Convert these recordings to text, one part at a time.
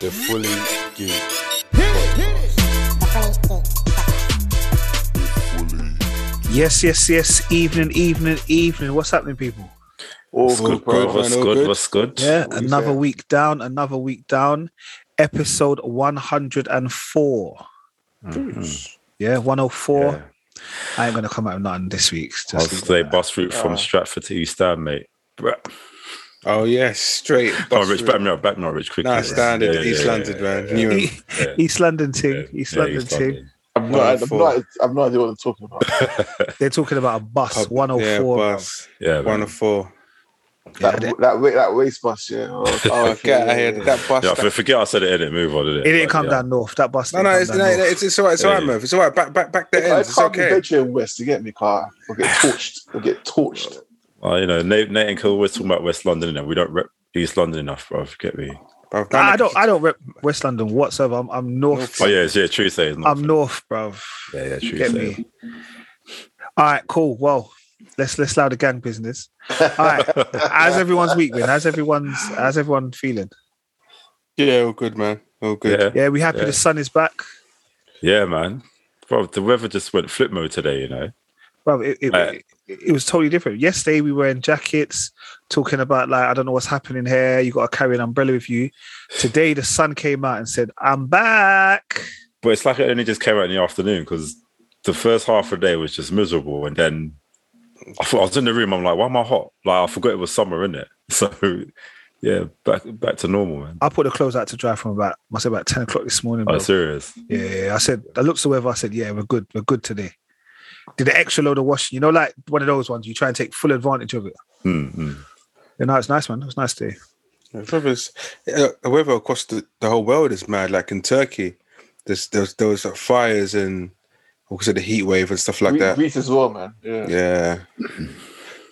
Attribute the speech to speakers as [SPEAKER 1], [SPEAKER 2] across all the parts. [SPEAKER 1] the fully geek.
[SPEAKER 2] Yes, yes, yes. Evening, evening, evening. What's happening, people?
[SPEAKER 1] All
[SPEAKER 3] What's good, bro?
[SPEAKER 1] man,
[SPEAKER 3] What's
[SPEAKER 1] all
[SPEAKER 3] good? What's good?
[SPEAKER 2] Yeah,
[SPEAKER 1] What we
[SPEAKER 2] another
[SPEAKER 1] say.
[SPEAKER 2] week down, another week down. Episode 104.
[SPEAKER 3] Mhm.
[SPEAKER 2] Mm-hmm. Yeah, 104.
[SPEAKER 3] Yeah.
[SPEAKER 2] I ain't going to come out with nothing this week. Just
[SPEAKER 3] I was
[SPEAKER 2] leave it
[SPEAKER 3] today
[SPEAKER 2] at
[SPEAKER 3] bus route from
[SPEAKER 1] Ah.
[SPEAKER 3] Stratford to East Ham, mate. Bruh.
[SPEAKER 1] Oh yes, straight.
[SPEAKER 3] Oh, Rich, back Norwich, back Norwich, quickly.
[SPEAKER 1] Nah,
[SPEAKER 3] bruh.
[SPEAKER 1] standard
[SPEAKER 3] Yeah, yeah,
[SPEAKER 1] East
[SPEAKER 3] yeah,
[SPEAKER 1] London,
[SPEAKER 3] yeah,
[SPEAKER 1] man.
[SPEAKER 3] yeah,
[SPEAKER 1] Knew
[SPEAKER 2] that.
[SPEAKER 1] him.
[SPEAKER 2] E- East London
[SPEAKER 3] yeah,
[SPEAKER 2] team,
[SPEAKER 3] yeah,
[SPEAKER 2] East
[SPEAKER 3] yeah,
[SPEAKER 2] London
[SPEAKER 3] East
[SPEAKER 2] team.
[SPEAKER 3] London.
[SPEAKER 4] I've no, I've
[SPEAKER 1] 104.
[SPEAKER 4] not, I've no idea what they're talking about.
[SPEAKER 2] They're talking about a bus, 104.
[SPEAKER 1] Yeah,
[SPEAKER 2] bro.
[SPEAKER 1] bus.
[SPEAKER 3] Yeah, man.
[SPEAKER 1] 104.
[SPEAKER 2] Yeah,
[SPEAKER 4] That,
[SPEAKER 2] they-
[SPEAKER 4] that, wa- that waste bus, yeah. Oh,
[SPEAKER 1] Oh, get out of here. That bus.
[SPEAKER 3] Yeah,
[SPEAKER 1] that-
[SPEAKER 3] for- forget I said it. Didn't move on, did it?
[SPEAKER 2] it didn't
[SPEAKER 3] But,
[SPEAKER 2] come
[SPEAKER 3] yeah.
[SPEAKER 2] down north. That bus
[SPEAKER 1] No,
[SPEAKER 2] didn't
[SPEAKER 1] no,
[SPEAKER 2] come
[SPEAKER 1] it's,
[SPEAKER 2] down
[SPEAKER 1] no,
[SPEAKER 2] north.
[SPEAKER 1] it's, it's all right. It's all right,
[SPEAKER 3] Yeah.
[SPEAKER 1] Merv. It's all right. Back, back, back the
[SPEAKER 4] I
[SPEAKER 1] ends. It's
[SPEAKER 4] can't be
[SPEAKER 1] okay.
[SPEAKER 4] venturing west to get me car. We'll get torched. We'll get torched.
[SPEAKER 3] Oh, you know, Nate, Nate and Cole always talking about West London, and we don't rep East London enough, bro. Get me?
[SPEAKER 1] Bruv,
[SPEAKER 2] Nah,
[SPEAKER 1] man,
[SPEAKER 2] I don't. I don't rep West London whatsoever. I'm, I'm north.
[SPEAKER 3] Oh yeah, it's, yeah. Tuesday is not.
[SPEAKER 2] I'm north, bruv.
[SPEAKER 3] Yeah, yeah.
[SPEAKER 2] You get
[SPEAKER 3] Tuesday.
[SPEAKER 2] me. All right, cool. Well, let's let's allow the gang business. All right, how's everyone's week been? How's everyone's how's everyone feeling?
[SPEAKER 1] Yeah, all good, man. All good.
[SPEAKER 3] Yeah,
[SPEAKER 2] Yeah, we happy
[SPEAKER 3] Yeah.
[SPEAKER 2] the sun is back,
[SPEAKER 3] yeah, man. Bro, the weather just went flip mode today. You know.
[SPEAKER 2] bro. It, it,
[SPEAKER 3] Uh,
[SPEAKER 2] it, it was totally different. Yesterday we were in jackets, talking about like I don't know what's happening here. You got to carry an umbrella with you. Today the sun came out and said, "I'm back."
[SPEAKER 3] But it's like it only just came out in the afternoon because the first half of the day was just miserable, and then I, thought, I was in the room. I'm like, why am I hot? Like I forgot it was summer, in it. So yeah, back back to normal, man.
[SPEAKER 2] I put the clothes out to dry from about must say about ten o'clock this morning.
[SPEAKER 3] I'm
[SPEAKER 2] bro.
[SPEAKER 3] serious.
[SPEAKER 2] Yeah, yeah, I said I looked to whether I said, yeah, we're good, we're good today. Did an extra load of washing, you know, like one of those ones you try and take full advantage of it.
[SPEAKER 3] Mm, mm.
[SPEAKER 2] Yeah, no, it's nice, man. It was a nice day.
[SPEAKER 1] The weather's- uh, The weather across the, the whole world is mad. Like in Turkey, there's, there's, there was like, fires and also the heat wave and stuff like
[SPEAKER 4] Gre-
[SPEAKER 1] that.
[SPEAKER 4] Greece as well, man. Yeah.
[SPEAKER 1] Yeah.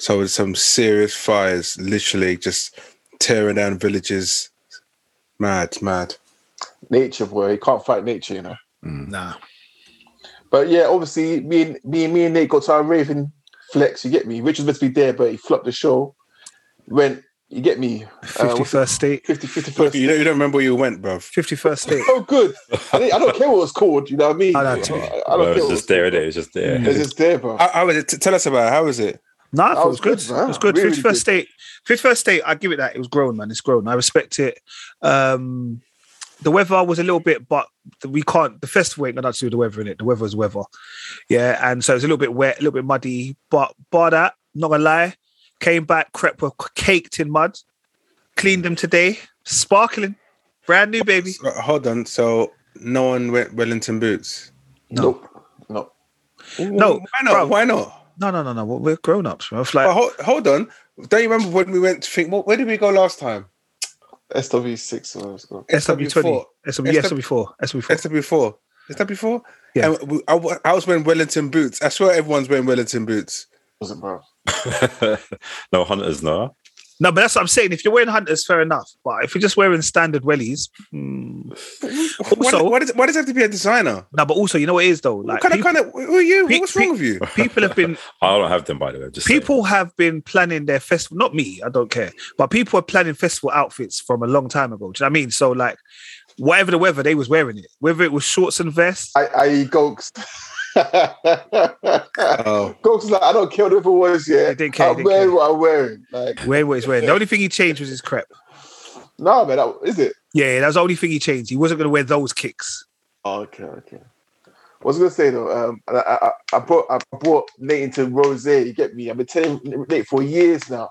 [SPEAKER 1] So it's some serious fires, literally just tearing down villages. Mad, mad.
[SPEAKER 4] Nature, boy. You can't fight nature, you know.
[SPEAKER 2] Nah.
[SPEAKER 4] But yeah, obviously, me and me and, me and Nate got to our raving flex. You get me? Rich was meant to be there, but he flopped the show. Went, you get me? Uh,
[SPEAKER 2] Fifty
[SPEAKER 4] what's
[SPEAKER 2] first
[SPEAKER 4] it-
[SPEAKER 2] state.
[SPEAKER 4] 50 51st.
[SPEAKER 1] You don't, you don't remember where you went, bruv.
[SPEAKER 2] Fifty first state.
[SPEAKER 4] Oh, good. I, didn't- I don't care what it's called. You know what I mean?
[SPEAKER 2] I know.
[SPEAKER 4] I
[SPEAKER 3] Well,
[SPEAKER 4] don't
[SPEAKER 3] it
[SPEAKER 4] care.
[SPEAKER 3] was
[SPEAKER 4] what
[SPEAKER 3] just there. innit? It was just there.
[SPEAKER 4] It's just there, bro.
[SPEAKER 1] How, how was it? T- tell us about it. How was it?
[SPEAKER 2] Nah, I thought
[SPEAKER 4] That
[SPEAKER 2] it was
[SPEAKER 4] was good,
[SPEAKER 2] good.
[SPEAKER 4] man.
[SPEAKER 2] It was good.
[SPEAKER 4] Really
[SPEAKER 2] Fifty first
[SPEAKER 4] good.
[SPEAKER 2] state. Fifty first state, I give it that. It was grown, man. It's grown. I respect it. Um the weather was a little bit, but we can't. The festival ain't got nothing to do with the weather in it. The weather is weather, yeah. And so it's a little bit wet, a little bit muddy. But bar that, not gonna lie, came back. Crep were caked in mud. Cleaned them today, sparkling, brand new, baby.
[SPEAKER 1] So, Uh, hold on. So no one went Wellington boots.
[SPEAKER 2] No.
[SPEAKER 4] Nope. Nope.
[SPEAKER 2] No,
[SPEAKER 1] Why not?
[SPEAKER 2] bro.
[SPEAKER 1] Why not?
[SPEAKER 2] No, no, no, no. We're grown ups, man. It's Like,
[SPEAKER 4] Oh,
[SPEAKER 1] But hold, hold on. Don't you remember when we went to think? What, where did we go last time?
[SPEAKER 4] SW6. or what's it called.
[SPEAKER 2] SW20.
[SPEAKER 1] SW4.
[SPEAKER 2] SW, yeah, SW4. SW4.
[SPEAKER 1] SW4. SW4?
[SPEAKER 2] Yeah.
[SPEAKER 1] And we, I, wa- I was wearing Wellington boots. I swear everyone's wearing Wellington boots.
[SPEAKER 4] Was it, bro? Mm.
[SPEAKER 3] no hunters, no.
[SPEAKER 2] No, but that's what I'm saying. If you're wearing hunters, fair enough. But if you're just wearing standard wellies,
[SPEAKER 1] Hmm.
[SPEAKER 2] mm,
[SPEAKER 1] why,
[SPEAKER 2] Also-
[SPEAKER 1] why, does, why does it have to be a designer?
[SPEAKER 2] no, but also, you know what it is though? Like,
[SPEAKER 1] what kind
[SPEAKER 2] people,
[SPEAKER 1] of kind of who are you?
[SPEAKER 2] Pe-
[SPEAKER 1] What's
[SPEAKER 2] pe-
[SPEAKER 1] wrong with you?
[SPEAKER 2] people have been
[SPEAKER 3] I don't have them, by the way. Just saying.
[SPEAKER 2] people have been planning their festival. Not me, I don't care. But people are planning festival outfits from a long time ago. Do you know what I mean? So like whatever the weather, they was wearing it. Whether it was shorts and vests,
[SPEAKER 4] I, I eat Gokes.
[SPEAKER 1] Oh,
[SPEAKER 4] Gokes is like, I don't care what it was, yeah.
[SPEAKER 2] They didn't care,
[SPEAKER 4] I'm
[SPEAKER 2] they didn't
[SPEAKER 4] wearing
[SPEAKER 2] care.
[SPEAKER 4] what I'm wearing. Like,
[SPEAKER 2] wearing what he's wearing. The only thing he changed was his crepe.
[SPEAKER 4] no, man, that, is it?
[SPEAKER 2] Yeah, yeah, that was the only thing he changed. He wasn't gonna wear those kicks.
[SPEAKER 4] Oh, okay, okay. What was I gonna say though? Um, I, I, I- I brought I brought Nate into rose. You get me? I've been telling Nate for years now.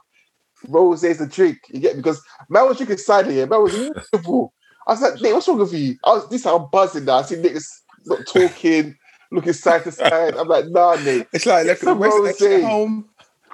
[SPEAKER 4] Rose is the drink. You get me? Because man was drinking cider. Yeah, man was miserable. I was like, Nate, what's wrong with you? I was this. I'm buzzing now. I see niggas not talking, looking side to side. I'm like, nah, Nate.
[SPEAKER 1] it's like look,
[SPEAKER 4] It's a
[SPEAKER 1] where's the
[SPEAKER 4] rosé.
[SPEAKER 1] exit home?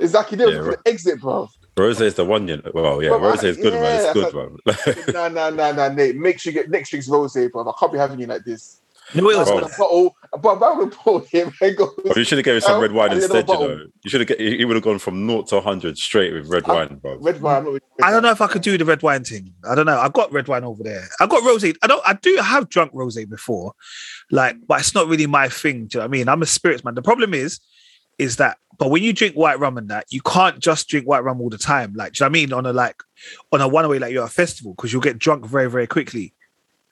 [SPEAKER 4] Exactly. There was
[SPEAKER 3] Yeah,
[SPEAKER 4] the exit, bro.
[SPEAKER 3] Rose is the one, you know. Well, yeah,
[SPEAKER 4] But I-
[SPEAKER 3] Rose is good, man. It's
[SPEAKER 4] yeah,
[SPEAKER 3] good, man. Like,
[SPEAKER 4] Nah, nah, nah, nah, Nate. Make sure you get next week's rose, bro. I can't be having you like this.
[SPEAKER 2] No, it
[SPEAKER 4] I
[SPEAKER 2] was
[SPEAKER 3] Oh.
[SPEAKER 4] want a bottle, but I'm with Paul here, man. Goes,
[SPEAKER 3] oh, you should have gave him some
[SPEAKER 4] Oh,
[SPEAKER 3] red wine
[SPEAKER 4] I didn't know
[SPEAKER 3] instead, you
[SPEAKER 4] about-
[SPEAKER 3] know. You should have. He would have gone from naught to hundred straight with red
[SPEAKER 4] I-
[SPEAKER 3] wine, bro.
[SPEAKER 4] red wine. I'm not with you.
[SPEAKER 2] I don't know if I could do the red wine thing. I don't know. I've got red wine over there. I've got rosé. I don't. I do have drunk rosé before, like, but it's not really my thing. Do you know what I mean? I'm a spirits man. The problem is, is that. But when you drink white rum and that, you can't just drink white rum all the time. Like, do you know what I mean? On a like, on a one way like you're at a festival because you'll get drunk very very quickly.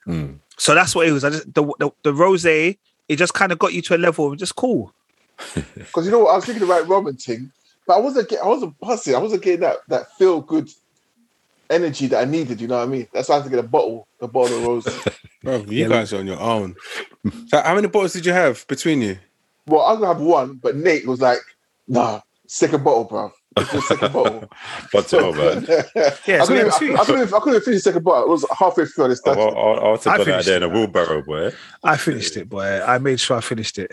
[SPEAKER 3] Mm.
[SPEAKER 2] So that's what it was. I just the the, the rose. It just kind of got you to a level of just cool.
[SPEAKER 4] Because you know what, I was thinking about ramen thing, but I wasn't get, I wasn't buzzing. I wasn't getting that that feel good energy that I needed. You know what I mean? That's why I had to get a bottle, a bottle of rose.
[SPEAKER 1] Bro, you
[SPEAKER 2] Yeah,
[SPEAKER 1] guys are on your own. So how many bottles did you have between you?
[SPEAKER 4] well, I was gonna have one, but Nate was like, "Nah, second bottle, bro. It's the second bottle."
[SPEAKER 3] But oh, man.
[SPEAKER 2] Yeah,
[SPEAKER 4] I
[SPEAKER 2] so we
[SPEAKER 4] couldn't,
[SPEAKER 2] had
[SPEAKER 4] even,
[SPEAKER 2] two.
[SPEAKER 4] I, I, couldn't even, I couldn't even finish the second bottle. It was halfway through. I just
[SPEAKER 1] Oh,
[SPEAKER 3] I'll, I'll, I'll
[SPEAKER 2] I
[SPEAKER 3] have to put that
[SPEAKER 2] finished
[SPEAKER 3] there in a
[SPEAKER 2] that.
[SPEAKER 3] wheelbarrow, boy.
[SPEAKER 2] I finished it, boy. I made sure I finished it.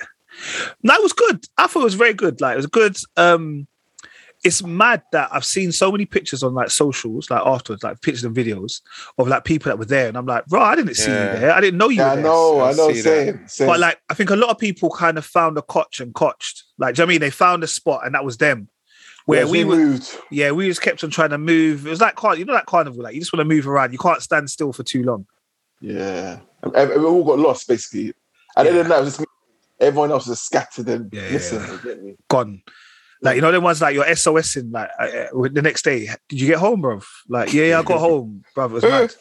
[SPEAKER 2] No, it was good. I thought it was very good. Like it was good. Um, it's mad that I've seen so many pictures on like socials, like afterwards, like pictures and videos of like people that were there, and I'm like, bro, I didn't see
[SPEAKER 1] Yeah.
[SPEAKER 2] you there. I didn't know you.
[SPEAKER 4] yeah,
[SPEAKER 2] were
[SPEAKER 4] I
[SPEAKER 2] there.
[SPEAKER 4] know,
[SPEAKER 1] I
[SPEAKER 4] I know.
[SPEAKER 1] see that.
[SPEAKER 4] Same, same.
[SPEAKER 2] But like, I think a lot of people kind of found a cotch and cotched. Like, do you know what I mean? They found a spot, and that was them. Where
[SPEAKER 4] Yes,
[SPEAKER 2] we were,
[SPEAKER 4] moved.
[SPEAKER 2] yeah, we just kept on trying to move. It was like car- you know, that carnival. Like, you just want to move around. You can't stand still for too long.
[SPEAKER 4] Yeah, And- and we all got lost basically. At the end of the night, it was just me. everyone else was scattered and
[SPEAKER 2] Yeah, yeah,
[SPEAKER 4] missing.
[SPEAKER 2] yeah.
[SPEAKER 4] you get me?
[SPEAKER 2] gone. Like you know, the ones like your SOS in like uh, uh, the next day. Did you get home, bruv? Like yeah, yeah, I got home, bruv. It was mad.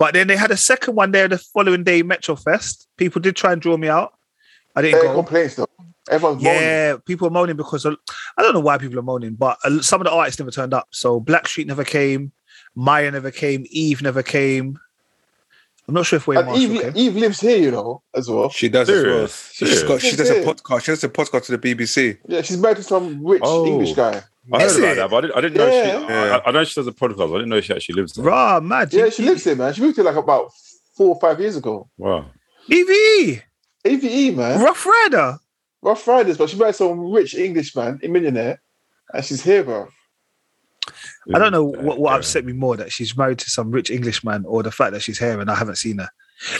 [SPEAKER 2] But then they had a second one there the following day, Metro Fest. People did try and draw me out. I didn't
[SPEAKER 4] Air
[SPEAKER 2] go.
[SPEAKER 4] complaints though. Everyone's moaning.
[SPEAKER 2] Yeah, people are moaning because I don't know why people are moaning, but uh, some of the artists never turned up. So Blackstreet never came, Maya never came, Eve never came. I'm not sure if Wayne
[SPEAKER 4] And
[SPEAKER 2] Marshall
[SPEAKER 4] Eve,
[SPEAKER 2] came.
[SPEAKER 4] Eve lives here, you know, as well.
[SPEAKER 1] She does as well.
[SPEAKER 3] Serious.
[SPEAKER 1] She's
[SPEAKER 3] Serious.
[SPEAKER 1] got, she
[SPEAKER 4] She
[SPEAKER 1] does a
[SPEAKER 4] did.
[SPEAKER 1] podcast. She does a podcast to the BBC.
[SPEAKER 4] Yeah, she's married to some rich
[SPEAKER 3] Oh.
[SPEAKER 4] English guy.
[SPEAKER 3] I
[SPEAKER 2] Is it?
[SPEAKER 3] heard about that, but I didn't, I didn't know she.
[SPEAKER 1] Yeah.
[SPEAKER 3] I, I know she does a podcast. I didn't know she actually lives there.
[SPEAKER 2] Rah, mad.
[SPEAKER 4] Yeah, she lives here, man. She moved here like about four or five years ago.
[SPEAKER 3] Wow.
[SPEAKER 2] EVE,
[SPEAKER 4] AVE, man.
[SPEAKER 2] Rough Rider.
[SPEAKER 4] Rough Riders, but she married some rich English man, a millionaire, and she's here, bro.
[SPEAKER 2] I don't know
[SPEAKER 3] Yeah,
[SPEAKER 2] what, what
[SPEAKER 3] yeah.
[SPEAKER 2] upset me more that she's married to some rich Englishman or the fact that she's here and I haven't seen her.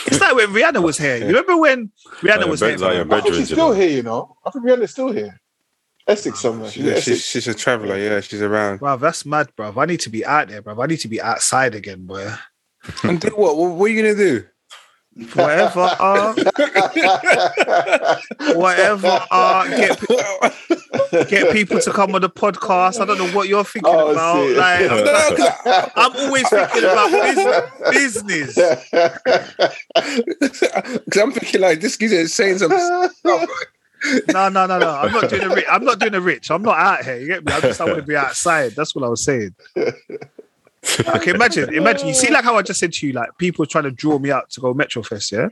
[SPEAKER 2] It's like when Rihanna was here. You remember when Rihanna
[SPEAKER 3] Like
[SPEAKER 2] was
[SPEAKER 3] a
[SPEAKER 2] here?
[SPEAKER 3] bit like a
[SPEAKER 4] I think
[SPEAKER 3] Bedouin,
[SPEAKER 4] she's
[SPEAKER 3] you
[SPEAKER 4] still
[SPEAKER 3] know.
[SPEAKER 4] here, you know. I think Rihanna's still here. Essex somewhere. She's in
[SPEAKER 1] She's, she's,
[SPEAKER 4] Essex.
[SPEAKER 1] she's a traveller. Yeah, she's around.
[SPEAKER 2] Bruv, that's mad, bruv. I need to be out there, bruv. I need to be outside again, boy.
[SPEAKER 1] And do what? What, what are you gonna do?
[SPEAKER 2] Whatever, uh, whatever, uh, get, get people to come on the podcast. I don't know what you're thinking
[SPEAKER 4] Oh,
[SPEAKER 2] about.
[SPEAKER 4] shit.
[SPEAKER 2] Like, I'm,
[SPEAKER 1] No, 'cause
[SPEAKER 2] I'm always thinking about bus- business.
[SPEAKER 1] Because I'm thinking like this kid's saying some stuff.
[SPEAKER 2] No, no, no, no. I'm not doing a rich. I'm not doing a rich. I'm not out here. You get me? I just I want to be outside. That's what I was saying. Okay, imagine, imagine. You see, like how I just said to you, like people trying to draw me out to go Metrofest, yeah.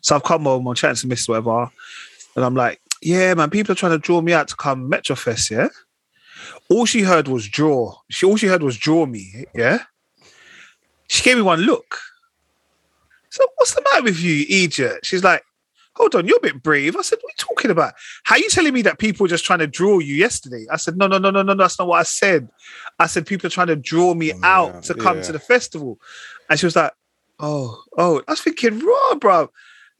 [SPEAKER 2] So I've come home on chance to miss whatever, and I'm like, yeah, man. People are trying to draw me out to come Metrofest, yeah. All she heard was draw. She all she heard was draw me, yeah. She gave me one look. So what's the matter with you, idiot? She's like, hold on, you're a bit brave. I said, what are you talking about? How you telling me that people were just trying to draw you yesterday? I said, no, no, no, no, no, no, that's not what I said. I said, people are trying to draw me
[SPEAKER 1] Oh,
[SPEAKER 2] out
[SPEAKER 1] yeah,
[SPEAKER 2] to come
[SPEAKER 1] yeah.
[SPEAKER 2] to the festival. And she was like, oh, oh, I was thinking, raw, bro.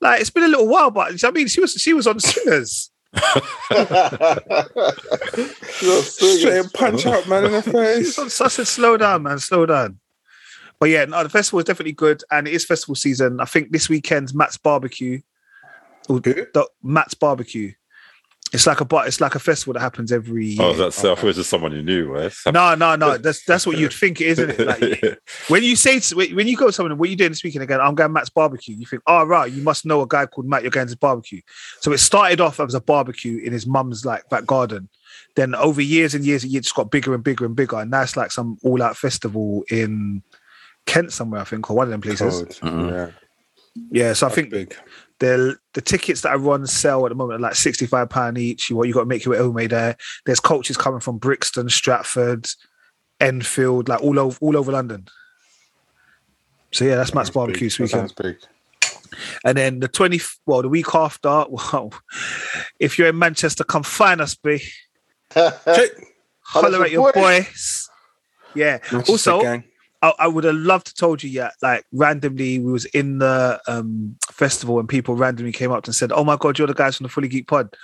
[SPEAKER 2] Like it's been a little while, but I mean, she was she was on swingers.
[SPEAKER 1] Straight punch out man in the
[SPEAKER 2] She
[SPEAKER 1] face.
[SPEAKER 2] was on, so I said, slow down, man, slow down. But yeah, no, the festival is definitely good, and it is festival season. I think this weekend's Matt's barbecue, or
[SPEAKER 1] Who?
[SPEAKER 2] the, Matt's barbecue. It's like a bar- it's like a festival that happens every year.
[SPEAKER 3] Oh, that's I thought it was just someone you knew, eh? right?
[SPEAKER 2] No, no, no. That's that's what you'd think, isn't it? Like, when you say to, when when you go to someone, what are you doing this weekend again? I'm going Matt's barbecue. You think, oh right, you must know a guy called Matt. You're going to his barbecue. So it started off as a barbecue in his mum's like back garden. Then over years and years, it just got bigger and bigger and bigger. And now it's like some all-out festival in Kent somewhere, I think, or one of them places.
[SPEAKER 1] Cold.
[SPEAKER 3] Mhm.
[SPEAKER 1] Yeah,
[SPEAKER 2] Yeah. So I think
[SPEAKER 1] big.
[SPEAKER 2] the the tickets that are on sale at the moment are like sixty five pound each. You what you got to make your way home there. There's coaches coming from Brixton, Stratford, Enfield, like all over all over London. So yeah, that's Matt's barbecue this
[SPEAKER 1] That
[SPEAKER 2] weekend.
[SPEAKER 1] sounds big.
[SPEAKER 2] And then the twenty, well, the week after, well, if you're in Manchester, come find us, B.
[SPEAKER 1] Check.
[SPEAKER 4] Holla
[SPEAKER 2] Holler
[SPEAKER 4] at
[SPEAKER 2] at your
[SPEAKER 4] your
[SPEAKER 2] boys. Yeah. also, I, I would have loved to told you yeah like randomly we was in the um festival and people randomly came up and said oh my god you're the guys from the fully geek pod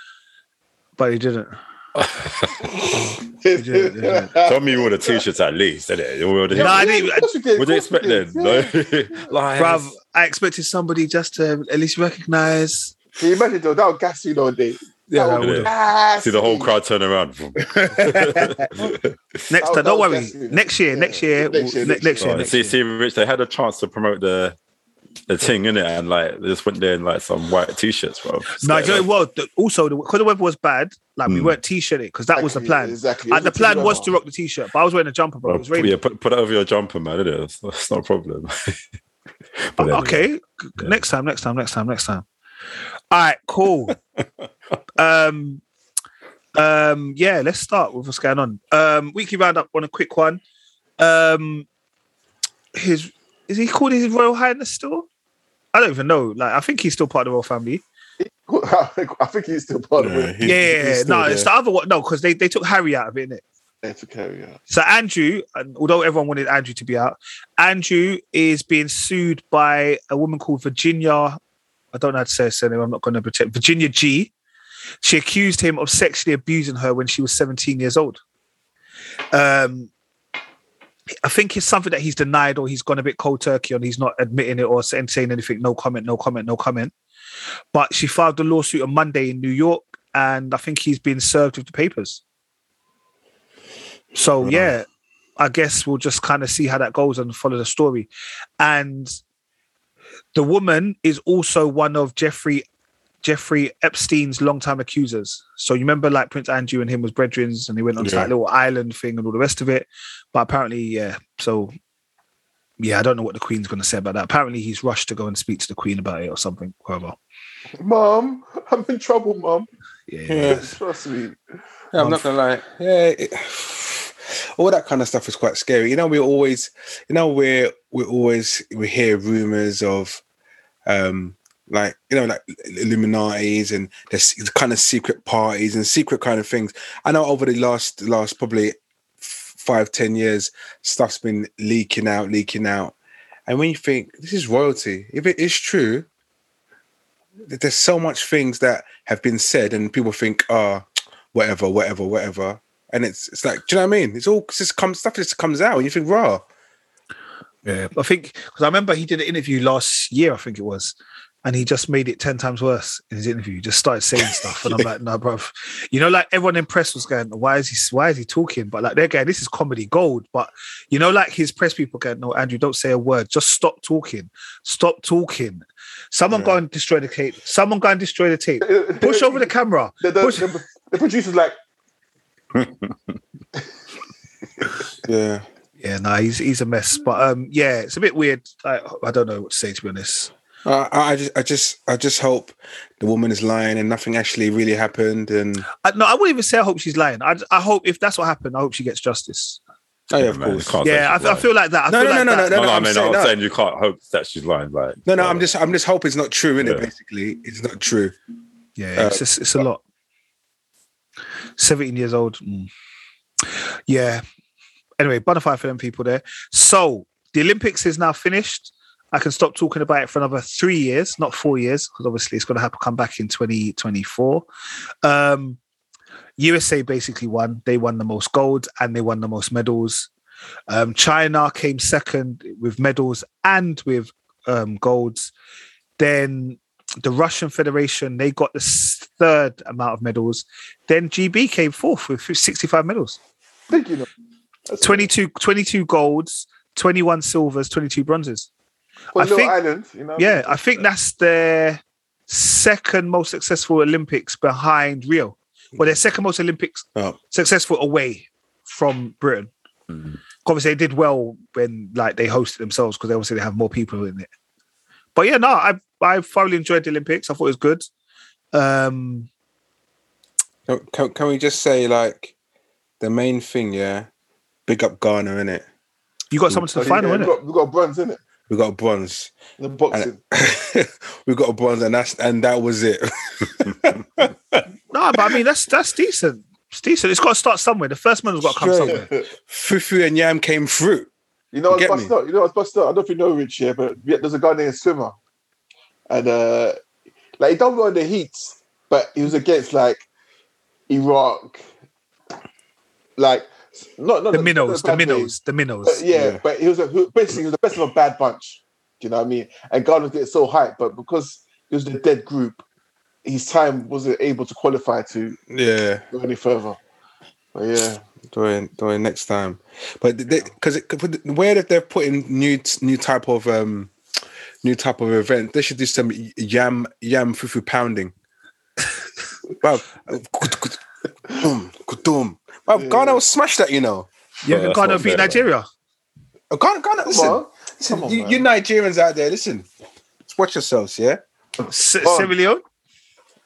[SPEAKER 2] but they didn't
[SPEAKER 3] Tell me you wore the t-shirts at least, innit? You wore the-
[SPEAKER 2] No, I didn't-
[SPEAKER 3] What did you expect then? No. like,
[SPEAKER 2] bruv i expected somebody just to at least recognize
[SPEAKER 4] Can you imagine though? That would gas you all day.
[SPEAKER 2] yeah
[SPEAKER 4] That
[SPEAKER 2] that
[SPEAKER 4] would
[SPEAKER 2] would've-
[SPEAKER 4] gas
[SPEAKER 3] see the whole
[SPEAKER 4] you.
[SPEAKER 3] crowd turn around.
[SPEAKER 2] next
[SPEAKER 4] That
[SPEAKER 2] time don't
[SPEAKER 4] would
[SPEAKER 2] worry
[SPEAKER 4] Oh, definitely-
[SPEAKER 2] next year
[SPEAKER 4] yeah.
[SPEAKER 2] next year we'll-
[SPEAKER 4] Next year,
[SPEAKER 2] ne-
[SPEAKER 4] next
[SPEAKER 2] next
[SPEAKER 4] year.
[SPEAKER 2] year
[SPEAKER 3] Right,
[SPEAKER 2] next
[SPEAKER 3] see,
[SPEAKER 2] year
[SPEAKER 3] see, Rich, they had a chance to promote the a thing in it, and like they just went there in like some white t-shirts, bro.
[SPEAKER 2] No, you know, well, the, also because the weather was bad, like we
[SPEAKER 3] Mm.
[SPEAKER 2] weren't t-shirting because that was the plan.
[SPEAKER 4] Exactly.
[SPEAKER 2] And the
[SPEAKER 4] It a
[SPEAKER 2] plan was
[SPEAKER 4] two-hour.
[SPEAKER 2] to rock the t-shirt, but I was wearing a jumper, bro. It was
[SPEAKER 3] Well,
[SPEAKER 2] raining.
[SPEAKER 3] yeah, put, put it over your jumper, man. It is. That's not a problem. But anyway,
[SPEAKER 2] okay, g-
[SPEAKER 3] yeah.
[SPEAKER 2] next time, next time, next time, next time. All right, cool. um, um, yeah, let's start with what's going on. Um, weekly roundup on a quick one. Um, his is he called his Royal Highness still? I don't even know. Like, I think he's still part of the royal family.
[SPEAKER 4] I think he's still part of it.
[SPEAKER 1] he-
[SPEAKER 2] yeah, yeah,
[SPEAKER 1] he's
[SPEAKER 2] yeah.
[SPEAKER 1] still
[SPEAKER 2] no,
[SPEAKER 1] there.
[SPEAKER 2] it's the other one. No, because they, they took Harry out of it, innit?
[SPEAKER 4] That's a carry out.
[SPEAKER 2] So Andrew, and although everyone wanted Andrew to be out, Andrew is being sued by a woman called Virginia. I don't know how to say her surname. I'm not going to pretend. Virginia G. She accused him of sexually abusing her when she was 17 years old. Um, I think it's something that he's denied or he's gone a bit cold turkey on. He's not admitting it or saying saying anything. No comment. No comment. No comment. But she filed the lawsuit on Monday in New York, and I think he's been served with the papers. So
[SPEAKER 1] Right.
[SPEAKER 2] yeah, I guess we'll just kind of see how that goes and follow the story. And the woman is also one of Jeffrey Jeffrey Epstein's longtime accusers. So you remember like Prince Andrew and him was brethren and they went on to
[SPEAKER 1] Yeah.
[SPEAKER 2] that little island thing and all the rest of it. But apparently, yeah, so yeah, I don't know what the Queen's gonna say about that. Apparently he's rushed to go and speak to the Queen about it or something, whatever.
[SPEAKER 4] Mom, I'm in trouble, Mom.
[SPEAKER 1] Yeah.
[SPEAKER 4] Trust me.
[SPEAKER 1] Yeah, I'm not gonna lie. Yeah, it- all that kind of stuff is quite scary. You know, we always, you know, we're we always we hear rumors of, um, like you know, like Illuminati's and there's kind of secret parties and secret kind of things. I know over the last last probably f- five ten years, stuff's been leaking out, leaking out, and when you think this is royalty, if it is true, th- there's so much things that have been said and people think, ah whatever, whatever, whatever. And it's it's like, do you know what I mean? It's all it's just comes stuff just comes out, and you think, raw.
[SPEAKER 2] Yeah, I think because I remember he did an interview last year, I think it was, and he just made it ten times worse in his interview. He just started saying stuff, and I'm like, no, bruv. You know, like everyone in press was going, why is he? Why is he talking? But like they're going, this is comedy gold. But you know, like his press people going, no, Andrew, don't say a word. Just stop talking. Stop talking. Someone
[SPEAKER 1] Yeah.
[SPEAKER 2] go and destroy the tape. Someone go and destroy the tape. Push over the camera.
[SPEAKER 4] The, the,
[SPEAKER 2] Push-
[SPEAKER 4] the, the producer's like,
[SPEAKER 1] Yeah.
[SPEAKER 2] Yeah, no, he's he's a mess. But um, yeah, it's a bit weird. I I don't know what to say to be honest.
[SPEAKER 1] I, I I just I just I just hope the woman is lying and nothing actually really happened and
[SPEAKER 2] I, no, I wouldn't even say I hope she's lying. I, I hope if that's what happened, I hope she gets justice.
[SPEAKER 1] oh yeah,
[SPEAKER 3] Yeah,
[SPEAKER 1] of
[SPEAKER 3] man,
[SPEAKER 1] course.
[SPEAKER 3] can't- I'll
[SPEAKER 2] yeah,
[SPEAKER 3] say
[SPEAKER 2] I,
[SPEAKER 3] she's
[SPEAKER 2] I
[SPEAKER 3] lying.
[SPEAKER 2] feel like that. I
[SPEAKER 1] No,
[SPEAKER 2] feel
[SPEAKER 1] no,
[SPEAKER 2] like
[SPEAKER 1] no,
[SPEAKER 2] that.
[SPEAKER 1] no,
[SPEAKER 3] No,
[SPEAKER 1] I'm
[SPEAKER 3] no, I mean,
[SPEAKER 1] saying
[SPEAKER 3] I'm
[SPEAKER 1] no.
[SPEAKER 3] saying you can't hope that she's lying. Like,
[SPEAKER 1] No, no, I'm
[SPEAKER 3] uh,
[SPEAKER 1] just I'm just hoping it's not true, innit?
[SPEAKER 3] Yeah.
[SPEAKER 1] Basically, it's not true.
[SPEAKER 2] Yeah, it's just, it's a lot. Seventeen years old. mm. Yeah. Anyway, bonafide for them people there. So the Olympics is now finished. I can stop talking about it for another three years, not four years, because obviously it's going to have to come back in 2024. Um, USA basically won. They won the most gold and they won the most medals. Um, China came second with medals and with um, golds. Then the Russian Federation, they got the s- third amount of medals. Then GB came fourth with 65 medals.
[SPEAKER 4] think you know. That's
[SPEAKER 2] 22, 22 golds, 21 silvers, 22 bronzes.
[SPEAKER 4] For
[SPEAKER 2] I
[SPEAKER 4] Little
[SPEAKER 2] think-
[SPEAKER 4] Island, you know.
[SPEAKER 2] Yeah, I think that's their second most successful Olympics behind Rio. Well, their second most Olympics
[SPEAKER 1] Oh.
[SPEAKER 2] successful away from Britain.
[SPEAKER 3] Mm.
[SPEAKER 2] Obviously, they did well when like they hosted themselves because they obviously they have more people in it. But yeah, no, I I thoroughly enjoyed the Olympics. I thought it was good. Um,
[SPEAKER 1] Can- Can, can we just say like the main thing? Yeah, big up Ghana, innit?
[SPEAKER 2] you got someone to the final,
[SPEAKER 4] we
[SPEAKER 2] innit?
[SPEAKER 4] got, we got bronze in it.
[SPEAKER 1] We got bronze.
[SPEAKER 4] The boxing.
[SPEAKER 1] we got a bronze, and that's and that was it.
[SPEAKER 2] No, but I mean that's that's decent. It's decent. It's got to start somewhere. The first medal's got to come
[SPEAKER 1] Straight.
[SPEAKER 2] somewhere.
[SPEAKER 1] Fufu and Yam came through.
[SPEAKER 4] You know what's
[SPEAKER 1] Get me.
[SPEAKER 4] busted up? You know what's busted up? I don't know if you know Rich here, but yeah, there's a Ghanaian swimmer. And uh like he don't go in the heats, but he was against like Iraq. Like not, not
[SPEAKER 2] The minnows, the
[SPEAKER 4] bad way.
[SPEAKER 2] minnows, the minnows.
[SPEAKER 4] But yeah,
[SPEAKER 1] Yeah.
[SPEAKER 4] but he was a, who- basically he was the best of a bad bunch. Do you know what I mean? And Ghana was getting so hyped, but because he was the dead group, his time wasn't able to qualify to
[SPEAKER 1] Yeah.
[SPEAKER 4] go any further. But yeah,
[SPEAKER 1] during during next time. But because where that they're putting new new type of um new type of event. They should do some yam yam fufu pounding. wow, kudum, kudum. Wow,
[SPEAKER 4] Yeah.
[SPEAKER 1] Ghana will smash that, you know.
[SPEAKER 2] You
[SPEAKER 3] Oh,
[SPEAKER 2] reckon
[SPEAKER 3] that's
[SPEAKER 2] Ghana
[SPEAKER 3] not
[SPEAKER 2] beat
[SPEAKER 3] fair,
[SPEAKER 2] Nigeria?
[SPEAKER 1] Oh, Ghana, Ghana, listen,
[SPEAKER 4] on.
[SPEAKER 1] listen,
[SPEAKER 4] Come on,
[SPEAKER 1] you,
[SPEAKER 4] man.
[SPEAKER 1] you Nigerians out there, listen, just watch yourselves, yeah.
[SPEAKER 2] S-
[SPEAKER 4] on.
[SPEAKER 2] Sierra
[SPEAKER 1] All
[SPEAKER 2] Leone?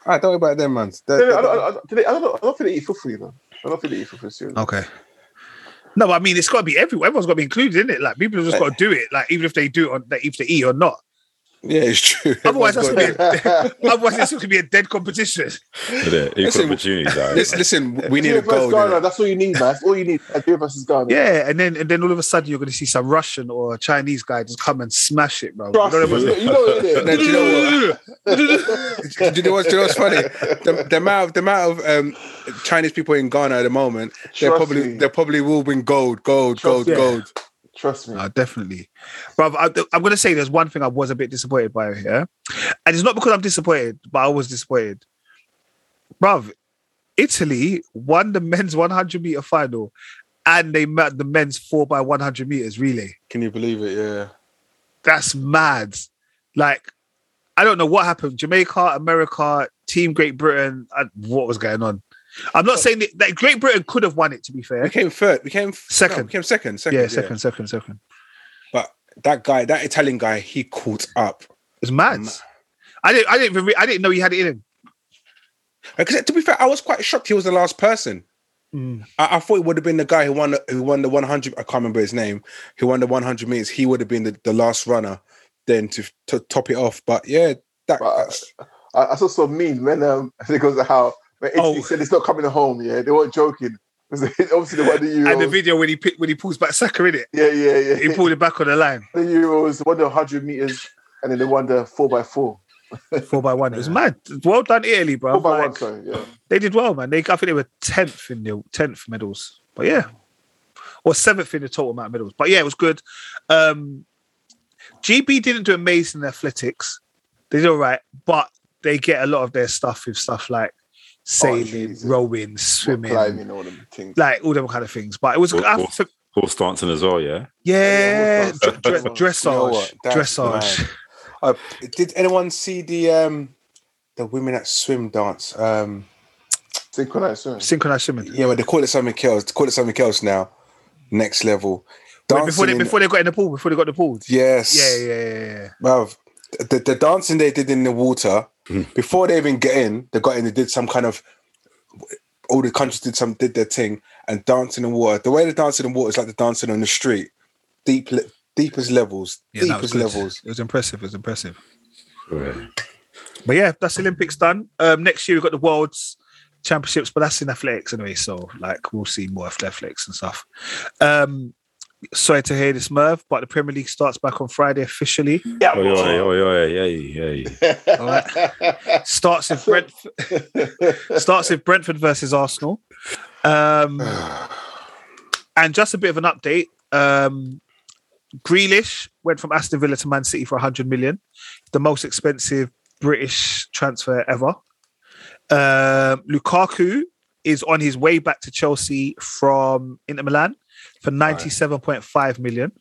[SPEAKER 1] right, don't worry about them, man. They-
[SPEAKER 4] No, no,
[SPEAKER 1] they-
[SPEAKER 4] I don't, I, don't, do they- I, don't, I don't think they eat fufu, you know. I don't think they eat fufu, seriously.
[SPEAKER 2] Okay. No, but I mean, it's got to be everywhere. Everyone's got to be included in it. Like, people have just got to do it. Like, even if they do, on, like, if they eat or not.
[SPEAKER 1] yeah, it's true.
[SPEAKER 2] Otherwise, that's
[SPEAKER 1] Everyone's
[SPEAKER 2] gonna be. A, otherwise, this could be a dead competition.
[SPEAKER 3] Yeah, equal
[SPEAKER 1] Listen,
[SPEAKER 3] opportunities. all
[SPEAKER 1] got-
[SPEAKER 3] right,
[SPEAKER 1] listen,
[SPEAKER 3] man.
[SPEAKER 1] listen, we need
[SPEAKER 4] Nigeria
[SPEAKER 1] a
[SPEAKER 4] versus
[SPEAKER 1] goal.
[SPEAKER 4] Ghana,
[SPEAKER 1] innit?
[SPEAKER 4] that's all you need, man. That's all you need. Nigeria versus Ghana.
[SPEAKER 2] Yeah, and then and then all of a sudden you're going to see some Russian or Chinese guy just come and smash it, bro.
[SPEAKER 4] Trust
[SPEAKER 2] You know
[SPEAKER 4] me,
[SPEAKER 2] what I mean?
[SPEAKER 4] you know what it
[SPEAKER 1] No,
[SPEAKER 4] is.
[SPEAKER 1] do you know what? do you know what's, do you know what's funny? The, the amount of the amount of um, Chinese people in Ghana at the moment, they
[SPEAKER 4] Trust
[SPEAKER 1] probably
[SPEAKER 4] me.
[SPEAKER 1] they probably will win gold, gold,
[SPEAKER 4] Trust
[SPEAKER 1] gold,
[SPEAKER 2] me.
[SPEAKER 1] gold.
[SPEAKER 4] Trust me.
[SPEAKER 2] No, Uh, definitely, bro. I, am going to say there's one thing I was a bit disappointed by here, and it's not because I'm disappointed, but I was disappointed, bro. Italy won the men's 100 meter final, and they met the men's four by 100 meters relay.
[SPEAKER 1] Can you believe it? Yeah.
[SPEAKER 2] that's mad. Like, I don't know what happened. Jamaica, America, Team Great Britain. I, what was going on? I'm not saying that, that Great Britain could have won it. To be
[SPEAKER 1] We
[SPEAKER 2] fair,
[SPEAKER 1] came third. We came
[SPEAKER 2] Second.
[SPEAKER 1] No, we came second. Second.
[SPEAKER 2] yeah, second, second, second.
[SPEAKER 1] But that guy, that Italian guy, he caught up.
[SPEAKER 2] It's mad.
[SPEAKER 1] Ma-
[SPEAKER 2] I didn't. I didn't. Even re- I didn't know he had it in him.
[SPEAKER 1] Because to be fair, I was quite shocked. He was the last person.
[SPEAKER 2] Mm.
[SPEAKER 1] I, I thought it would have been the guy who won the- who won the 100. I can't remember his name. Who won the 100 meters? He would have been the, the last runner then to, to top it off. But yeah, that,
[SPEAKER 4] Right.
[SPEAKER 1] that's
[SPEAKER 4] I, I saw some memes when um because of how when Italy
[SPEAKER 2] Oh.
[SPEAKER 4] said it's not coming home. Yeah, they weren't joking. 'Cause Obviously, they won the
[SPEAKER 2] And the
[SPEAKER 4] Euros.
[SPEAKER 2] video when he pick, when he pulls back Saka in it,
[SPEAKER 4] yeah, yeah, yeah.
[SPEAKER 2] he pulled it back on the line
[SPEAKER 4] the Euros, won the hundred meters, and then they won the four by four.
[SPEAKER 2] four by one. It was mad. Well done, Italy, bro.
[SPEAKER 4] Four by
[SPEAKER 2] Like,
[SPEAKER 4] one, sorry. Yeah.
[SPEAKER 2] They did well, man. They I think they were tenth in the tenth medals, but yeah, or seventh in the total amount of medals. But yeah, it was good. Um, GB didn't do amazing in athletics. They did all right, but they get a lot of their stuff with stuff like sailing,
[SPEAKER 4] Oh, Jesus.
[SPEAKER 2] rowing, swimming,
[SPEAKER 4] Climbing, all them things.
[SPEAKER 2] like all them kind of things. But it was
[SPEAKER 3] Well,
[SPEAKER 2] I
[SPEAKER 3] well,
[SPEAKER 2] think-
[SPEAKER 3] Horse dancing as well, yeah.
[SPEAKER 2] yeah,
[SPEAKER 4] yeah, well,
[SPEAKER 2] dre- dre-
[SPEAKER 4] well,
[SPEAKER 1] you know what?
[SPEAKER 2] dressage,
[SPEAKER 1] That's
[SPEAKER 2] dressage.
[SPEAKER 1] mad. Uh, did anyone see the um the women at swim dance? Um
[SPEAKER 4] Synchronized swimming.
[SPEAKER 2] synchronized swimming.
[SPEAKER 1] yeah, but they call it something else. They call it something else now. Next level.
[SPEAKER 2] Wait, before they
[SPEAKER 1] in-
[SPEAKER 2] before they got in the pool, before they got the pool.
[SPEAKER 1] yes.
[SPEAKER 2] Yeah, yeah, yeah. yeah.
[SPEAKER 1] Bruv, the, the dancing they did in the water before they even get in, they got in. They did some kind of all the countries did some did their thing and dancing in the water. The way they dance in the water is like the dancing on the street, deep le- deepest levels,
[SPEAKER 2] Yeah, that was
[SPEAKER 1] deepest
[SPEAKER 2] good.
[SPEAKER 1] levels.
[SPEAKER 2] It was impressive. It was impressive.
[SPEAKER 3] Right.
[SPEAKER 2] But yeah, that's Olympics done. Um, next year we've got the World's Championships, but that's in athletics anyway. So like we'll see more of athletics and stuff. Um, sorry to hear this, Merv, but the Premier League starts back on Friday officially.
[SPEAKER 4] Oh, Yeah.
[SPEAKER 3] Oi, oi, oi, oi, oi, oi.
[SPEAKER 2] Starts with Brentford. starts with Brentford versus Arsenal. Um, and just a bit of an update. Um, Grealish went from Aston Villa to Man City for 100 million, the most expensive British transfer ever. Um Lukaku is on his way back to Chelsea from Inter Milan for 97.5 million.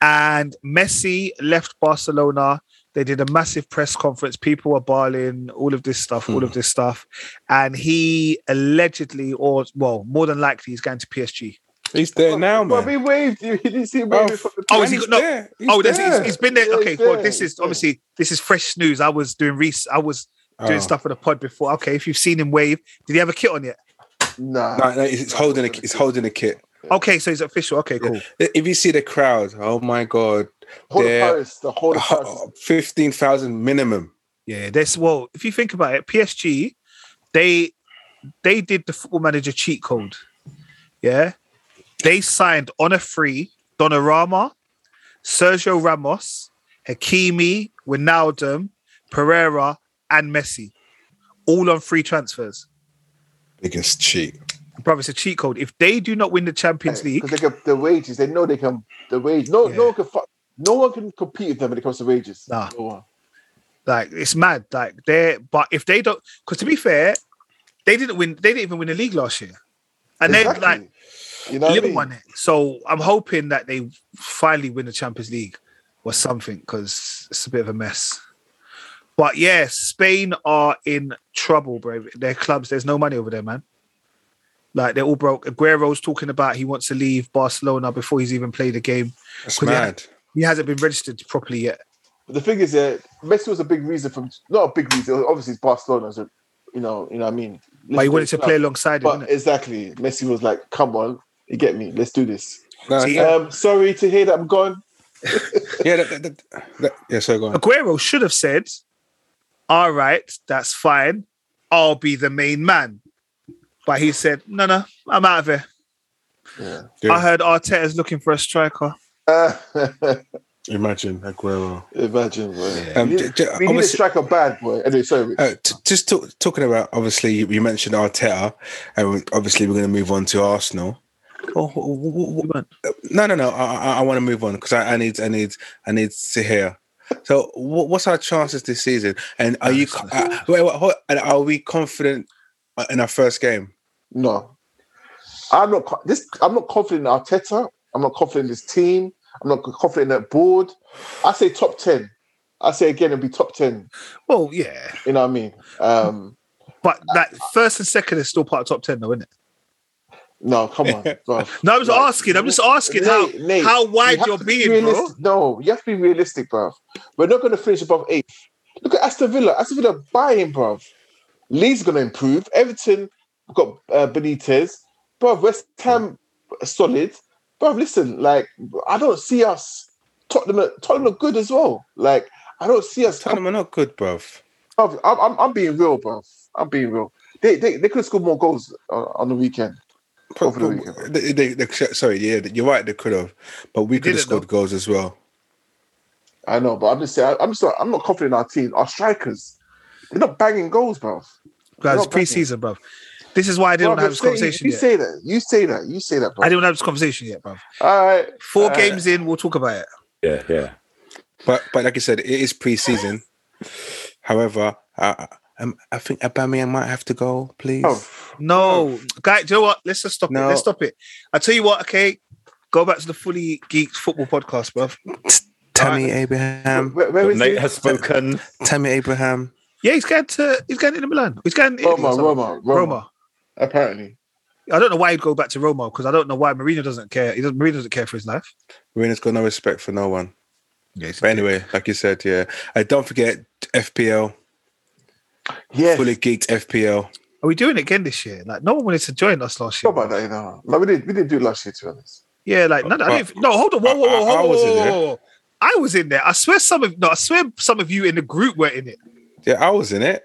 [SPEAKER 2] And Messi left Barcelona. They did a massive press conference. People were bawling, all of this stuff, all of this stuff. And he allegedly, or well, more than likely, he's going to PSG.
[SPEAKER 1] He's there now, man.
[SPEAKER 4] Well, we waved you. He didn't see him
[SPEAKER 1] Bruv,
[SPEAKER 4] waving from the
[SPEAKER 2] Oh, is he
[SPEAKER 1] and he's
[SPEAKER 2] no-
[SPEAKER 1] there. He's
[SPEAKER 2] oh, that's,
[SPEAKER 1] there.
[SPEAKER 2] it's, it's been there.
[SPEAKER 4] Yeah,
[SPEAKER 2] okay,
[SPEAKER 4] he's
[SPEAKER 2] cool.
[SPEAKER 4] there,
[SPEAKER 2] This
[SPEAKER 4] he's
[SPEAKER 2] is
[SPEAKER 4] there.
[SPEAKER 2] obviously this is fresh news. I was doing re- I was doing
[SPEAKER 1] Oh.
[SPEAKER 2] stuff for the pod before. Okay, if you've seen him wave, did he have a kit on yet?
[SPEAKER 4] Nah.
[SPEAKER 1] No, no, it's it's holding a, it's holding a kit.
[SPEAKER 2] Okay, so he's official. Okay, cool.
[SPEAKER 1] If you see the crowd, oh my god,
[SPEAKER 4] Whole of
[SPEAKER 1] there-
[SPEAKER 4] Paris. The whole of Paris.
[SPEAKER 2] Oh,
[SPEAKER 1] fifteen thousand minimum.
[SPEAKER 2] Yeah, this well, if you think about it, PSG, they they did the football manager cheat code. Yeah. They signed on a free Donnarumma, Sergio Ramos, Hakimi, Wijnaldum, Pereira, and Messi. All on free transfers.
[SPEAKER 1] Biggest cheat.
[SPEAKER 2] Brother, it's a cheat code. If they do not win the Champions
[SPEAKER 4] Because
[SPEAKER 2] League,
[SPEAKER 4] they can, the wages, they know they can. The wage. No,
[SPEAKER 2] Yeah.
[SPEAKER 4] no one can. Fu- no one can compete with them when it comes to wages.
[SPEAKER 2] Nah.
[SPEAKER 4] No one.
[SPEAKER 2] like it's mad. Like they're but if they don't because to be fair, they didn't win, they didn't even win the league last year. And
[SPEAKER 4] Exactly.
[SPEAKER 2] they like
[SPEAKER 4] you know what I
[SPEAKER 2] Liverpool
[SPEAKER 4] mean?
[SPEAKER 2] won it. So I'm hoping that they finally win the Champions League. or something because it's a bit of a mess. But yeah, Spain are in trouble, bro. Their clubs, there's no money over there, man. Like they're all broke. Aguero's talking about he wants to leave Barcelona before he's even played a game.
[SPEAKER 1] That's
[SPEAKER 2] Could they-
[SPEAKER 1] mad.
[SPEAKER 2] He hasn't been registered properly yet.
[SPEAKER 4] But the thing is, uh, Messi was a big reason from not a big reason. Obviously, it's Barcelona, so you know, you know what I mean.
[SPEAKER 2] But he wanted to play alongside him.
[SPEAKER 4] But
[SPEAKER 2] innit?
[SPEAKER 4] exactly, Messi was like, "Come on, you get me. Let's do this."
[SPEAKER 1] No,
[SPEAKER 2] See,
[SPEAKER 1] yeah,
[SPEAKER 4] Um, sorry to hear that I'm gone.
[SPEAKER 1] yeah, that, that, that, that, yeah. So go on.
[SPEAKER 2] Aguero should have said, "All right, that's fine. I'll be the main man." But he said, "No, no, I'm out of here."
[SPEAKER 4] Yeah.
[SPEAKER 2] I
[SPEAKER 1] Yeah,
[SPEAKER 2] heard Arteta's looking for a striker.
[SPEAKER 4] Uh,
[SPEAKER 1] imagine Aguero.
[SPEAKER 4] imagine, boy.
[SPEAKER 1] Um,
[SPEAKER 4] we need,
[SPEAKER 1] j- j-
[SPEAKER 4] we need a
[SPEAKER 1] obviously-
[SPEAKER 4] striker bad, boy. Anyway, sorry. Rich.
[SPEAKER 1] Uh, t- just talk, talking about obviously you, you mentioned Arteta, and we- obviously we're going to move on to Arsenal. Oh, wh- wh- wh- wh- no, no, no! I, I, I want to move on because I, I need, I need, I need to hear. So, wh- what's our chances this season? And are you? co- Uh, wait, wait, hold- and are we confident uh, in our first game?
[SPEAKER 4] No, I'm not. co- This I'm not confident in Arteta. I'm not confident in this team. I'm not confident in that board. I say top ten. I say again, it'll be top ten.
[SPEAKER 2] Well, yeah,
[SPEAKER 4] You know what I mean? Um,
[SPEAKER 2] but that first and second is still part of top ten, though, isn't it?
[SPEAKER 4] no, come on, bro.
[SPEAKER 2] No, I'm just
[SPEAKER 4] Like,
[SPEAKER 2] asking. I'm just asking how
[SPEAKER 4] Nate, Nate,
[SPEAKER 2] how
[SPEAKER 4] you
[SPEAKER 2] wide
[SPEAKER 4] have
[SPEAKER 2] you're
[SPEAKER 4] to be
[SPEAKER 2] being, bro.
[SPEAKER 4] realistic. No, you have to be realistic, bro. We're not going to finish above eighth. Look at Aston Villa. Aston Villa buying, bruv. Leeds going to improve. Everton got uh, Benitez. Bro, West Ham solid. Bro, listen, like I don't see us. Tottenham, are- Tottenham are good as well. Like I don't see us.
[SPEAKER 1] Tottenham are not good, bruv.
[SPEAKER 4] Bruv, I'm, I'm, I'm being real, bro. I'm being real. They, they, they could have scored more goals on, on the weekend.
[SPEAKER 1] Pro-
[SPEAKER 4] Over the
[SPEAKER 1] pro-
[SPEAKER 4] weekend.
[SPEAKER 1] they- they- they- sorry, yeah, you're right. They could have, but we could have
[SPEAKER 2] didn't,
[SPEAKER 1] scored goals as well.
[SPEAKER 4] I know, but I'm just saying, I- I'm just not, I'm not confident in our team. Our strikers, they're not banging goals, bro.
[SPEAKER 2] Guys,
[SPEAKER 4] Not bad,
[SPEAKER 2] pre-season, bro. This is why I didn't want to have this conversation
[SPEAKER 4] You
[SPEAKER 2] yet.
[SPEAKER 4] say that. You say that. You say that, bro.
[SPEAKER 2] I didn't want to have this conversation yet, bro.
[SPEAKER 4] All right.
[SPEAKER 2] Four
[SPEAKER 4] Uh,
[SPEAKER 2] games in, we'll talk about it.
[SPEAKER 3] Yeah, yeah.
[SPEAKER 1] But but like I said, it is pre-season. However, I, um, I think Aubameyang might have to go, please.
[SPEAKER 4] Oh,
[SPEAKER 2] No, guy, do you know what? Let's just stop it.
[SPEAKER 1] No.
[SPEAKER 2] Let's stop it. I tell you what, okay, go back to the fully geeked football podcast, bro.
[SPEAKER 1] Tammy Abraham,
[SPEAKER 4] where, where is
[SPEAKER 3] Nate
[SPEAKER 4] he?
[SPEAKER 3] has spoken.
[SPEAKER 1] Tammy Abraham.
[SPEAKER 2] Yeah, he's going to he's going to Milan. He's going to Italy or
[SPEAKER 4] Roma,
[SPEAKER 2] something.
[SPEAKER 4] Roma, Roma,
[SPEAKER 2] Roma.
[SPEAKER 4] Apparently,
[SPEAKER 2] I don't know why he'd go back to Roma because I don't know why Mourinho doesn't care. He doesn't. Mourinho doesn't care for his life.
[SPEAKER 1] Marina's got no respect for no one.
[SPEAKER 2] Yeah, he's-
[SPEAKER 1] But anyway, like you said, yeah. Uh, don't forget FPL,
[SPEAKER 4] yes.
[SPEAKER 1] fully geeked FPL.
[SPEAKER 2] Are we doing it again this year? Like no one wanted to join us last year.
[SPEAKER 4] Talk about that, you know. Like, we did, we did do it last year, to be honest.
[SPEAKER 2] Yeah, like no, no, I
[SPEAKER 1] But-
[SPEAKER 2] didn't, no. Hold on, whoa, whoa,
[SPEAKER 1] I- I-
[SPEAKER 2] whoa,
[SPEAKER 1] I
[SPEAKER 2] whoa,
[SPEAKER 1] was in
[SPEAKER 2] whoa,
[SPEAKER 1] there.
[SPEAKER 2] whoa, whoa. I was in there. I swear, some of no, I swear, some of you in the group were in it.
[SPEAKER 1] Yeah, I was in it.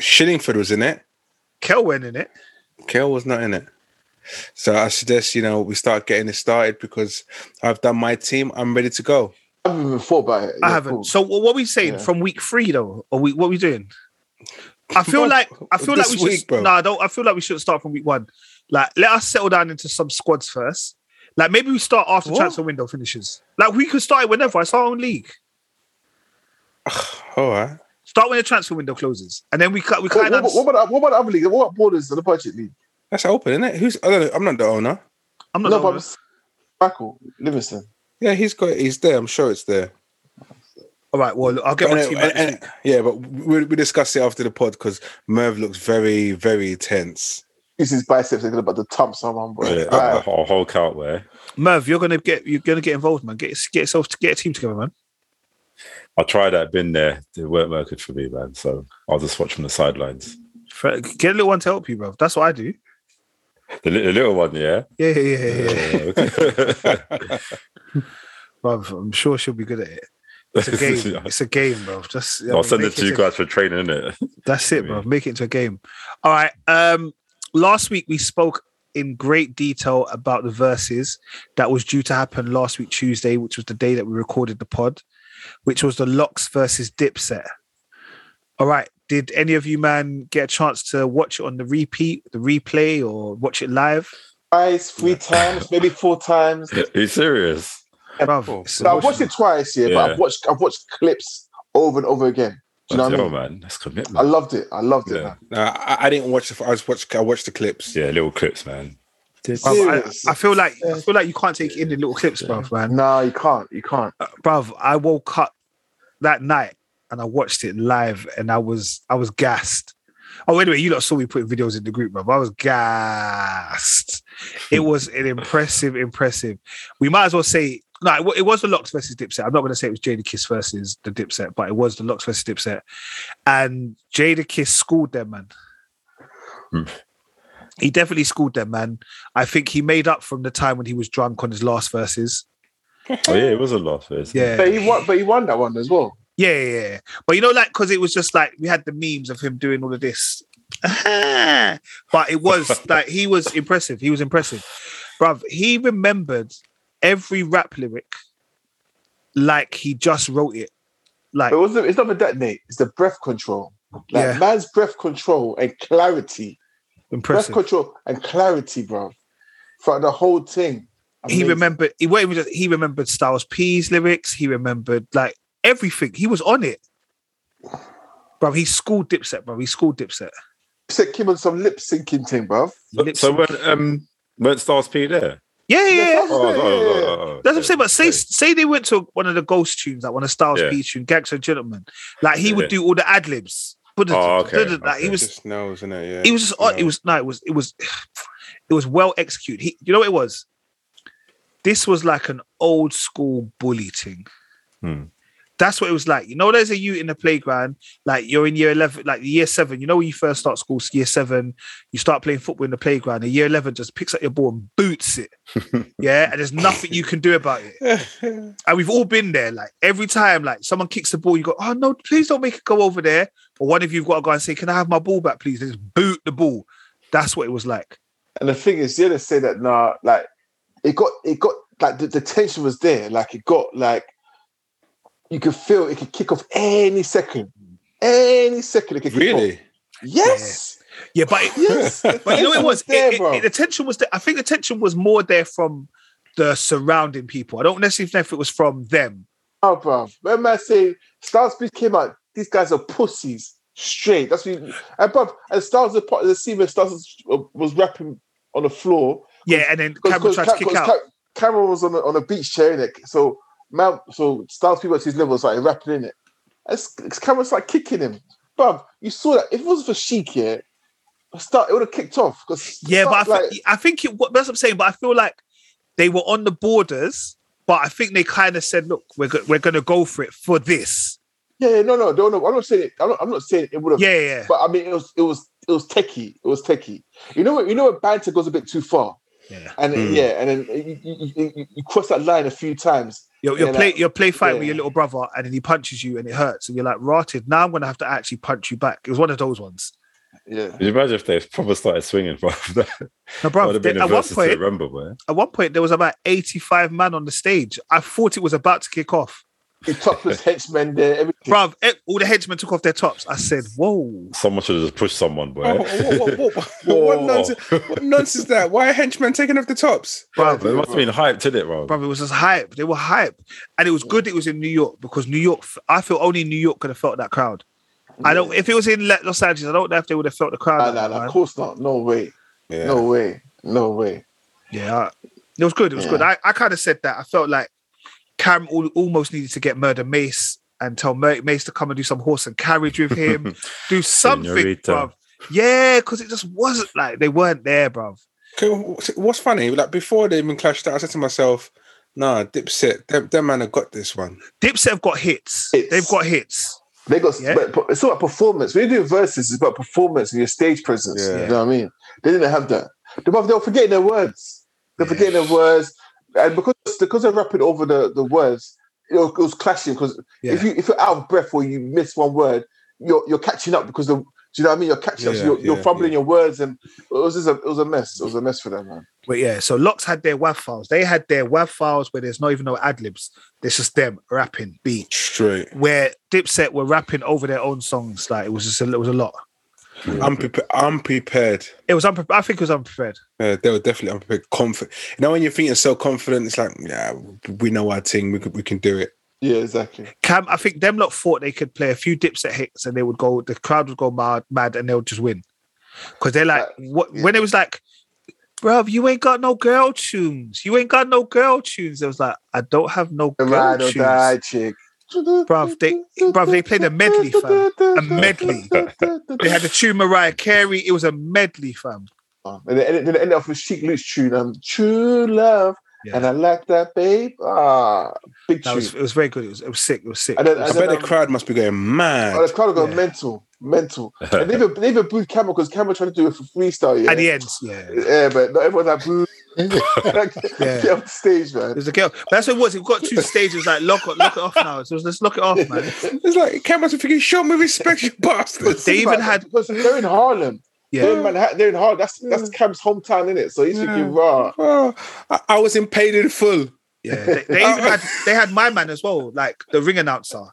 [SPEAKER 1] Shillingford was in it.
[SPEAKER 2] Kel went in it.
[SPEAKER 1] Kale was not in it. So I suggest you know we start getting it started because I've done my team. I'm ready to go.
[SPEAKER 4] I haven't even thought about it.
[SPEAKER 2] I
[SPEAKER 4] Yeah,
[SPEAKER 2] haven't.
[SPEAKER 4] cool.
[SPEAKER 2] So what are we saying
[SPEAKER 4] Yeah.
[SPEAKER 2] from week three though? Or we what are we doing? I feel
[SPEAKER 1] Bro,
[SPEAKER 2] like I feel like
[SPEAKER 1] this
[SPEAKER 2] we
[SPEAKER 1] week,
[SPEAKER 2] should.
[SPEAKER 1] bro.
[SPEAKER 2] No, I don't. I feel like we should start from week one. Like let us settle down into some squads first. Like maybe we start after
[SPEAKER 1] What?
[SPEAKER 2] transfer window finishes. Like we could start it whenever. It's our own league.
[SPEAKER 1] All right.
[SPEAKER 2] Start when the transfer window closes, and then we cut. We
[SPEAKER 4] What,
[SPEAKER 2] kind
[SPEAKER 4] what,
[SPEAKER 2] of.
[SPEAKER 4] what, about, what about the other league? What about Borders and the Budget League?
[SPEAKER 1] That's open, isn't it? Who's I don't know, I'm not the owner.
[SPEAKER 2] I'm not.
[SPEAKER 4] No, but
[SPEAKER 2] No,
[SPEAKER 4] I'm s- Michael Livingston.
[SPEAKER 1] Yeah, he's got he's there. I'm sure it's there.
[SPEAKER 2] all right. Well, look, I'll get my
[SPEAKER 1] And-
[SPEAKER 2] team.
[SPEAKER 1] and-
[SPEAKER 2] back this
[SPEAKER 1] and- yeah, but we we discuss it after the pod because Merv looks very very tense.
[SPEAKER 4] Use his biceps thinking about the tump someone, bro.
[SPEAKER 3] Yeah, uh,
[SPEAKER 4] All right.
[SPEAKER 3] I'll, I'll Hulk out there.
[SPEAKER 2] week. Merv, you're gonna get. You're gonna get involved, man. Get get yourself to get a team together, man.
[SPEAKER 3] I tried that, been there. It weren't working for me, man. So I'll just watch from the sidelines.
[SPEAKER 2] Fre- Get a little one to help you, bro. That's what I do.
[SPEAKER 3] The, li- the little one, yeah.
[SPEAKER 2] Yeah, yeah, yeah, yeah. yeah.
[SPEAKER 3] Yeah.
[SPEAKER 2] bruv. I'm sure she'll be good at it. It's a game. it's a game, bruv. Just
[SPEAKER 3] I'll send it
[SPEAKER 2] make
[SPEAKER 3] to you guys for training, innit?
[SPEAKER 2] That's it,
[SPEAKER 3] Yeah.
[SPEAKER 2] bruv. Make it into a game. All right. Um, last week we spoke in great detail about the verses that was due to happen last week Tuesday, which was the day that we recorded the pod, which was the locks versus dipset. All right. Did any of you man get a chance to watch it on the repeat, the replay, or watch it live?
[SPEAKER 4] Twice, three times, maybe four times.
[SPEAKER 3] Are you serious?
[SPEAKER 2] Bruv,
[SPEAKER 1] Oh,
[SPEAKER 2] it's
[SPEAKER 4] So I've watched it twice, yeah, but
[SPEAKER 3] Yeah.
[SPEAKER 4] I've watched I've watched clips over and over again. Do you know what I
[SPEAKER 3] Yo,
[SPEAKER 4] mean?
[SPEAKER 3] man, that's
[SPEAKER 4] I
[SPEAKER 3] commitment.
[SPEAKER 4] loved it. I loved it.
[SPEAKER 3] Yeah.
[SPEAKER 4] man.
[SPEAKER 1] No, I, I didn't watch the. I just watched. I watched the clips.
[SPEAKER 3] Yeah, little clips, man.
[SPEAKER 2] Bruv, I-
[SPEAKER 4] Serious.
[SPEAKER 2] I, feel like I feel like you can't take in the little clips, bruv, man.
[SPEAKER 4] No, you can't. You can't.
[SPEAKER 2] Uh, Bruv, I woke up that night and I watched it live and I was I was gassed. Oh, anyway, you lot saw me putting videos in the group, bruv. I was gassed. It was an impressive, impressive. We might as well say no, it, wa- it was the Locks versus Dipset. I'm not going to say it was Jada Kiss versus the Dipset, but it was the Locks versus Dipset, and Jada Kiss schooled them, man.
[SPEAKER 3] Hmm.
[SPEAKER 2] He definitely schooled them, man. I think he made up from the time when he was drunk on his last verses.
[SPEAKER 3] Oh yeah, it was a loss. It's-
[SPEAKER 2] Yeah,
[SPEAKER 4] But he won. But he won that one as well.
[SPEAKER 2] yeah, yeah. yeah. But you know, like, because it was just like we had the memes of him doing all of this, but it was like he was impressive. He was impressive, bruv. He remembered every rap lyric like he just wrote it. Like,
[SPEAKER 4] But it wasn't, it's not the detonate. It's the breath control. Like
[SPEAKER 2] Yeah.
[SPEAKER 4] man's breath control and clarity. Breath
[SPEAKER 2] impressive.
[SPEAKER 4] control and clarity, bro. Throughout the whole thing.
[SPEAKER 2] He
[SPEAKER 4] Amazing.
[SPEAKER 2] remembered. He wasn't even just. He remembered Styles P's lyrics. He remembered like everything. He was on it, bro. He schooled Dipset, bro. He schooled Dipset.
[SPEAKER 4] Said Kim on some lip syncing thing, bro.
[SPEAKER 3] So,
[SPEAKER 2] Lip
[SPEAKER 3] so
[SPEAKER 2] sync.
[SPEAKER 3] when um when Stars P there?
[SPEAKER 2] yeah, yeah. yeah.
[SPEAKER 3] Oh, oh, oh, oh, oh, oh,
[SPEAKER 2] That's what I'm saying. But say
[SPEAKER 3] yeah.
[SPEAKER 2] say they went to one of the Ghost tunes, like one of Styles
[SPEAKER 3] Yeah.
[SPEAKER 2] P tune, Gangster Gentleman. Like he would
[SPEAKER 3] Yeah.
[SPEAKER 2] do all the ad libs.
[SPEAKER 3] Oh, okay,
[SPEAKER 2] Like he
[SPEAKER 3] okay.
[SPEAKER 2] was
[SPEAKER 1] just knows, isn't it? Yeah.
[SPEAKER 2] it was just odd. It was no, it was it was it was well executed. He, you know what it was? This was like an old school bully thing.
[SPEAKER 3] Hmm.
[SPEAKER 2] That's what it was like. You know, there's a you in the playground, like you're in year eleven, like year seven. You know when you first start school, year seven, you start playing football in the playground, and year eleven just picks up your ball and boots it. yeah, and there's nothing you can do about it.
[SPEAKER 1] was.
[SPEAKER 2] And we've all been there. Like every time, like someone kicks the ball, you go, "Oh no, please don't make it go over there." Or one of you've got to go and say, "Can I have my ball back, please?" And just boot the ball. That's what it was like.
[SPEAKER 4] And the thing is, the other say that nah, like it got it got like the, the tension was there. Like it got like you could feel it could kick off any second. Any second it could kick off.
[SPEAKER 1] really?
[SPEAKER 4] Yes.
[SPEAKER 2] Yeah, but it,
[SPEAKER 4] Yes. The
[SPEAKER 2] but you know what it
[SPEAKER 4] tension
[SPEAKER 2] was.
[SPEAKER 4] there,
[SPEAKER 2] It- it-
[SPEAKER 4] bro.
[SPEAKER 2] it- the tension was. There. I think the tension was more there from the surrounding people. I don't necessarily know if it was from them.
[SPEAKER 4] Oh, bro. Remember I say Styles P came out, these guys are pussies. Straight. That's what you, and bruv, and Styles was part of the scene where Styles was, was rapping on the floor.
[SPEAKER 2] Yeah, and then
[SPEAKER 4] 'Cause-
[SPEAKER 2] Cameron
[SPEAKER 4] 'cause
[SPEAKER 2] tried
[SPEAKER 4] Ca-
[SPEAKER 2] to kick
[SPEAKER 4] 'cause
[SPEAKER 2] out.
[SPEAKER 4] Ca- Cameron was on a, on a beach chair in it. So Mount so Styles P got to his level started rapping in it. And S- Cameron started kicking him. Bruv, you saw that if it wasn't for Sheik here, start it would have kicked off. Because
[SPEAKER 2] Yeah, but I, thi- I think it, wa- that's what I'm saying. But I feel like they were on the borders, but I think they kind of said, "Look, we're go- we're going to go for it for this."
[SPEAKER 4] yeah, yeah, no, no, no, no. I'm not saying it. I'm not, I'm not saying it would have
[SPEAKER 2] Yeah, yeah, yeah.
[SPEAKER 4] But I mean, it was it was it was techie. It was techie. You know what? You know what? Banter goes a bit too far,
[SPEAKER 2] yeah.
[SPEAKER 4] and uh,
[SPEAKER 1] Mm.
[SPEAKER 4] yeah, and then you, you, you- you, you cross that line a few times.
[SPEAKER 2] You're, you're
[SPEAKER 4] Yeah,
[SPEAKER 2] play
[SPEAKER 4] like-
[SPEAKER 2] you're play fighting with
[SPEAKER 4] yeah.
[SPEAKER 2] your little brother, and then he punches you, and it hurts, and you're like rotted. Now I'm going to have to actually punch you back. It was one of those ones.
[SPEAKER 4] Yeah,
[SPEAKER 3] Could you imagine if they proper started swinging? Bro, that
[SPEAKER 2] Now,
[SPEAKER 3] would
[SPEAKER 2] bro,
[SPEAKER 3] have been a
[SPEAKER 2] at one
[SPEAKER 3] versus to
[SPEAKER 2] point,
[SPEAKER 3] remember, man.
[SPEAKER 2] at one point, there was about 85 man on the stage. I thought it was about to kick off.
[SPEAKER 4] the topless henchmen there. Everything.
[SPEAKER 2] Bruv, eh, all the headsmen took off their tops. I said, whoa.
[SPEAKER 3] Someone should have just pushed someone,
[SPEAKER 1] Oh,
[SPEAKER 3] boy.
[SPEAKER 1] what, what, what, what nonsense? What nonsense is that? Why are henchmen taking off the tops?
[SPEAKER 2] Bruv,
[SPEAKER 3] They must have been hyped, did it, bro?
[SPEAKER 2] bruv, it was just hype. They were hype. And it was good it was in New York because New York, I feel only New York could have felt that crowd. I don't, if it was in Le- Los Angeles, I don't know if they would have felt the crowd.
[SPEAKER 4] Nah,
[SPEAKER 2] like
[SPEAKER 4] nah,
[SPEAKER 2] that,
[SPEAKER 4] nah,
[SPEAKER 2] man.
[SPEAKER 4] of course not. No way.
[SPEAKER 1] Yeah.
[SPEAKER 4] No way. No way.
[SPEAKER 2] Yeah. I- It was good. It was good. I, I kind of said that. I felt like Cam al- almost needed to get Murder Mace and tell Mur- Mace to come and do some horse and carriage with him, do something,
[SPEAKER 3] Senorita.
[SPEAKER 2] bruv. Yeah, because it just wasn't like they weren't there, bruv.
[SPEAKER 1] Okay, wh- What's funny? Like before they even clashed out, I said to myself, "Nah, Dipset, them, them man have got this one."
[SPEAKER 2] Dipset have got hits.
[SPEAKER 4] Hits.
[SPEAKER 2] They've got hits.
[SPEAKER 4] They got.
[SPEAKER 2] Yeah.
[SPEAKER 4] But, but it's all about performance. When you do verses, it's about performance and your stage presence.
[SPEAKER 1] Yeah.
[SPEAKER 4] You know what I mean? They didn't have that. They were they were forgetting their words. They're
[SPEAKER 2] Yeah.
[SPEAKER 4] forgetting their words, and because because they're rapping over the the words, it was, it was clashing because
[SPEAKER 2] Yeah.
[SPEAKER 4] If you if you're out of breath or you miss one word, you're you're catching up because the do you know what I mean? You're catching up, so
[SPEAKER 1] Yeah,
[SPEAKER 4] you're, you're
[SPEAKER 1] yeah,
[SPEAKER 4] fumbling
[SPEAKER 1] yeah.
[SPEAKER 4] your words, and it was just a it was a mess. It was a mess for them, man.
[SPEAKER 2] But yeah, so Locks had their WAV files. They had their WAV files where there's not even no ad libs. There's just them rapping beat.
[SPEAKER 1] Straight.
[SPEAKER 2] Where Dipset were rapping over their own songs. Like it was just a, it was a lot.
[SPEAKER 1] I'm prepa- I'm prepared.
[SPEAKER 2] It was unprepared. I think it was unprepared.
[SPEAKER 1] Uh, they were definitely unprepared. Confident. You know when you're thinking so confident, it's like, yeah, we know our thing. We can, we can do it.
[SPEAKER 4] Yeah, exactly.
[SPEAKER 2] Cam, I think them lot thought they could play a few Dipset hits and they would go, the crowd would go mad, mad and they'll just win. Because they're like,
[SPEAKER 4] Uh,
[SPEAKER 2] what
[SPEAKER 4] yeah.
[SPEAKER 2] when it was like, Bruv, you ain't got no girl tunes. You ain't got no girl tunes. I was like, I don't have no
[SPEAKER 4] The
[SPEAKER 2] girl
[SPEAKER 4] ride or
[SPEAKER 2] tunes.
[SPEAKER 4] die chick.
[SPEAKER 2] Bruv, they- bruv, they played a medley, fam. A medley. They had the tune Mariah Carey. It was a medley, fam.
[SPEAKER 4] Uh, And they ended, they ended off with Chic Luke's tune, um, True Love.
[SPEAKER 2] Yeah.
[SPEAKER 4] And I like that, babe. Ah, big
[SPEAKER 2] That
[SPEAKER 4] tune.
[SPEAKER 2] was it was very good. It was, it was sick. It was sick.
[SPEAKER 4] I don't- I
[SPEAKER 1] I
[SPEAKER 4] don't-
[SPEAKER 1] bet the
[SPEAKER 4] um,
[SPEAKER 1] crowd must be going
[SPEAKER 4] oh,
[SPEAKER 1] mad.
[SPEAKER 4] the crowd got
[SPEAKER 2] Yeah.
[SPEAKER 4] mental, mental. And they even, they even booed Camera because Camera tried to do it for freestyle, yeah.
[SPEAKER 2] At the end, yeah.
[SPEAKER 4] Yeah, but not everyone's like, boo. Get off the stage, man.
[SPEAKER 2] There's a girl. But that's what it was. It got two stages. Like lock, it- lock it off now. So let's lock it off, man.
[SPEAKER 1] It's like cameras are thinking, show me respect, you bastards.
[SPEAKER 2] They even
[SPEAKER 4] But-
[SPEAKER 2] had
[SPEAKER 4] because they're in Harlem. They're
[SPEAKER 2] yeah.
[SPEAKER 4] in Manhattan. They're in Harlem. That's that's Cam's hometown, isn't it? So he's
[SPEAKER 1] Yeah.
[SPEAKER 4] thinking raw.
[SPEAKER 1] Oh, I, I was in paid in full.
[SPEAKER 2] Yeah, they, they even had they had my man as well, like the ring announcer,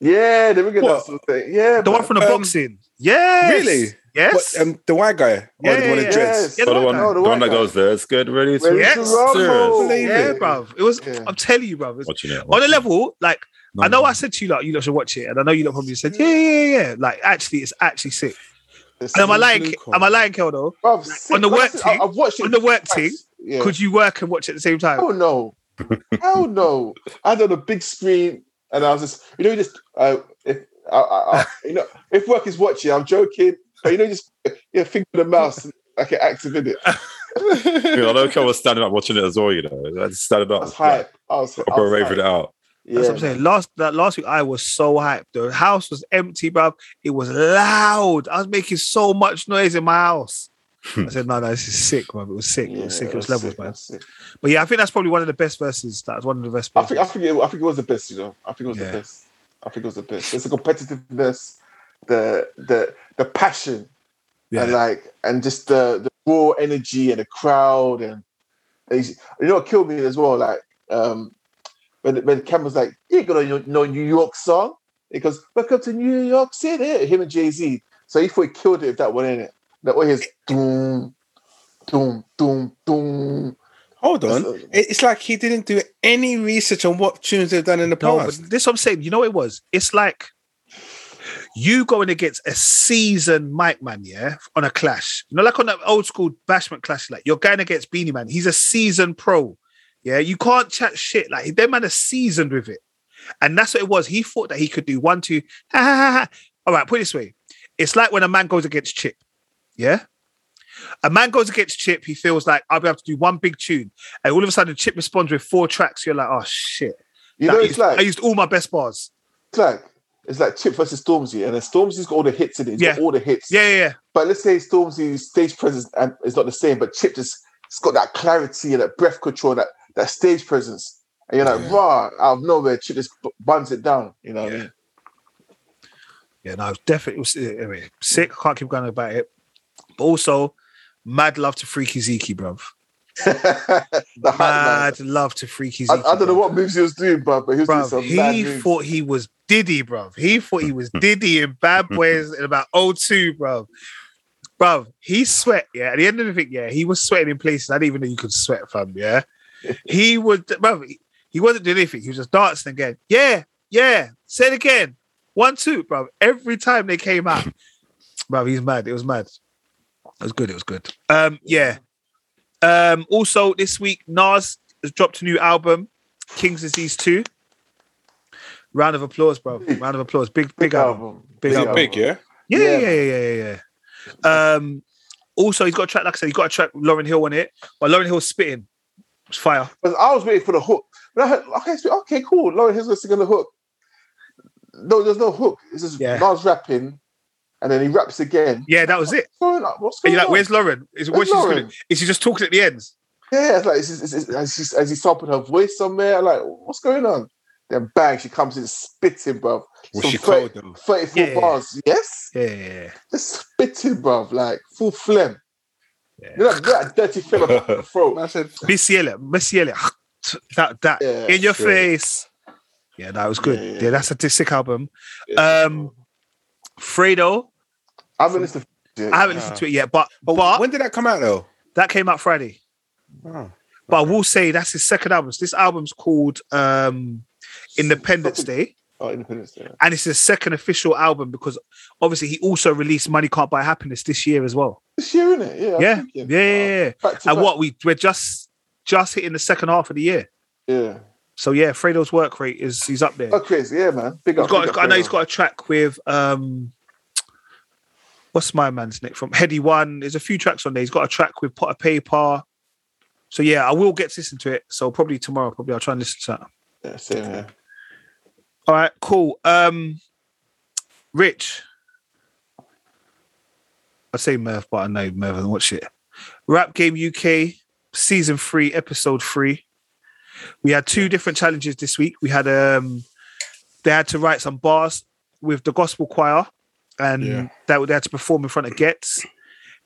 [SPEAKER 4] Yeah, they were gonna
[SPEAKER 1] What?
[SPEAKER 4] sort of thing. Yeah,
[SPEAKER 2] the one
[SPEAKER 4] man.
[SPEAKER 2] from the
[SPEAKER 1] Um,
[SPEAKER 2] boxing. Yes,
[SPEAKER 1] really?
[SPEAKER 2] Yes.
[SPEAKER 1] What, um, the white guy.
[SPEAKER 2] Yeah,
[SPEAKER 1] Or the one
[SPEAKER 2] yeah,
[SPEAKER 1] in dreads.
[SPEAKER 4] yeah.
[SPEAKER 3] So the
[SPEAKER 2] white
[SPEAKER 3] one,
[SPEAKER 2] guy.
[SPEAKER 4] Oh, the
[SPEAKER 3] the one
[SPEAKER 4] white
[SPEAKER 3] that
[SPEAKER 4] guy.
[SPEAKER 3] goes there, it's good, ready to
[SPEAKER 4] Ready
[SPEAKER 2] Yes.
[SPEAKER 4] to rumble.
[SPEAKER 3] Serious.
[SPEAKER 2] yeah, bruv. It was.
[SPEAKER 4] Yeah.
[SPEAKER 2] I'm telling you, bruv. It's,
[SPEAKER 3] watching it.
[SPEAKER 2] on a
[SPEAKER 3] watching it.
[SPEAKER 2] level, like
[SPEAKER 3] No,
[SPEAKER 2] I know
[SPEAKER 3] no.
[SPEAKER 2] I said to you, like you lot should watch it, and I know you lot probably said, yeah, yeah, yeah, yeah. Like actually, it's actually sick. And am I lying? Am I lying, Keldo?
[SPEAKER 4] Bruv, sick.
[SPEAKER 2] on the
[SPEAKER 4] Like I
[SPEAKER 2] work
[SPEAKER 4] said,
[SPEAKER 2] thing-
[SPEAKER 4] I- I've watched it
[SPEAKER 2] on the work
[SPEAKER 4] twice. Yeah. Oh,
[SPEAKER 2] Could you work and watch at the same time?
[SPEAKER 4] Hell no. Hell no. I had it on a big screen and I was just, you know, you just, uh, if, I, I, I, you know, if work is watching, I'm joking, but you know, just, you know, finger the mouse, like an active in it.
[SPEAKER 3] Dude, I know Kel was standing up watching it as well, you know. I just standing up.
[SPEAKER 4] I was hype. I was, I
[SPEAKER 3] Like, proper
[SPEAKER 4] was
[SPEAKER 3] raving it
[SPEAKER 4] hype.
[SPEAKER 3] out.
[SPEAKER 4] Yeah,
[SPEAKER 2] That's what I'm saying. Last that last week, I was so hyped. The house was empty, bruv. It was loud. I was making so much noise in my house. I said, no, no, this is sick, bruv. It was sick.
[SPEAKER 4] man.
[SPEAKER 2] it was
[SPEAKER 4] Yeah,
[SPEAKER 2] sick. It was
[SPEAKER 4] that's
[SPEAKER 2] levels,
[SPEAKER 4] sick,
[SPEAKER 2] man.
[SPEAKER 4] that's sick.
[SPEAKER 2] But yeah, I think that's probably one of the best verses. That was one of the best.
[SPEAKER 4] I
[SPEAKER 2] Verses.
[SPEAKER 4] think I think it, I think it was the best, you know. I think it was
[SPEAKER 2] Yeah.
[SPEAKER 4] the best. I think it was the best. It's the competitiveness, the the the passion, and
[SPEAKER 2] yeah.
[SPEAKER 4] like and just the, the raw energy and the crowd and, and he's- you know what killed me as well. Like um when when Cam was like, "You ain't gonna know New York song," he goes, "Welcome to New York City." Him and Jay Z. So he thought he killed it if that one in it. That way his doom, doom, doom, doom.
[SPEAKER 1] Hold on.
[SPEAKER 4] That's- uh,
[SPEAKER 1] It- It's like he didn't do any research on what tunes they've done in the
[SPEAKER 2] No,
[SPEAKER 1] past.
[SPEAKER 2] but this what I'm saying. You know what it was? It's like you going against a seasoned mic man, yeah, on a clash. You know, like on that old school bashment clash, like you're going against Beanie Man. He's a seasoned pro. Yeah, you can't chat shit. Like them man are seasoned with it. And that's what it was. He thought that he could do one, two, ha ha ha. ha. All right, put it this way. It's like when a man goes against Chip. Yeah. A man goes against Chip, he feels like I'll be able to do one big tune. And all of a sudden Chip responds with four tracks. You're like, oh shit.
[SPEAKER 4] You
[SPEAKER 2] That
[SPEAKER 4] know,
[SPEAKER 2] is-
[SPEAKER 4] it's like
[SPEAKER 2] I used all my best bars.
[SPEAKER 4] it's like it's like Chip versus Stormzy, and then Stormzy's got all the hits in it. He's got
[SPEAKER 2] Yeah.
[SPEAKER 4] all the hits.
[SPEAKER 2] Yeah, yeah, yeah.
[SPEAKER 4] But let's say Stormzy's stage presence and is not the same, but Chip just it's got that clarity and that breath control, that that stage presence. And you're like,
[SPEAKER 1] Yeah.
[SPEAKER 4] rah, out of nowhere, Chip just b- buns it down. You know what I
[SPEAKER 2] Yeah.
[SPEAKER 4] mean?
[SPEAKER 2] Yeah, no, definitely. It was, uh, anyway, sick. Can't keep going about it. But also, mad love to Freaky Zeke, bruv.
[SPEAKER 4] the hype man.
[SPEAKER 2] Mad love to Freaky
[SPEAKER 4] I,
[SPEAKER 2] Zeke.
[SPEAKER 4] I don't know what moves he was doing, bruv, but he was
[SPEAKER 2] Bruv,
[SPEAKER 4] doing some mad
[SPEAKER 2] he
[SPEAKER 4] moves.
[SPEAKER 2] thought he was Diddy, bruv. He thought he was Diddy in Bad Boys in about 02, bruv. Bruv, he sweat, yeah. At the end of the thing, yeah, he was sweating in places I didn't even know you could sweat from, yeah. He would, bruv, he- he wasn't doing anything. He was just dancing again. Yeah, yeah. Say it again. One, two, bruv. Every time they came out, bruv, he's mad. It was mad. It was good. It was good. Um, yeah. Um, also this week, Nas has dropped a new album, King's Disease 2. Round of applause, bro. Round of applause. Big, big, album. Big
[SPEAKER 1] Is it
[SPEAKER 2] album.
[SPEAKER 1] big, yeah?
[SPEAKER 2] Yeah, yeah,
[SPEAKER 4] Yeah,
[SPEAKER 2] yeah, yeah, yeah, yeah. Um, also, he's got a track, like I said, he's got a track, Lauren Hill on it, but Lauren Hill's spitting. It's fire.
[SPEAKER 4] But I was waiting for the hook. But I heard, okay, so- okay, cool. Lauren Hill's gonna sing on the hook. No, there's no hook. It's just
[SPEAKER 2] Yeah.
[SPEAKER 4] Nas rapping, and then he raps again.
[SPEAKER 2] Yeah, that was it.
[SPEAKER 4] What's going on? What's
[SPEAKER 2] And
[SPEAKER 4] going
[SPEAKER 2] you're like,
[SPEAKER 4] on?
[SPEAKER 2] where's Lauren? Is, what's
[SPEAKER 4] Where's
[SPEAKER 2] she just
[SPEAKER 4] Lauren?
[SPEAKER 2] gonna- is she just talking at the ends?
[SPEAKER 4] Yeah, it's like it's, it's, it's, as, she, as he sampled her voice somewhere, I'm like what's going on? Then bang, she comes in spitting, bruv.
[SPEAKER 1] Was
[SPEAKER 4] Some
[SPEAKER 1] she cold though?
[SPEAKER 4] 34
[SPEAKER 2] Yeah.
[SPEAKER 4] bars, yes?
[SPEAKER 2] Yeah, yeah,
[SPEAKER 4] Just spitting, bruv, like full phlegm.
[SPEAKER 2] yeah.
[SPEAKER 4] You know that, you know that dirty phlegm about the throat.
[SPEAKER 1] I said,
[SPEAKER 2] Missiele, Missiele. That, that,
[SPEAKER 4] Yeah,
[SPEAKER 2] in your
[SPEAKER 1] sure.
[SPEAKER 2] face. Yeah, that was good.
[SPEAKER 4] Yeah,
[SPEAKER 2] Yeah,
[SPEAKER 4] yeah.
[SPEAKER 2] that's a sick album.
[SPEAKER 4] Yeah.
[SPEAKER 2] Um, Fredo,
[SPEAKER 4] I haven't listened to
[SPEAKER 2] I haven't
[SPEAKER 1] Yeah.
[SPEAKER 2] listened to it yet, but
[SPEAKER 4] Oh,
[SPEAKER 1] but
[SPEAKER 2] but
[SPEAKER 1] when did that come out though?
[SPEAKER 2] that came out Friday.
[SPEAKER 1] Oh.
[SPEAKER 2] But I will say that's his second album. So this album's called um Independence Day.
[SPEAKER 4] Oh, Independence Day.
[SPEAKER 2] and it's his second official album because obviously he also released Money Can't Buy Happiness this year as well.
[SPEAKER 4] This year, isn't it? Yeah. I'm
[SPEAKER 2] Yeah, yeah,
[SPEAKER 4] thinking. Oh,
[SPEAKER 2] yeah, yeah.
[SPEAKER 4] Back to
[SPEAKER 2] And
[SPEAKER 4] back.
[SPEAKER 2] what we we're just just hitting the second half of the year.
[SPEAKER 4] Yeah.
[SPEAKER 2] So yeah, Fredo's work rate is he's up there.
[SPEAKER 4] Oh, crazy. Yeah, man. Big
[SPEAKER 2] He's
[SPEAKER 4] up.
[SPEAKER 2] got,
[SPEAKER 4] big up,
[SPEAKER 2] I know he's
[SPEAKER 4] Fredo.
[SPEAKER 2] got a track with um what's my man's nick from Heady One. There's a few tracks on there. He's got a track with Pot of Paper. So yeah, I will get to listen to it. So probably tomorrow, probably I'll try and listen to that.
[SPEAKER 4] Yeah, same here.
[SPEAKER 2] All right, cool. Um, Rich, I say Merv, but I know Merv doesn't watch it. Rap Game UK season three, episode three. We had two different challenges this week. We had um, they had to write some bars with the gospel choir, and
[SPEAKER 1] Yeah.
[SPEAKER 2] that they had to perform in front of Gets.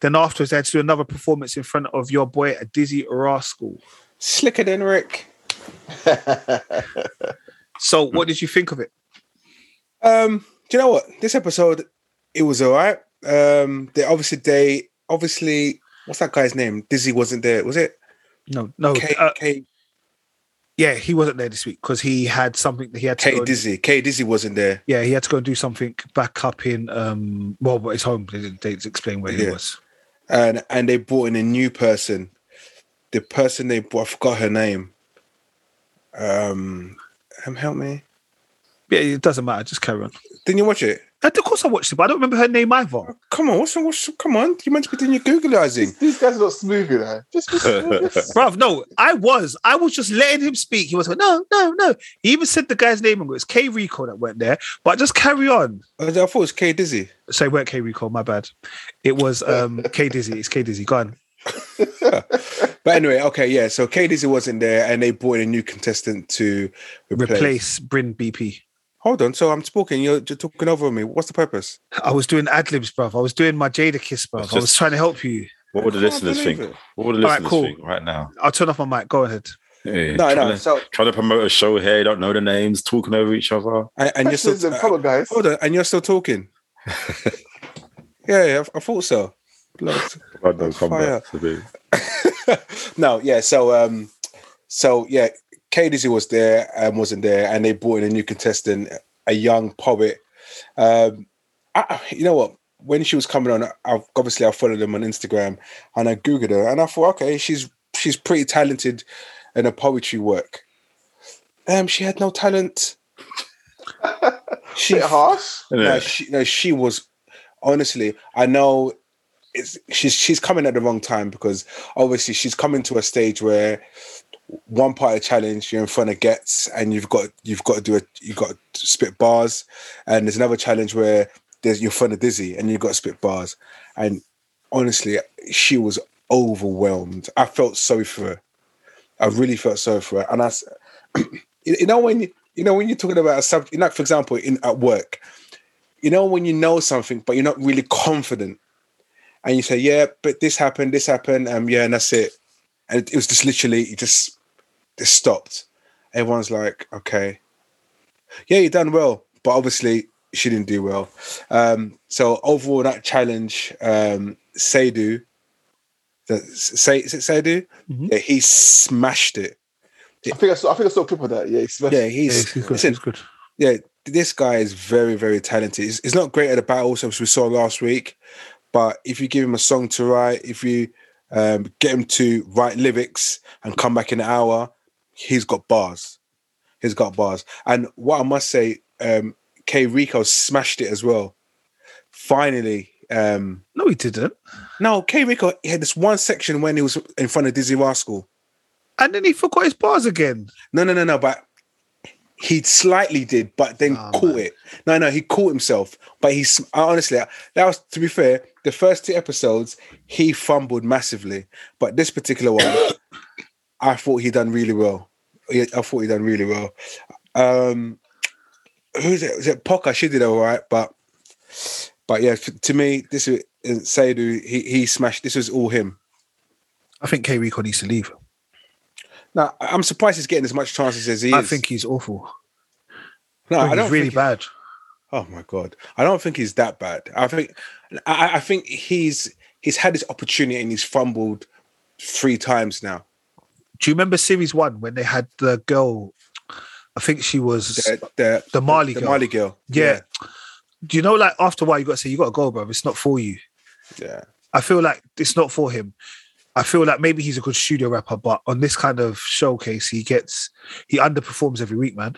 [SPEAKER 2] Then afterwards, they had to do another performance in front of your boy, a Dizzy Rascal.
[SPEAKER 1] Slicker than Rick.
[SPEAKER 2] So, what did you think of it?
[SPEAKER 1] Um, do you know what? This episode, it was all right. Um, they obviously they obviously what's that guy's name? Dizzy wasn't there, was it?
[SPEAKER 2] No, no.
[SPEAKER 1] K
[SPEAKER 2] uh,
[SPEAKER 1] K
[SPEAKER 2] Yeah, he wasn't there this week because he had something that he had to.
[SPEAKER 1] K
[SPEAKER 2] go and-
[SPEAKER 1] Dizzy. K Dizzy wasn't there.
[SPEAKER 2] yeah, he had to go and do something back up in um. Well, but his home. They didn't, they didn't explain where he
[SPEAKER 1] Yeah.
[SPEAKER 2] was.
[SPEAKER 1] And and they brought in a new person. The person they brought, I forgot her name. Um, um help me.
[SPEAKER 2] Yeah, it doesn't matter. Just carry on.
[SPEAKER 1] Didn't you watch it?
[SPEAKER 2] And of course, I watched it, but I don't remember her name either.
[SPEAKER 1] Come on, what's wrong? What's, come on, you meant to be doing your googleizing.
[SPEAKER 4] These guys are not smooth, you know. Just be smooth.
[SPEAKER 2] Bruv, no, I was. I was just letting him speak. He was like, no, no, no. He even said the guy's name and it was K Rico that went there. But just carry on.
[SPEAKER 1] I thought it was K Dizzy.
[SPEAKER 2] So it weren't K Rico, my bad. It was um K Dizzy. It's K Dizzy. Go on.
[SPEAKER 1] But anyway, okay, yeah. So K Dizzy wasn't there, and they brought in a new contestant to replace.
[SPEAKER 2] Replace Bryn BP.
[SPEAKER 1] Hold on, so I'm talking. You're, you're talking over me. What's the purpose?
[SPEAKER 2] I was doing ad libs, bruv. I was doing my Jada kiss, bruv.
[SPEAKER 3] It's
[SPEAKER 2] I was
[SPEAKER 3] just-
[SPEAKER 2] trying to help you.
[SPEAKER 3] What would the
[SPEAKER 1] I can't
[SPEAKER 3] listeners
[SPEAKER 1] believe
[SPEAKER 3] think?
[SPEAKER 1] it.
[SPEAKER 3] What would the
[SPEAKER 2] All right,
[SPEAKER 3] listeners
[SPEAKER 2] cool.
[SPEAKER 3] think right now?
[SPEAKER 2] I'll turn off my mic. Go ahead.
[SPEAKER 3] Yeah,
[SPEAKER 1] No,
[SPEAKER 3] trying
[SPEAKER 1] no.
[SPEAKER 3] To,
[SPEAKER 1] So
[SPEAKER 3] trying to promote a show here, they don't know the names, talking over each other.
[SPEAKER 1] and, and you're still
[SPEAKER 4] Professionalism, Come on, guys.
[SPEAKER 1] hold on, and you're still talking. yeah, yeah, I, I thought so. Blood.
[SPEAKER 3] I don't
[SPEAKER 1] Fire.
[SPEAKER 3] come back to be.
[SPEAKER 1] no, yeah. So, um, so yeah, K Dizzy was there and wasn't there, and they brought in a new contestant, a young poet. Um, I, I- you know what? When she was coming on, I've, obviously I followed them on Instagram, and I googled her, and I thought, okay, she's she's pretty talented in her poetry work. Um, she had no talent. she
[SPEAKER 4] Bit harsh.
[SPEAKER 1] no,
[SPEAKER 3] Yeah.
[SPEAKER 1] she, no, she was honestly. I know it's she's she's coming at the wrong time because obviously she's coming to a stage where one part of the challenge you're in front of gets and you've got you've got to do a you've got to spit bars, and there's another challenge where there's you're in front of dizzy and you've got to spit bars, and honestly, she was overwhelmed. I felt sorry for her. I really felt sorry for her, and I. s- you you know when you, you know when you're talking about a subject, like for example, in at work, you know when you know something but you're not really confident and you say yeah but this happened this happened um yeah and that's it and it was just literally it just just stopped everyone's like okay yeah you done well but obviously she didn't do well um so overall that challenge um Seydu that say is it Seydu
[SPEAKER 2] Mhm.
[SPEAKER 1] yeah he smashed it
[SPEAKER 4] I think I saw. I think I saw a clip of that. Yeah, it's
[SPEAKER 1] yeah
[SPEAKER 4] yeah.
[SPEAKER 1] he's
[SPEAKER 2] Yeah,
[SPEAKER 1] listen
[SPEAKER 2] good.
[SPEAKER 1] yeah, this guy is very, very talented. He's, he's not great at the battles, as we saw last week, but if you give him a song to write, if you um, get him to write lyrics and come back in an hour, he's got bars. He's got bars. And what I must say, um, K Rico smashed it as well. Finally, um,
[SPEAKER 2] No, he didn't.
[SPEAKER 1] no, K Rico he had this one section when he was in front of Dizzy Rascal.
[SPEAKER 2] And then he forgot his bars again.
[SPEAKER 1] No, no, no, no. But he slightly did, but then
[SPEAKER 2] Oh,
[SPEAKER 1] caught
[SPEAKER 2] man.
[SPEAKER 1] it. No, no, he caught himself. But he sm- I honestly, that was to be fair. The first two episodes, he fumbled massively, but this particular one, I thought he done really well. Yeah, I thought he done really well. Um, who's it? Was it Pocker? She did all right, but but yeah, f- to me, this is Saidu. He he smashed. This was all him.
[SPEAKER 2] I think K Rico needs to leave.
[SPEAKER 1] Now I- I'm surprised he's getting as much chances as he is.
[SPEAKER 2] I think he's awful.
[SPEAKER 1] no,
[SPEAKER 2] I think he's really
[SPEAKER 1] think-
[SPEAKER 2] bad.
[SPEAKER 1] Oh my god! I don't think he's that bad. I think, I, I think he's he's had his opportunity and he's fumbled three times now.
[SPEAKER 2] Do you remember series one when they had the girl, I think she was.
[SPEAKER 1] The, the,
[SPEAKER 2] The Mali
[SPEAKER 1] the
[SPEAKER 2] girl.
[SPEAKER 1] Mali girl.
[SPEAKER 2] yeah. Do you know, like after a while, you got to say, you got to go, bro. It's not for you.
[SPEAKER 1] yeah,
[SPEAKER 2] I feel like it's not for him. I feel like maybe he's a good studio rapper, but on this kind of showcase, he gets he underperforms every week, man.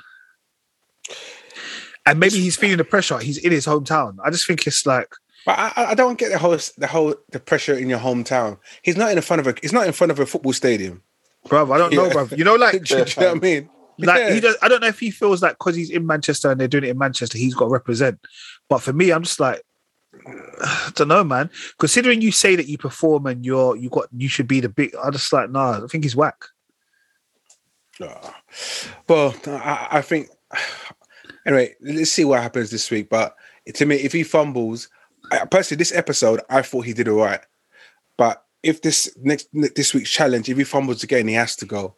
[SPEAKER 2] And maybe he's feeling the pressure. He's in his hometown. I just think it's like,
[SPEAKER 1] But I, I- I don't get the whole the whole the pressure in your hometown. He's not in front of a he's not in front of a football stadium.
[SPEAKER 2] bruv, I don't know,
[SPEAKER 1] Yeah.
[SPEAKER 2] bruv. You know, like,
[SPEAKER 1] Do you know what I mean?
[SPEAKER 2] like
[SPEAKER 1] Yeah.
[SPEAKER 2] he does. I don't know if he feels like because he's in Manchester and they're doing it in Manchester, he's got to represent. But for me, I'm just like, I don't know, man. Considering you say that you perform and you're you got you should be the big. I just like, nah. I think he's whack.
[SPEAKER 1] Ah. Well, I, I think anyway. Let's see what happens this week. But to me, if he fumbles, I, personally, this episode I thought he did all right. But if this next this week's challenge, if he fumbles again, he has to go,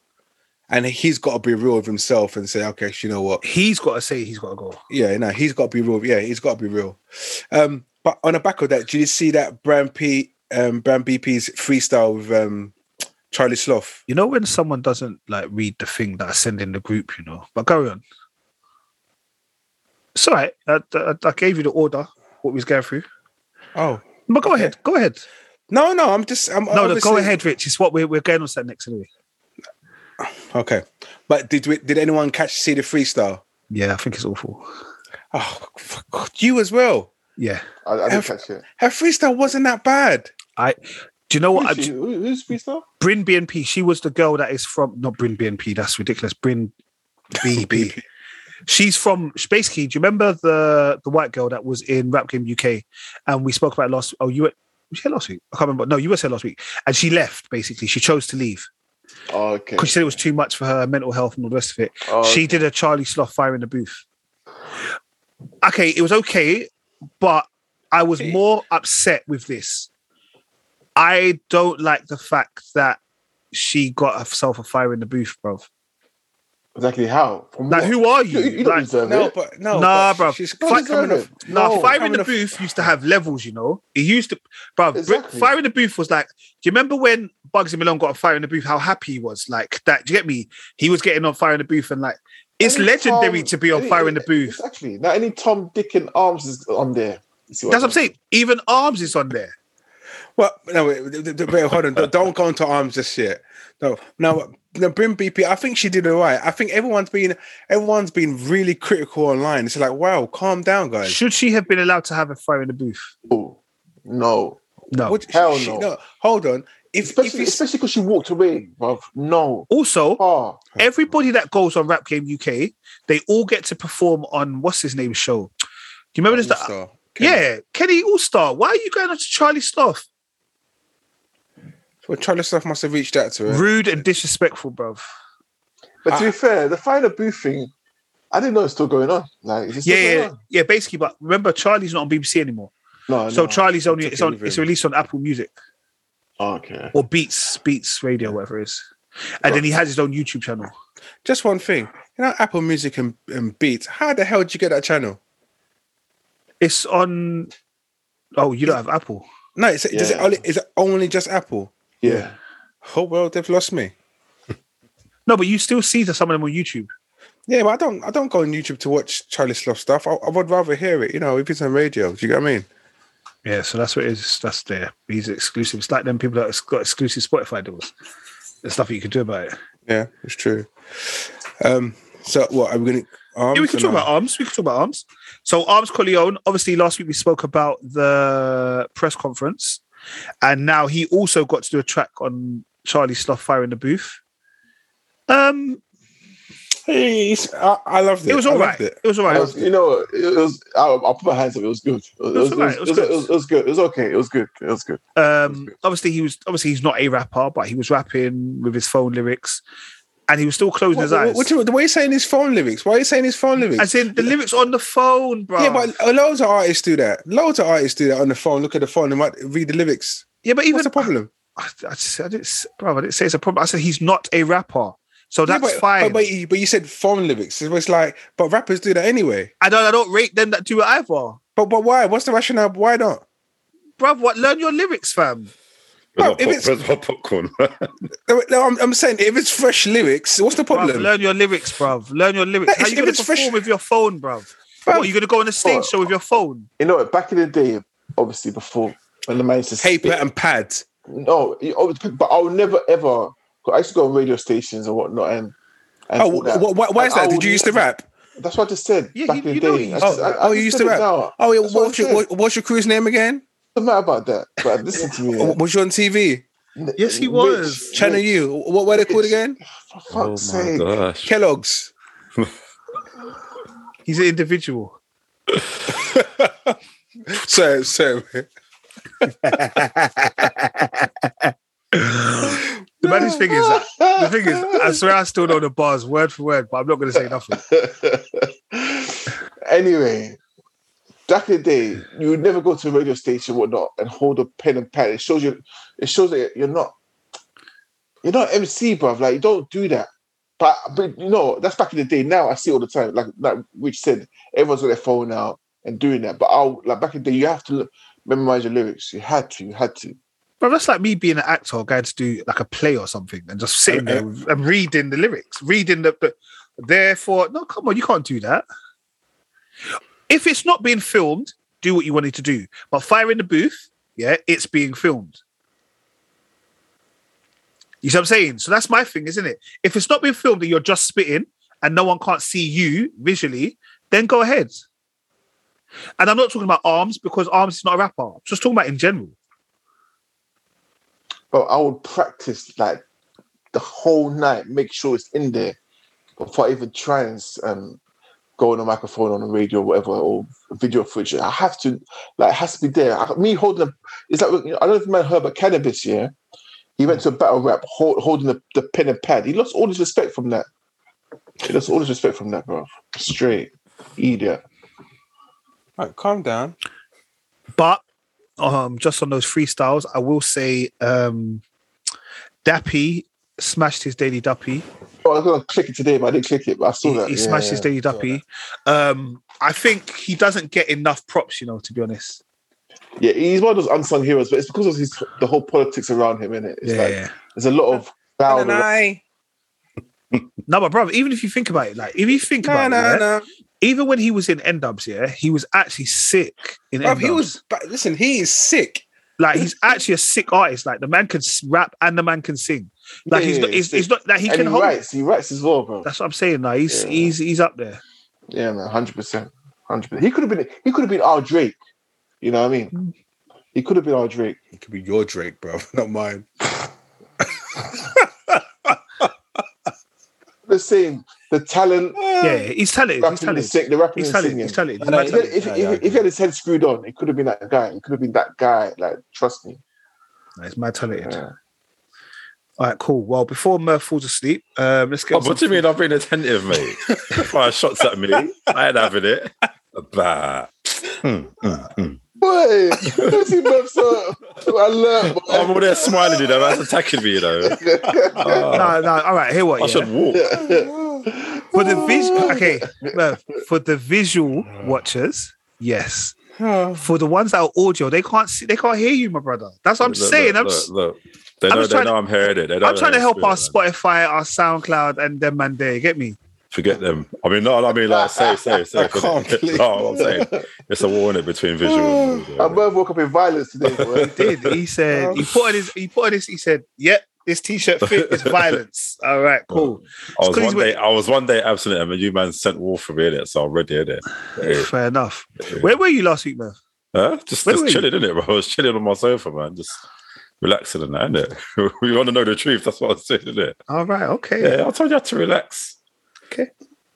[SPEAKER 1] and he's got to be real with himself and say, okay, you know what?
[SPEAKER 2] He's got to say he's got to go.
[SPEAKER 1] Yeah, no, he's got to be real. Yeah, he's got to be real. Um, but on the back of that, did you see that Bram P, um, Bram BP's freestyle with um, Charlie Sloth?
[SPEAKER 2] You know when someone doesn't like read the thing that I send in the group, you know. But carry on. It's all right. I, I, I gave you the order. What we was going through.
[SPEAKER 1] Oh
[SPEAKER 2] But go ahead. Go ahead.
[SPEAKER 1] no, no, I'm just I'm
[SPEAKER 2] No, no, go
[SPEAKER 1] obviously-
[SPEAKER 2] ahead, Rich. It's what we're we're going on set next anyway.
[SPEAKER 1] Okay, but did we, did anyone catch see the freestyle?
[SPEAKER 2] Yeah, I think it's awful.
[SPEAKER 1] Oh, for God, you as well.
[SPEAKER 2] Yeah.
[SPEAKER 4] I, I didn't
[SPEAKER 1] Every-
[SPEAKER 4] catch it.
[SPEAKER 1] Her freestyle wasn't that bad.
[SPEAKER 2] Do you know what?
[SPEAKER 4] Who's,
[SPEAKER 2] I,
[SPEAKER 4] she, who, who's freestyle?
[SPEAKER 2] Bryn BNP. She was the girl that is from not Bryn BNP. That's ridiculous. Bryn BB. She's from basically. Do you remember the the white girl that was in Rap Game UK, and we spoke about it last? Oh, you were was she here last week? I can't remember. No, you were here last week, and she left. Basically, she chose to leave
[SPEAKER 4] Oh, okay.
[SPEAKER 2] because she said it was too much for her mental health and all the rest of it.
[SPEAKER 4] Oh,
[SPEAKER 2] She did a Charlie Sloth fire in the booth. Okay, it was okay, but I was more upset with this. I don't like the fact that she got herself a fire in the booth, bro.
[SPEAKER 4] exactly how? From
[SPEAKER 2] Now,
[SPEAKER 4] what?
[SPEAKER 2] who are
[SPEAKER 4] You,
[SPEAKER 2] you?
[SPEAKER 4] you, you don't
[SPEAKER 2] Like,
[SPEAKER 4] deserve
[SPEAKER 1] No,
[SPEAKER 4] it.
[SPEAKER 1] but no,
[SPEAKER 2] Nah,
[SPEAKER 1] but
[SPEAKER 2] bruv.
[SPEAKER 1] She's
[SPEAKER 4] You
[SPEAKER 1] she's
[SPEAKER 4] don't
[SPEAKER 1] coming
[SPEAKER 4] deserve
[SPEAKER 1] off.
[SPEAKER 4] it.
[SPEAKER 2] nah,
[SPEAKER 1] no,
[SPEAKER 2] fire in
[SPEAKER 1] coming
[SPEAKER 2] the
[SPEAKER 1] off-
[SPEAKER 2] booth used to have levels, you know. It used to, bro.
[SPEAKER 4] Exactly.
[SPEAKER 2] Fire in the booth was like, do you remember when Bugsy Malone got a fire in the booth? How happy he was, like that. Do you get me? He was getting on fire in the booth, and like, it's
[SPEAKER 4] Any
[SPEAKER 2] legendary
[SPEAKER 4] Tom-
[SPEAKER 2] to be on
[SPEAKER 4] any-
[SPEAKER 2] fire in the booth.
[SPEAKER 4] Exactly. Now any Tom, Dick, and Arms is on there. You see
[SPEAKER 2] That's what I'm
[SPEAKER 4] I
[SPEAKER 2] saying. Even Arms is on there.
[SPEAKER 1] Well, no, wait, th- th- th- wait, hold on. Don't- Don't go into arms just yet. No, no, no. Brim BP, I think she did all right. I think everyone's been everyone's been really critical online. It's like, wow, calm down, guys.
[SPEAKER 2] Should she have been allowed to have a fire in the booth?
[SPEAKER 4] mean? No.
[SPEAKER 2] No.
[SPEAKER 1] What-
[SPEAKER 4] Hell
[SPEAKER 1] she-
[SPEAKER 4] no.
[SPEAKER 1] Hold on. If, if
[SPEAKER 4] Especially,
[SPEAKER 1] it's,
[SPEAKER 4] especially because she walked away, bruv. No.
[SPEAKER 2] also,
[SPEAKER 4] Oh,
[SPEAKER 2] everybody that goes on Rap Game UK, they all get to perform on what's his name's show. Do you remember this?
[SPEAKER 1] All-Star, okay.
[SPEAKER 2] Yeah, Kenny All Star. Why are you going on to Charlie Sloth?
[SPEAKER 1] well, Charlie Stuff must have reached out to her.
[SPEAKER 2] Rude and disrespectful, bruv.
[SPEAKER 4] but to
[SPEAKER 1] I-
[SPEAKER 4] be fair, the final booth thing, I didn't know it's still going on. Like, is it still
[SPEAKER 2] Yeah, yeah,
[SPEAKER 4] going on?
[SPEAKER 2] yeah. Basically, but remember, Charlie's not on BBC anymore.
[SPEAKER 4] No,
[SPEAKER 2] so
[SPEAKER 4] no.
[SPEAKER 2] Charlie's only
[SPEAKER 1] took
[SPEAKER 2] it's
[SPEAKER 1] it
[SPEAKER 2] on
[SPEAKER 1] with
[SPEAKER 2] it's
[SPEAKER 1] him.
[SPEAKER 2] released on Apple Music
[SPEAKER 4] Oh, Okay.
[SPEAKER 2] or Beats Beats Radio, whatever it is. And then he has his own YouTube channel.
[SPEAKER 1] Just one thing. You know, Apple Music and, and Beats. How the hell did you get that channel?
[SPEAKER 2] It's on. Oh, you don't have Apple.
[SPEAKER 1] No, it's, does it
[SPEAKER 4] Yeah.
[SPEAKER 1] only, is it only just Apple?
[SPEAKER 4] Yeah.
[SPEAKER 1] Oh well, they've lost me.
[SPEAKER 2] No, but you still see that some of them on YouTube.
[SPEAKER 1] Yeah, but I don't I don't go on YouTube to watch Charlie Sloth stuff. I, I would rather hear it, you know, if it's on radio. Do you get what I mean?
[SPEAKER 2] Yeah, so that's what it is. That's there. These exclusive. It's like them people that got exclusive Spotify deals. There's nothing you can do about it.
[SPEAKER 1] Yeah, it's true. Um, so what are we gonna arms
[SPEAKER 2] Yeah, we can
[SPEAKER 1] or
[SPEAKER 2] talk
[SPEAKER 1] no?
[SPEAKER 2] about arms. We can talk about arms. So arms Corleone. Obviously, last week we spoke about the press conference, and now he also got to do a track on Charlie Sloth fire in the booth. Um,
[SPEAKER 1] Hey, it's- I, I loved it.
[SPEAKER 2] it was
[SPEAKER 1] I
[SPEAKER 2] all right.
[SPEAKER 1] loved
[SPEAKER 2] It.
[SPEAKER 1] it.
[SPEAKER 2] was all right.
[SPEAKER 4] It was- you know, it was. I, I'll put my hands up. It was good. It was, it was,
[SPEAKER 2] alright,
[SPEAKER 4] it was, it was, it was good. It was okay. It was good. It was good.
[SPEAKER 2] Um, obviously he was obviously he's not a rapper, but he was rapping with his phone lyrics, and he was still closing
[SPEAKER 1] What,
[SPEAKER 2] his eyes.
[SPEAKER 1] what, what, you- the way you're saying his phone lyrics. Why are you saying his phone lyrics?
[SPEAKER 2] As in the lyrics on the phone, bro.
[SPEAKER 1] yeah, but loads of artists do that. Loads of artists do that on the phone. Look at the phone and write, read the lyrics.
[SPEAKER 2] Yeah, but even
[SPEAKER 1] What's the problem?
[SPEAKER 2] I, I, just, I didn't, s- bro. I didn't say it's a problem. I said he's not a rapper, so that's
[SPEAKER 1] yeah, but,
[SPEAKER 2] fine.
[SPEAKER 1] But, but, you, but you said phone lyrics. It was like, but rappers do that anyway.
[SPEAKER 2] I don't. I don't rate them that do it either,
[SPEAKER 1] But but why? What's the rationale? Why not?
[SPEAKER 2] bro. What? Learn your lyrics, fam.
[SPEAKER 3] Where's
[SPEAKER 1] No,
[SPEAKER 3] my
[SPEAKER 1] if
[SPEAKER 3] pop-
[SPEAKER 1] it's-
[SPEAKER 3] where's my popcorn?
[SPEAKER 1] No, no, I'm, I'm saying if it's fresh lyrics, what's the
[SPEAKER 2] Bruv,
[SPEAKER 1] problem?
[SPEAKER 2] learn your lyrics, bruv. Learn your lyrics.
[SPEAKER 1] Mate,
[SPEAKER 2] How
[SPEAKER 1] it's- if
[SPEAKER 2] you going
[SPEAKER 1] it's
[SPEAKER 2] to perform
[SPEAKER 1] fresh-
[SPEAKER 2] with your phone, bruv?
[SPEAKER 1] Bruv.
[SPEAKER 2] What, are you going to go on a stage
[SPEAKER 4] Bruh.
[SPEAKER 2] show with your phone?
[SPEAKER 4] You know, back in the day, obviously before when the man used to
[SPEAKER 1] Paper
[SPEAKER 4] spit-
[SPEAKER 1] and pad.
[SPEAKER 4] No, you always, but I'll never ever. 'cause I used to go on radio stations and whatnot, and, and
[SPEAKER 1] Oh,
[SPEAKER 4] all that.
[SPEAKER 1] wh- wh- why, why is
[SPEAKER 4] And I
[SPEAKER 1] that? Did
[SPEAKER 4] would
[SPEAKER 1] you used to
[SPEAKER 4] never-
[SPEAKER 1] rap?
[SPEAKER 4] That's what I just said
[SPEAKER 2] Yeah,
[SPEAKER 4] back
[SPEAKER 2] you-
[SPEAKER 4] in the
[SPEAKER 2] you know
[SPEAKER 4] day.
[SPEAKER 2] he
[SPEAKER 4] I
[SPEAKER 2] used
[SPEAKER 1] Oh,
[SPEAKER 4] just- I- I
[SPEAKER 1] oh, you
[SPEAKER 4] just
[SPEAKER 1] used
[SPEAKER 4] said
[SPEAKER 1] to
[SPEAKER 4] it
[SPEAKER 1] rap.
[SPEAKER 4] now.
[SPEAKER 1] Oh, yeah,
[SPEAKER 4] That's what
[SPEAKER 1] what's
[SPEAKER 4] I
[SPEAKER 1] your
[SPEAKER 4] said.
[SPEAKER 1] what, what's your crew's name again?
[SPEAKER 4] Doesn't matter about that. But listen to me. yeah.
[SPEAKER 1] Was you on TV?
[SPEAKER 4] N-
[SPEAKER 2] Yes, he
[SPEAKER 4] Rich,
[SPEAKER 2] was.
[SPEAKER 1] Channel
[SPEAKER 4] Rich,
[SPEAKER 1] U. What were they called
[SPEAKER 4] Rich.
[SPEAKER 1] again?
[SPEAKER 4] For fuck's
[SPEAKER 3] oh my
[SPEAKER 4] sake!
[SPEAKER 3] gosh.
[SPEAKER 1] Kellogg's.
[SPEAKER 2] He's an individual.
[SPEAKER 1] So, so
[SPEAKER 2] The baddest thing is that the thing is, I swear I still know the bars word for word, but I'm not going to say nothing.
[SPEAKER 4] anyway, back in the day, you would never go to a radio station, whatnot, and hold a pen and pad. It shows you. It shows that you're not. You're not MC, bruv. Like you don't do that. But but you know that's back in the day. Now I see it all the time. Like like Rich said, everyone's got their phone out and doing that. But I'll like back in the day, you have to l- memorize your lyrics. You had to. You had to.
[SPEAKER 2] But that's like me being an actor going to do like a play or something and just sitting there and reading the lyrics, reading the, the therefore. No, come on, you can't do that. If it's not being filmed, do what you wanted to do. But fire in the booth, yeah, it's being filmed. You see what I'm saying? So that's my thing, isn't it? If it's not being filmed and you're just spitting and no one can't see you visually, then go ahead. And I'm not talking about arms because arms is not a rapper. I'm just talking about in general.
[SPEAKER 4] But I would practice like the whole night, make sure it's in there before I even try and um, go on a microphone on the radio, or whatever, or video footage. I have to, like, it has to be there. I, me holding a, it's like, you know, I don't know if you man heard about cannabis, yeah? He went to a battle rap hold, holding the, the pen and pad. He lost all his respect from that. He lost all his respect from that, bro. Straight idiot.
[SPEAKER 1] Right, calm down.
[SPEAKER 2] But um, just on those freestyles, I will say um, Dappy smashed his daily duppy.
[SPEAKER 4] Oh, I was gonna click it today, but I didn't click it. But I saw
[SPEAKER 2] He,
[SPEAKER 4] that.
[SPEAKER 2] he
[SPEAKER 4] yeah,
[SPEAKER 2] smashed his
[SPEAKER 4] yeah.
[SPEAKER 2] daily duppy. Um, I think he doesn't get enough props, you know, to be honest.
[SPEAKER 4] yeah, he's one of those unsung heroes, but it's because of his the whole politics around him, isn't it? It's like there's a lot of
[SPEAKER 1] No,
[SPEAKER 4] bowed
[SPEAKER 2] uh,
[SPEAKER 4] around-
[SPEAKER 1] no,
[SPEAKER 2] No, but brother, even if you think about it, like if you think
[SPEAKER 1] no,
[SPEAKER 2] about it, yeah,
[SPEAKER 1] no.
[SPEAKER 2] even when he was in N dubs, yeah, he was actually sick in
[SPEAKER 1] Bruv,
[SPEAKER 2] N
[SPEAKER 1] He
[SPEAKER 2] dubs.
[SPEAKER 1] was. but Listen, he is sick.
[SPEAKER 2] Like he's actually a sick artist. Like the man can s- rap and the man can sing. Like
[SPEAKER 4] Yeah,
[SPEAKER 2] he's not,
[SPEAKER 4] yeah,
[SPEAKER 2] he's,
[SPEAKER 4] sick.
[SPEAKER 2] he's not that he
[SPEAKER 4] and
[SPEAKER 2] can
[SPEAKER 4] he
[SPEAKER 2] hold.
[SPEAKER 4] writes, he writes as well, bro.
[SPEAKER 2] That's what I'm saying. Like he's
[SPEAKER 4] Yeah.
[SPEAKER 2] he's he's up there.
[SPEAKER 4] Yeah, man, hundred percent, hundred percent. He could have been, he could have been our Drake. You know what I mean? He could have been our Drake.
[SPEAKER 1] It could be your Drake, bro, not mine.
[SPEAKER 4] The same, the talent,
[SPEAKER 2] Yeah, he's talented. He's
[SPEAKER 4] rapping the
[SPEAKER 2] talented.
[SPEAKER 4] sing, the rapping
[SPEAKER 2] He's
[SPEAKER 4] and
[SPEAKER 2] talented.
[SPEAKER 4] singing.
[SPEAKER 2] He's talented.
[SPEAKER 1] I know,
[SPEAKER 2] He's
[SPEAKER 4] If,
[SPEAKER 2] mad
[SPEAKER 1] yeah.
[SPEAKER 4] he had- if,
[SPEAKER 1] Yeah,
[SPEAKER 4] if,
[SPEAKER 1] yeah,
[SPEAKER 4] if he had his head screwed on, it could have been that guy. It could have been that guy. Like, trust me.
[SPEAKER 2] talented. He's mad talented.
[SPEAKER 4] Yeah.
[SPEAKER 2] All right, cool. Well, before Murph falls asleep, um, let's get.
[SPEAKER 3] Oh,
[SPEAKER 2] on
[SPEAKER 3] what do
[SPEAKER 2] some-
[SPEAKER 3] you mean I've been attentive, mate? Fire shots at me. I ain't having it. Bah. Hmm, hmm, hmm.
[SPEAKER 4] Boy, don't see Murph so so alert.
[SPEAKER 3] Oh, I'm
[SPEAKER 4] boy.
[SPEAKER 3] all there smiling, you know. That's attacking me, you know.
[SPEAKER 2] No,
[SPEAKER 3] Ah,
[SPEAKER 2] no. All right, here what?
[SPEAKER 3] I
[SPEAKER 2] Yeah?
[SPEAKER 3] should walk.
[SPEAKER 2] For the visual, okay, Murph, for the visual watchers, yes. For the ones that are audio, they can't see, they can't hear you, my brother. That's what I'm
[SPEAKER 3] Look, look,
[SPEAKER 2] saying. I'm
[SPEAKER 3] look,
[SPEAKER 2] just,
[SPEAKER 3] look. They
[SPEAKER 2] I'm
[SPEAKER 3] know,
[SPEAKER 2] just
[SPEAKER 3] they
[SPEAKER 2] trying
[SPEAKER 3] know I'm hearing it. They know
[SPEAKER 2] I'm trying to
[SPEAKER 3] hearing
[SPEAKER 2] help our
[SPEAKER 3] spirit, man.
[SPEAKER 2] Spotify, our SoundCloud, and them man there. Get me?
[SPEAKER 3] Forget them. I mean, no, I mean, like, safe, safe, safe.
[SPEAKER 1] I can't
[SPEAKER 3] innit?
[SPEAKER 1] believe-
[SPEAKER 3] no, I'm saying it's a war in it between visual and
[SPEAKER 4] Uh,
[SPEAKER 3] audio.
[SPEAKER 4] Murph woke up in violence today, boy.
[SPEAKER 2] Did he said he put on his he put on his he said, "Yep, this t-shirt fit is violence." All right,
[SPEAKER 3] Oh,
[SPEAKER 2] cool.
[SPEAKER 3] I was
[SPEAKER 2] Squeeze
[SPEAKER 3] one
[SPEAKER 2] with-
[SPEAKER 3] day, I was one day absent, and you man sent war for me in it, so I'm ready in it.
[SPEAKER 2] Fair enough. Where were you last week, Murph?
[SPEAKER 3] Huh? Just,
[SPEAKER 2] Where
[SPEAKER 3] just
[SPEAKER 2] were you?
[SPEAKER 3] chilling, innit, bro? I was chilling on my sofa, man. Just relaxing and that, innit? we want to know the truth. That's what I was doing, innit?
[SPEAKER 2] All right, okay.
[SPEAKER 3] Yeah, I told you to relax.
[SPEAKER 2] Okay.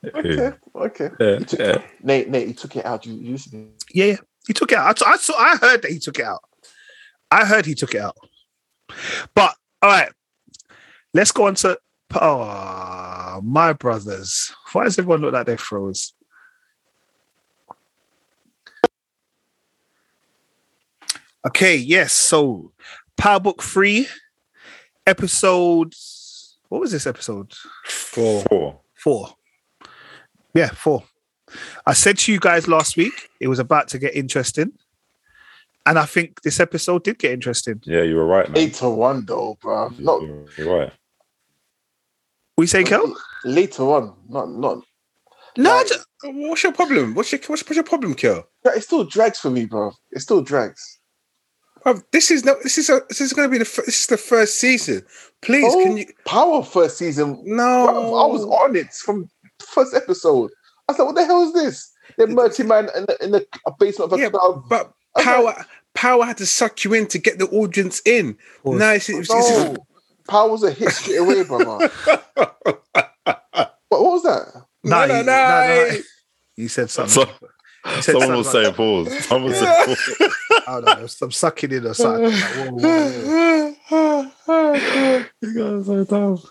[SPEAKER 3] Yeah,
[SPEAKER 4] Okay, okay.
[SPEAKER 3] yeah. yeah.
[SPEAKER 4] Nate, Nate, you took it out. You, you listening?
[SPEAKER 2] Yeah, yeah. He took it out. I, t- I saw. I heard that he took it out. I heard he took it out. But all right, let's go on to. Oh, my brothers! Why does everyone look like they froze? Okay, yes. So, Power Book Three, episode. What was this episode?
[SPEAKER 1] Four.
[SPEAKER 3] Four.
[SPEAKER 2] Four. Yeah, four. I said to you guys last week, it was about to get interesting. And I think this episode did get interesting.
[SPEAKER 3] Yeah, you were right, man.
[SPEAKER 4] Eight to one though, bro. Not
[SPEAKER 3] You were right.
[SPEAKER 2] We say, Kel?
[SPEAKER 4] later on. Not not.
[SPEAKER 2] No,
[SPEAKER 4] Right.
[SPEAKER 2] I ju-
[SPEAKER 1] What's your problem? What's your what's, what's your problem, Kel?
[SPEAKER 4] But It still drags for me, bro. It still drags.
[SPEAKER 1] Bruv, this is not. This is a, this is going to be the. F- this is the first season. Please,
[SPEAKER 4] Oh,
[SPEAKER 1] can you?
[SPEAKER 4] Power first season.
[SPEAKER 1] No,
[SPEAKER 4] Bro, I was on it from the first episode. I said, "What the hell is this?" They merged him man in the, in the basement of a
[SPEAKER 1] Yeah,
[SPEAKER 4] club.
[SPEAKER 1] but
[SPEAKER 4] Okay.
[SPEAKER 1] power power had to suck you in to get the audience in.
[SPEAKER 2] course.
[SPEAKER 1] No, it's, it's, it's-
[SPEAKER 4] No, Power was a hit straight away, brother. What, what was that?
[SPEAKER 2] no,
[SPEAKER 1] no,
[SPEAKER 2] you-
[SPEAKER 1] no.
[SPEAKER 2] You said something.
[SPEAKER 3] So,
[SPEAKER 2] You said
[SPEAKER 3] someone was
[SPEAKER 2] something
[SPEAKER 3] saying pause. Someone was saying pause.
[SPEAKER 2] like, I don't know, there was some sucking in or something. Like, whoa, whoa, whoa, whoa.
[SPEAKER 3] You guys are so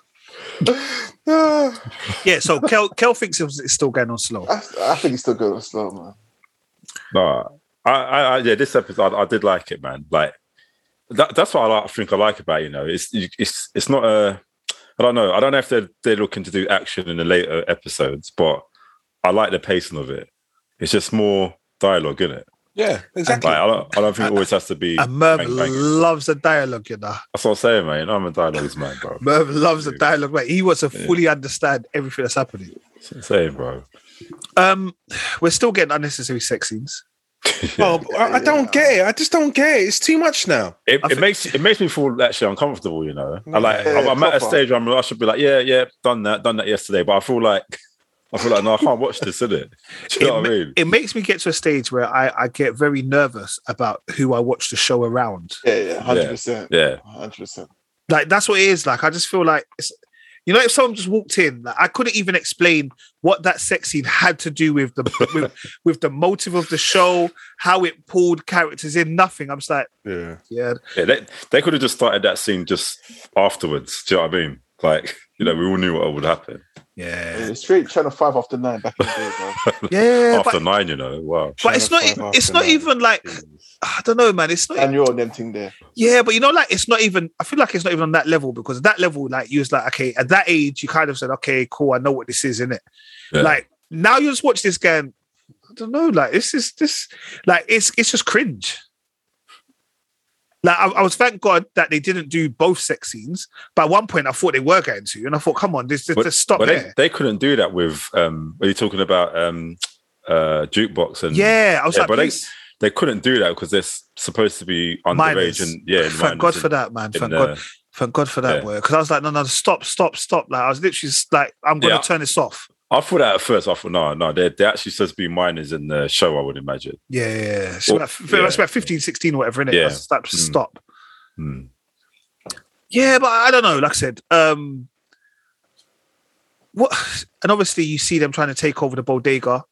[SPEAKER 3] dumb.
[SPEAKER 2] Yeah, so Kel, Kel thinks it was, it's still going on slow.
[SPEAKER 4] I, I think he's still going slow, man.
[SPEAKER 3] No, I, I, I, yeah, this episode I, I did like it, man. Like that, that's what I, like, I think I like about it, you know. It's you- it's it's not a. I don't know. I don't know if they're they're looking to do action in the later episodes, but I like the pacing of it. It's just more dialogue, is it?
[SPEAKER 1] yeah, exactly.
[SPEAKER 3] Like I don't, I don't think it always has to be.
[SPEAKER 2] And Merv
[SPEAKER 3] bang, bang.
[SPEAKER 2] loves a dialogue, you know.
[SPEAKER 3] That's what I'm saying, man. I'm a dialogues man, bro.
[SPEAKER 2] Merv loves a
[SPEAKER 3] Yeah.
[SPEAKER 2] dialogue. Like, he wants to
[SPEAKER 3] Yeah.
[SPEAKER 2] fully understand everything that's happening.
[SPEAKER 3] That's what I'm saying, bro.
[SPEAKER 2] Um, we're still getting unnecessary sex scenes.
[SPEAKER 1] Oh, I, I don't get it. I just don't get it. It's too much now.
[SPEAKER 3] It,
[SPEAKER 2] I
[SPEAKER 3] it
[SPEAKER 2] think-
[SPEAKER 3] makes it makes me feel actually uncomfortable, you know. I like
[SPEAKER 4] Yeah,
[SPEAKER 3] I'm, I'm at a
[SPEAKER 4] proper.
[SPEAKER 3] stage where I'm, I should be like, yeah, yeah, done that, done that yesterday, but I feel like I feel like no, I can't watch this, innit? Do you know
[SPEAKER 2] it,
[SPEAKER 3] what I
[SPEAKER 2] ma-
[SPEAKER 3] mean?
[SPEAKER 2] it makes me get to a stage where I, I get very nervous about who I watch the show around.
[SPEAKER 4] Yeah, yeah, hundred percent,
[SPEAKER 3] Yeah,
[SPEAKER 4] hundred percent.
[SPEAKER 2] Like that's what it is. Like I just feel like it's, you know, if someone just walked in, like I couldn't even explain what that sex scene had to do with the with, with the motive of the show, how it pulled characters in, nothing. I'm just like,
[SPEAKER 1] Yeah,
[SPEAKER 2] yeah,
[SPEAKER 3] yeah they, they could have just started that scene just afterwards. Do you know what I mean? Like, you know, we all knew what would happen
[SPEAKER 2] yeah,
[SPEAKER 4] Straight Channel Five after nine back in the day, bro.
[SPEAKER 2] yeah.
[SPEAKER 3] after
[SPEAKER 2] but
[SPEAKER 3] nine. You know, wow.
[SPEAKER 2] but it's not e,
[SPEAKER 4] Channel five
[SPEAKER 2] it's
[SPEAKER 4] after
[SPEAKER 2] not
[SPEAKER 4] nine.
[SPEAKER 2] even like I don't know, man. It's not
[SPEAKER 4] And you're on them thing there.
[SPEAKER 2] Yeah, but you know, like it's not even. I feel like it's not even on that level because at that level, like you was like, okay, at that age, you kind of said, okay, cool, I know what this is, innit?
[SPEAKER 3] Yeah.
[SPEAKER 2] Like now, you just watch this guy. And, I don't know, like this is this, like it's it's just cringe. Like I, I was thank God that they didn't do both sex scenes. But at one point, I thought they were going to, and I thought, come on, this this,
[SPEAKER 3] But-
[SPEAKER 2] just stop
[SPEAKER 3] but they,
[SPEAKER 2] there.
[SPEAKER 3] they couldn't do that with. um Are you talking about um uh jukebox and
[SPEAKER 2] yeah, I was
[SPEAKER 3] Yeah,
[SPEAKER 2] like,
[SPEAKER 3] but they-
[SPEAKER 2] please,
[SPEAKER 3] They couldn't do that because they're s- supposed to be underage
[SPEAKER 2] minors.
[SPEAKER 3] and yeah.
[SPEAKER 2] thank
[SPEAKER 3] minors
[SPEAKER 2] God
[SPEAKER 3] in-
[SPEAKER 2] for that, man.
[SPEAKER 3] in,
[SPEAKER 2] Thank
[SPEAKER 3] uh,
[SPEAKER 2] God, thank God for that
[SPEAKER 3] yeah.
[SPEAKER 2] word because I was like, no, no, stop, stop, stop. Like I was literally just like, I'm gonna
[SPEAKER 3] Yeah.
[SPEAKER 2] turn this off.
[SPEAKER 3] I thought that at first. I thought, no, no, they're, they're actually supposed to be minors in the show, I would imagine.
[SPEAKER 2] Yeah, yeah, yeah. It's,
[SPEAKER 3] Or-
[SPEAKER 2] about, it's
[SPEAKER 3] yeah.
[SPEAKER 2] about 15, 16 or whatever, innit?
[SPEAKER 3] Yeah.
[SPEAKER 2] That's, that's
[SPEAKER 3] Mm.
[SPEAKER 2] stop.
[SPEAKER 3] Hmm.
[SPEAKER 2] Yeah, but I don't know. Like I said, um, what? And obviously, you see them trying to take over the bodega.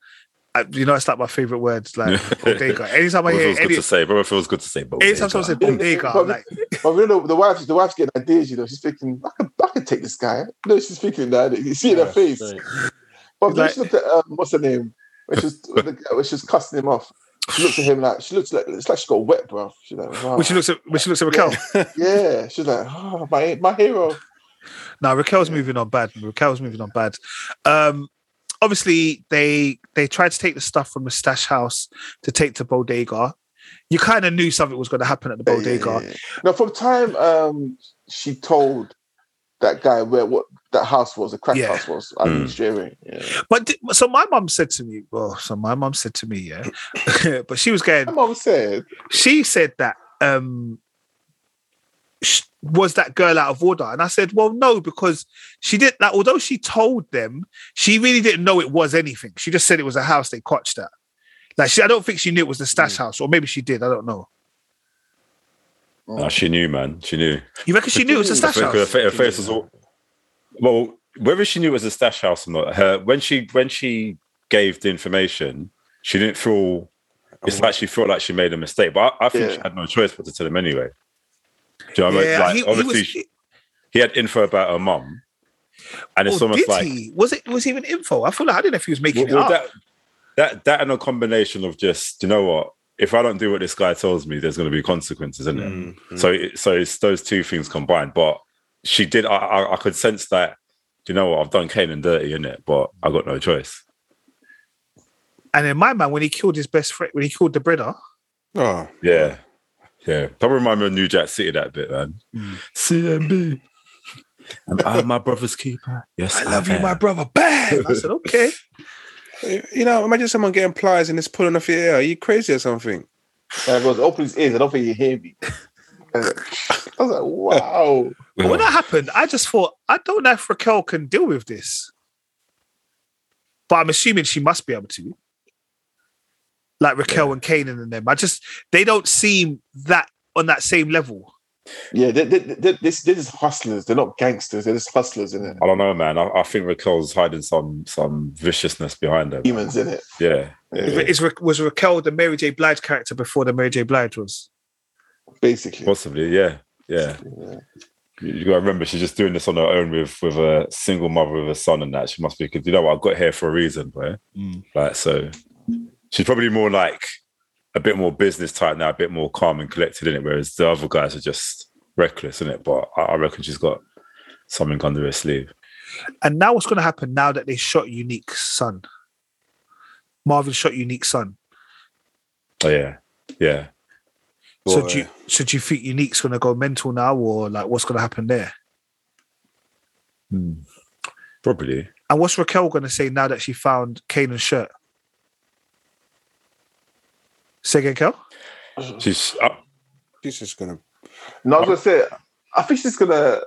[SPEAKER 2] I, you know, it's like my favorite word, like bodega. Anytime I
[SPEAKER 3] Well, it
[SPEAKER 2] hear
[SPEAKER 3] feels good
[SPEAKER 2] any,
[SPEAKER 3] to say, but it feels good to say. But
[SPEAKER 2] anytime someone says bodega, I'm like,
[SPEAKER 4] But you know, the wife's the wife's getting ideas. You know, she's thinking, I could, I could take this guy. No, she's thinking that. You see it in her face. But when
[SPEAKER 2] Like-
[SPEAKER 4] she looked at um, what's her name? When she was the girl- when she was cussing him off. She looks at him like she looks like it's like she got wet, bro. She's like, wow.
[SPEAKER 2] when she looks at when she looks at Raquel.
[SPEAKER 4] yeah. She's like, oh, my my hero.
[SPEAKER 2] Now Raquel's moving on bad. Raquel's moving on bad. Um, obviously, they they tried to take the stuff from the stash house to take to bodega. You kind of knew something was going to happen at the
[SPEAKER 4] Yeah, yeah,
[SPEAKER 2] bodega.
[SPEAKER 4] yeah, yeah. Now, from time um, she told that guy where what that house was, the crack
[SPEAKER 2] Yeah.
[SPEAKER 4] house was. I
[SPEAKER 3] Mm.
[SPEAKER 4] mean, straight away. Yeah.
[SPEAKER 2] But di- so my mum said to me, well, so my mum said to me, yeah, but she was
[SPEAKER 4] My
[SPEAKER 2] going,
[SPEAKER 4] mom said,
[SPEAKER 2] she said that, um, sh- was that girl out of order? And I said, well, no, because she did that. although she told them, she really didn't know it was anything. She just said it was a house they clutched at. Like, she, I don't think she knew it was the stash
[SPEAKER 3] Hmm.
[SPEAKER 2] house, or maybe she did. I don't know.
[SPEAKER 3] No, she knew, man. She knew.
[SPEAKER 2] You reckon she knew it was the
[SPEAKER 4] Ooh. I
[SPEAKER 2] stash
[SPEAKER 3] Because her,
[SPEAKER 2] house?
[SPEAKER 3] fa- her face was all. Well, whether she knew it was a stash house or not, her when she when she gave the information, she didn't feel.
[SPEAKER 2] Mm-hmm.
[SPEAKER 3] It's like she felt like she made a mistake, but I, I think she
[SPEAKER 4] Yeah.
[SPEAKER 3] had no choice but to tell him anyway. Do you know what I mean?
[SPEAKER 2] Yeah,
[SPEAKER 3] Like,
[SPEAKER 2] he, he
[SPEAKER 3] obviously,
[SPEAKER 2] was.
[SPEAKER 3] she- he had info about her mum, and it's
[SPEAKER 2] or
[SPEAKER 3] almost
[SPEAKER 2] Oh, did
[SPEAKER 3] like
[SPEAKER 2] he? Was it? Was he even info? I feel like I didn't know if he was making
[SPEAKER 3] well, well,
[SPEAKER 2] it up.
[SPEAKER 3] that that that and a combination of just you know what if I don't do what this guy tells me, there's going to be consequences, isn't
[SPEAKER 2] Mm-hmm.
[SPEAKER 1] Mm.
[SPEAKER 3] it?
[SPEAKER 4] Mm.
[SPEAKER 3] So it, so it's those two things combined. But she did. I, I I could sense that. You know what? I've done Kane and dirty in it, but I got no choice.
[SPEAKER 2] And then my man, when he killed his best friend, when he killed the brother,
[SPEAKER 1] Oh,
[SPEAKER 3] Yeah, Yeah, don't remind me of New Jack City that bit, man.
[SPEAKER 2] Mm.
[SPEAKER 3] CMB. Am I my brother's keeper? Yes,
[SPEAKER 2] I love you,
[SPEAKER 3] am.
[SPEAKER 2] my brother. Bang! I said, okay.
[SPEAKER 1] You know, imagine someone getting pliers and it's pulling off your ear. Are you crazy or something?
[SPEAKER 4] And I goes, open his ears. I don't think you hear me. And I was like, wow.
[SPEAKER 2] But when that happened, I just thought, I don't know if Raquel can deal with this. But I'm assuming she must be able to. Like Raquel and Kanan and them. I just they don't seem that on that same level.
[SPEAKER 4] Yeah, they, they, they, this they're just hustlers. They're not gangsters. They're just hustlers in it.
[SPEAKER 3] I don't know, man. I, I think Raquel's hiding some some viciousness behind her. man.
[SPEAKER 4] Humans in it.
[SPEAKER 3] Yeah,
[SPEAKER 4] Yeah,
[SPEAKER 2] Is, is Ra- was Raquel the Mary J. Blige character before the Mary J. Blige was?
[SPEAKER 4] Basically.
[SPEAKER 3] possibly. Yeah, yeah.
[SPEAKER 4] Yeah.
[SPEAKER 3] You, you gotta remember, she's just doing this on her own with with a single mother with a son and that. She must be. 'cause You know what? I got here for a reason, bro. Like so, she's probably more like a bit more business type now, a bit more calm and collected in it. Whereas the other guys are just reckless in it. But I, I reckon she's got something under her sleeve.
[SPEAKER 2] And now what's going to happen now that they shot Unique's son? Marvin shot Unique's son.
[SPEAKER 3] Oh yeah, yeah.
[SPEAKER 2] so do you, so do you think Unique's going to go mental now, or like what's going to happen there?
[SPEAKER 3] Hmm. Probably.
[SPEAKER 2] And what's Raquel going to say now that she found Kanan's shirt? Say again, Kel?
[SPEAKER 3] She's. I,
[SPEAKER 1] She's just gonna.
[SPEAKER 4] No, I was gonna say, I think she's gonna.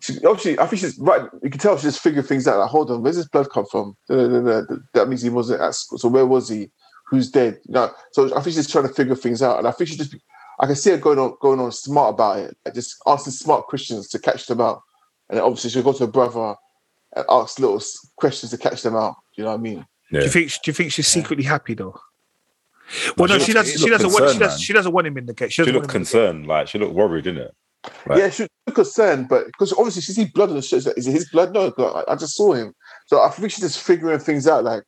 [SPEAKER 4] She, obviously, I think she's right. You can tell she's just figuring things out. Like, hold on, where's this blood come from? Da, da, da, da, da. That means he wasn't at school. So where was he? Who's dead? No. So I think she's trying to figure things out, and I think she just. I can see her going on, going on smart about it. Like just asking smart questions to catch them out, and then obviously she'll go to her brother and ask little s- questions to catch them out. You know what I mean?
[SPEAKER 3] Yeah.
[SPEAKER 2] Do you think? Do you think she's secretly happy though? Well, no,
[SPEAKER 3] she
[SPEAKER 2] she doesn't.
[SPEAKER 3] looked- she
[SPEAKER 2] She doesn't want.
[SPEAKER 3] looked
[SPEAKER 2] She
[SPEAKER 3] concerned,
[SPEAKER 2] doesn't, she doesn't want him in the gate. She
[SPEAKER 3] she
[SPEAKER 2] doesn't
[SPEAKER 3] looked
[SPEAKER 2] want him.
[SPEAKER 3] concerned. Like she looked worried, didn't it? Right.
[SPEAKER 4] Yeah, she was concerned, but because obviously she sees blood on the shirt. she's like, Is it his blood? No, I, I just saw him. So I think she's just figuring things out. Like,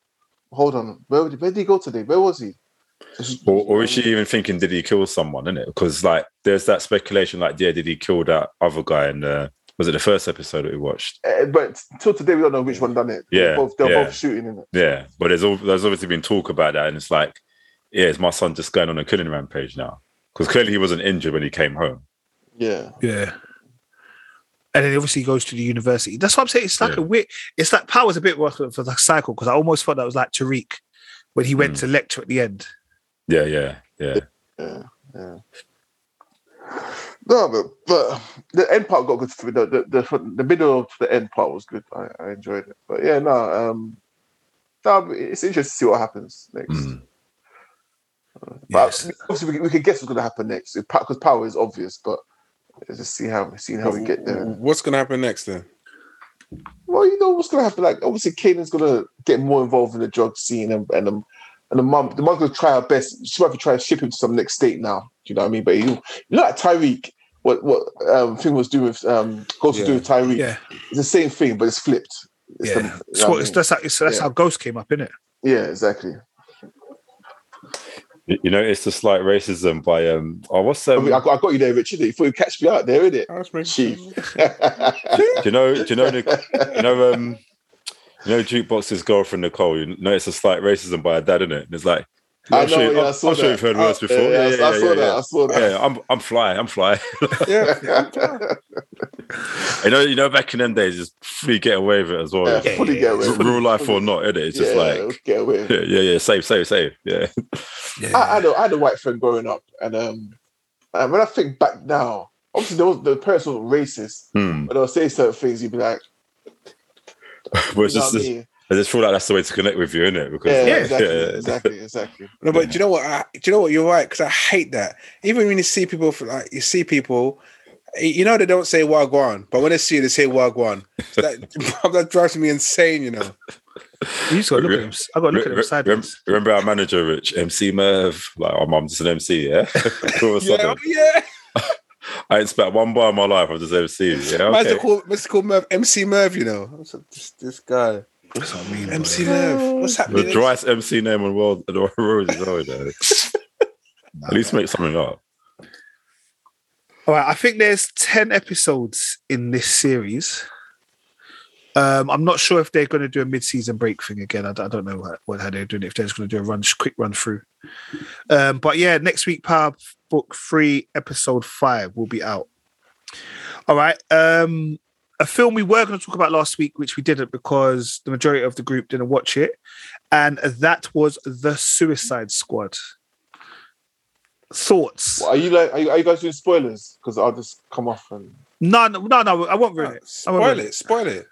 [SPEAKER 4] hold on, where, would- where did he go today? Where was he? So she-
[SPEAKER 3] Or, or is she even thinking, did he kill someone? In it, because like there's that speculation, like yeah, did he kill that other guy? And uh, was it the first episode that we watched?
[SPEAKER 4] Eh, but till today, we don't know which one done it.
[SPEAKER 3] Yeah,
[SPEAKER 4] they're both, they're
[SPEAKER 3] yeah.
[SPEAKER 4] both shooting in it.
[SPEAKER 3] Yeah, but there's all, there's obviously been talk about that, and it's like, yeah, is my son just going on a killing rampage now? Because clearly he wasn't injured when he came home.
[SPEAKER 4] Yeah,
[SPEAKER 2] Yeah. And then obviously he goes to the university. That's what I'm saying. It's like a
[SPEAKER 3] Yeah.
[SPEAKER 2] weird. It's like power's a bit rough for the cycle because I almost felt that was like Tariq when he went
[SPEAKER 3] Mm.
[SPEAKER 2] to lecture at the end.
[SPEAKER 3] Yeah, yeah, yeah.
[SPEAKER 4] yeah, yeah. No, but, but the end part got good. for me. The, the, the, from the middle to the end part was good. I, I enjoyed it. But yeah, no, um, no, it's interesting to see what happens next.
[SPEAKER 3] Mm.
[SPEAKER 4] But
[SPEAKER 2] Yes.
[SPEAKER 4] obviously, we, we can guess what's going to happen next because power is obvious. But let's just see how see how we get there.
[SPEAKER 1] What's gonna happen next then?
[SPEAKER 4] Well, you know what's going to happen. Like obviously, Kanan's going to get more involved in the drug scene, and and the, and the mum the mum's going to try her best. She might be trying to ship him to some next state now. Do you know what I mean? But you, you know, like Tyreek, what what um, thing was doing with um, Ghost was doing with Tyreek.
[SPEAKER 2] Yeah.
[SPEAKER 4] It's the same thing, but it's flipped. It's
[SPEAKER 2] Yeah.
[SPEAKER 4] the- you know
[SPEAKER 2] It's
[SPEAKER 4] what I
[SPEAKER 2] what- it's-
[SPEAKER 4] mean?
[SPEAKER 2] that's how, it's, that's
[SPEAKER 4] Yeah.
[SPEAKER 2] how Ghost came up, in it.
[SPEAKER 4] yeah, exactly.
[SPEAKER 3] You you know, it's the slight racism by um. Oh, what's
[SPEAKER 4] I,
[SPEAKER 3] um?
[SPEAKER 4] mean, I, got, I got you there, Richard. You thought you catch me out there, innit?
[SPEAKER 1] I was making-
[SPEAKER 4] Chief.
[SPEAKER 3] Do you know? Do you know? Nic- You know? Um, you know, jukebox's girlfriend Nicole. You notice a slight racism by her dad, innit? And it's like,
[SPEAKER 4] I
[SPEAKER 3] I'm
[SPEAKER 4] know,
[SPEAKER 3] sure you-
[SPEAKER 4] yeah, I
[SPEAKER 3] I'm-
[SPEAKER 4] saw
[SPEAKER 3] I'm sure
[SPEAKER 4] that.
[SPEAKER 3] you've heard
[SPEAKER 4] I-
[SPEAKER 3] worse before.
[SPEAKER 4] yeah,
[SPEAKER 3] Yeah,
[SPEAKER 4] I- I
[SPEAKER 3] yeah,
[SPEAKER 4] saw
[SPEAKER 3] yeah,
[SPEAKER 4] that.
[SPEAKER 3] yeah.
[SPEAKER 4] I saw that.
[SPEAKER 3] yeah, I'm I'm fly, I'm fly.
[SPEAKER 1] Yeah.
[SPEAKER 3] you know, you know, back in them days, it's free get away with it as well.
[SPEAKER 4] Yeah,
[SPEAKER 3] It's
[SPEAKER 4] fully get away with it.
[SPEAKER 3] Real life or not, is it? It's just
[SPEAKER 4] yeah,
[SPEAKER 3] like,
[SPEAKER 4] get away.
[SPEAKER 3] yeah, yeah, yeah, save, save, save. Yeah,
[SPEAKER 4] I, I, had a, I had a white friend growing up, and um, and when I think back now, obviously there was, the parents were racist,
[SPEAKER 3] Hmm.
[SPEAKER 4] but they'll say certain things. You'd be like,
[SPEAKER 3] But
[SPEAKER 4] you
[SPEAKER 3] it's
[SPEAKER 4] know what
[SPEAKER 3] just,
[SPEAKER 4] I mean?
[SPEAKER 3] I just feel like that's the way to connect with you, innit? Because
[SPEAKER 4] Yeah,
[SPEAKER 3] like,
[SPEAKER 4] exactly,
[SPEAKER 3] yeah.
[SPEAKER 4] exactly, exactly.
[SPEAKER 1] No, but do you know what? I, do you know what? You're right because I hate that. Even when you see people, for, like you see people, you know they don't say wagwan, but when they see you, they say wagwan. So that that drives me insane. You know.
[SPEAKER 2] You just got to look at
[SPEAKER 3] Re-
[SPEAKER 2] him. I got to look at
[SPEAKER 3] Re-
[SPEAKER 2] him
[SPEAKER 3] re-
[SPEAKER 2] sideways.
[SPEAKER 3] remember our manager, Rich MC Merv? Like, oh, mum, just an MC, yeah. All of a
[SPEAKER 1] Yeah, oh,
[SPEAKER 3] sudden,
[SPEAKER 1] yeah.
[SPEAKER 3] I ain't spent one bar in my life. I'm just MC. Yeah,
[SPEAKER 1] Man's
[SPEAKER 3] okay.
[SPEAKER 1] to call, man's to call Merv MC Merv. You know, I'm so- this, this guy
[SPEAKER 2] That's what I mean.
[SPEAKER 1] MC
[SPEAKER 2] bro.
[SPEAKER 1] Merv. What's happening?
[SPEAKER 3] The driest MC name in the world, the world is always there. At least make something up.
[SPEAKER 2] All right, I think there's 10 episodes in this series. Um, I'm not sure if they're going to do a mid-season break thing again. I, d- I don't know what, what how they're doing it. If they're just going to do a run, quick run through. Um, but yeah, next week, Power book three, episode five will be out. All right. Um, a film we were going to talk about last week, which we didn't because the majority of the group didn't watch it, and that was The Suicide Squad. Thoughts?
[SPEAKER 4] Well, are you like? Are you, are you guys doing spoilers? Because I'll just come off and.
[SPEAKER 2] No, no, no, no. I won't ruin it. I won't
[SPEAKER 1] Spoil
[SPEAKER 2] ruin
[SPEAKER 1] it, spoil it.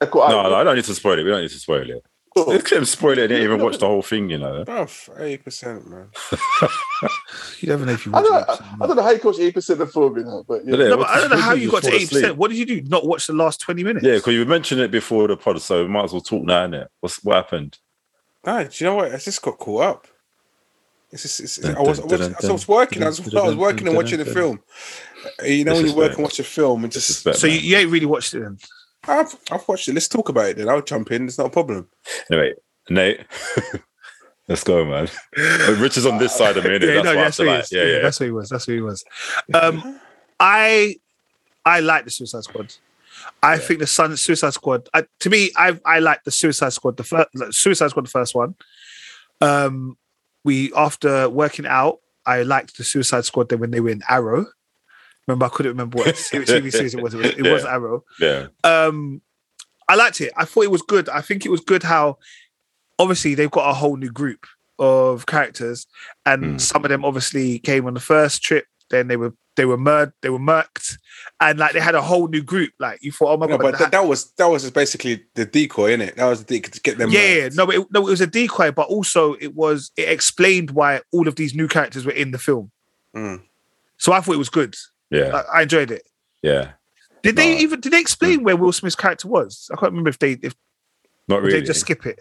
[SPEAKER 4] Echo,
[SPEAKER 3] No, no, I don't need to spoil it. We don't need to spoil it.
[SPEAKER 4] Oh.
[SPEAKER 3] They couldn't spoil it. I didn't even watch the whole thing, you know.
[SPEAKER 1] Bruv, 80%, man.
[SPEAKER 2] You never know if you
[SPEAKER 4] I
[SPEAKER 2] watch
[SPEAKER 4] don't,
[SPEAKER 2] it.
[SPEAKER 4] I, I don't know how you coach eight percent of film, you know, but yeah.
[SPEAKER 3] But yeah,
[SPEAKER 2] No,
[SPEAKER 3] what
[SPEAKER 2] but I don't
[SPEAKER 3] the
[SPEAKER 2] know how
[SPEAKER 3] fuck
[SPEAKER 2] you got to
[SPEAKER 3] fall
[SPEAKER 2] eight
[SPEAKER 3] asleep?
[SPEAKER 2] percent. What did you do? Not watch the last twenty minutes?
[SPEAKER 3] Yeah, because you mentioned it before the pod, so we might as well talk now, innit? What's what happened?
[SPEAKER 1] Nah, do you know what? I just got caught up. It's just, it's, it's- I was, I was,
[SPEAKER 3] Dun, dun,
[SPEAKER 1] I was working. I was,
[SPEAKER 3] dun,
[SPEAKER 1] I was working and
[SPEAKER 3] dun,
[SPEAKER 1] watching the
[SPEAKER 3] dun,
[SPEAKER 1] film. Uh, You know, when you work and
[SPEAKER 3] Disrespect.
[SPEAKER 1] watch a film, and just
[SPEAKER 3] Suspect,
[SPEAKER 2] So you,
[SPEAKER 3] man.
[SPEAKER 2] you ain't really watched it then.
[SPEAKER 1] I've, I've watched it. Let's talk about it. Then I'll jump in. It's not a problem.
[SPEAKER 3] anyway, Nate, let's go, man. Rich is on this side of me, innit?
[SPEAKER 2] yeah,
[SPEAKER 3] that's
[SPEAKER 2] no,
[SPEAKER 3] why I
[SPEAKER 2] that's
[SPEAKER 3] feel
[SPEAKER 2] who he
[SPEAKER 3] like,
[SPEAKER 2] is.
[SPEAKER 3] yeah, yeah.
[SPEAKER 2] that's who he was. That's who he was. Um, I I like the Suicide Squad. I
[SPEAKER 3] Yeah.
[SPEAKER 2] think the Sun Suicide Squad. I, to me, I I like the Suicide Squad. The first Suicide Squad, the first one. Um, we after working out, I liked the Suicide Squad. Then when they were in Arrow, remember I couldn't remember what TV series it was. It was, it was Arrow.
[SPEAKER 3] yeah.
[SPEAKER 2] um I liked it. I thought it was good. I think it was good how obviously they've got a whole new group of characters, and
[SPEAKER 3] Hmm.
[SPEAKER 2] some of them obviously came on the first trip. Then they were they were murd they were murked, and like they had a whole new group. Like you thought, oh my
[SPEAKER 1] No,
[SPEAKER 2] god,
[SPEAKER 1] but
[SPEAKER 2] that-
[SPEAKER 1] that, that was that was basically the decoy, innit? That was the decoy to get them.
[SPEAKER 2] yeah,
[SPEAKER 1] uh,
[SPEAKER 2] yeah, no, but it, no, it was a decoy, but also it was it explained why all of these new characters were in the film.
[SPEAKER 1] Mm.
[SPEAKER 2] So I thought it was good.
[SPEAKER 3] Hmm. Yeah,
[SPEAKER 2] I, I enjoyed it.
[SPEAKER 3] yeah.
[SPEAKER 2] Did they
[SPEAKER 3] No. Hmm.
[SPEAKER 2] even did they explain where Will Smith's character was? I can't remember if they if
[SPEAKER 3] Not really.
[SPEAKER 2] they just skip it.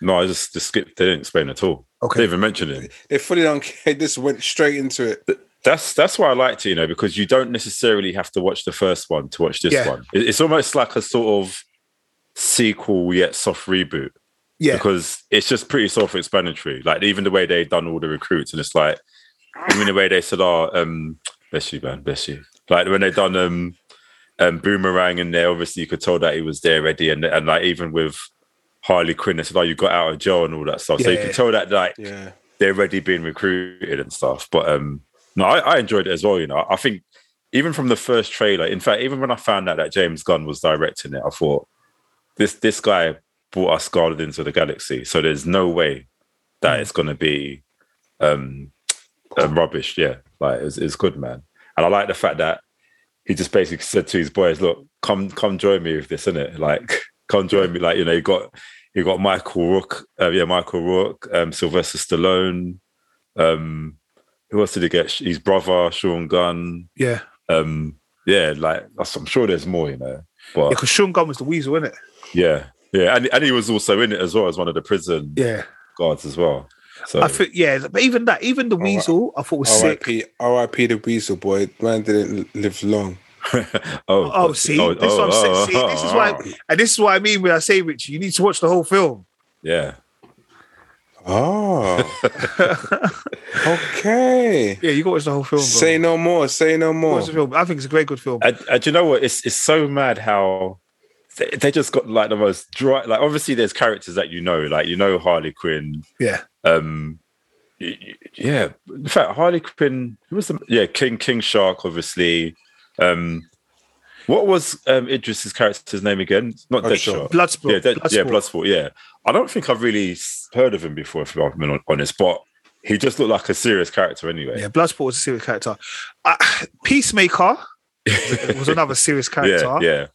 [SPEAKER 3] no, I just, just skipped. They didn't explain at all.
[SPEAKER 2] Okay.
[SPEAKER 3] They didn't even mentioned it.
[SPEAKER 1] They fully don't care. This went straight into it.
[SPEAKER 3] That's that's why I liked it, you know, because you don't necessarily have to watch the first one to watch this
[SPEAKER 2] Yeah.
[SPEAKER 3] one. It- It's almost like a sort of sequel yet soft reboot
[SPEAKER 2] Yeah.
[SPEAKER 3] because it's just pretty self-explanatory. Like even the way they done all the recruits, and it's like even the way they said, "Oh, um, bless you, man, bless you." Like when they done um, um boomerang in there, obviously you could tell that he was there already, and and like even with Harley Quinn, they said, "Oh, you got out of jail and all that stuff." so you
[SPEAKER 2] Yeah.
[SPEAKER 3] can tell that like
[SPEAKER 1] Yeah.
[SPEAKER 3] they're already being recruited and stuff. But um, no, I, I enjoyed it as well. You know, I think even from the first trailer, in fact, even when I found out that James Gunn was directing it, I thought this this guy brought us Guardians into the Galaxy, so there's no way that it's going to be um, um rubbish. Yeah, like it's, it's good, man. And I like the fact that he just basically said to his boys, "Look, come come join me with this, innit? Like, come join me. Like, you know, you got." you got Michael Rook, uh, yeah, Michael Rook, um, Sylvester Stallone. Um, who else did he get? His brother, Sean Gunn.
[SPEAKER 2] Yeah.
[SPEAKER 3] Um, yeah, like that's- I'm sure there's more, you know. But
[SPEAKER 2] because Sean Gunn was the weasel, innit?
[SPEAKER 3] yeah, yeah, and, and he was also in it as well as one of the prison
[SPEAKER 2] Yeah.
[SPEAKER 3] guards as well. So
[SPEAKER 2] I think yeah, but even that, even the
[SPEAKER 3] Oh,
[SPEAKER 1] right.
[SPEAKER 2] weasel, I thought was sick.
[SPEAKER 1] R.I.P. R.I.P. The Weasel boy. Man didn't live long.
[SPEAKER 3] oh,
[SPEAKER 2] Oh, see, this is what I'm saying. See, this is why- And this is what I mean when I say Richie, you need to watch the whole film.
[SPEAKER 3] yeah,
[SPEAKER 1] Oh. okay.
[SPEAKER 2] Yeah, you got to watch the whole film. Bro.
[SPEAKER 1] Say no more. Say no
[SPEAKER 2] You gotta
[SPEAKER 1] more.
[SPEAKER 2] watch the film. I think it's a great good film.
[SPEAKER 3] and, and you know what? It's it's so mad how they, they just got like the most dry. Like obviously, there's characters that you know, like you know Harley Quinn,
[SPEAKER 2] yeah,
[SPEAKER 3] um y- y- yeah in fact harley quinn who was the yeah king king shark obviously um what was um idris's character's name again not
[SPEAKER 1] Bloodshot.
[SPEAKER 3] deadshot
[SPEAKER 2] Bloodsport.
[SPEAKER 3] yeah Dead, yeah
[SPEAKER 2] Bloodsport.
[SPEAKER 3] bloodsport yeah i don't think i've really s- heard of him before if i'm being hon- honest but he just looked like a serious character anyway
[SPEAKER 2] Yeah, Bloodsport was a serious character. Uh, Peacemaker was another serious character.
[SPEAKER 3] yeah yeah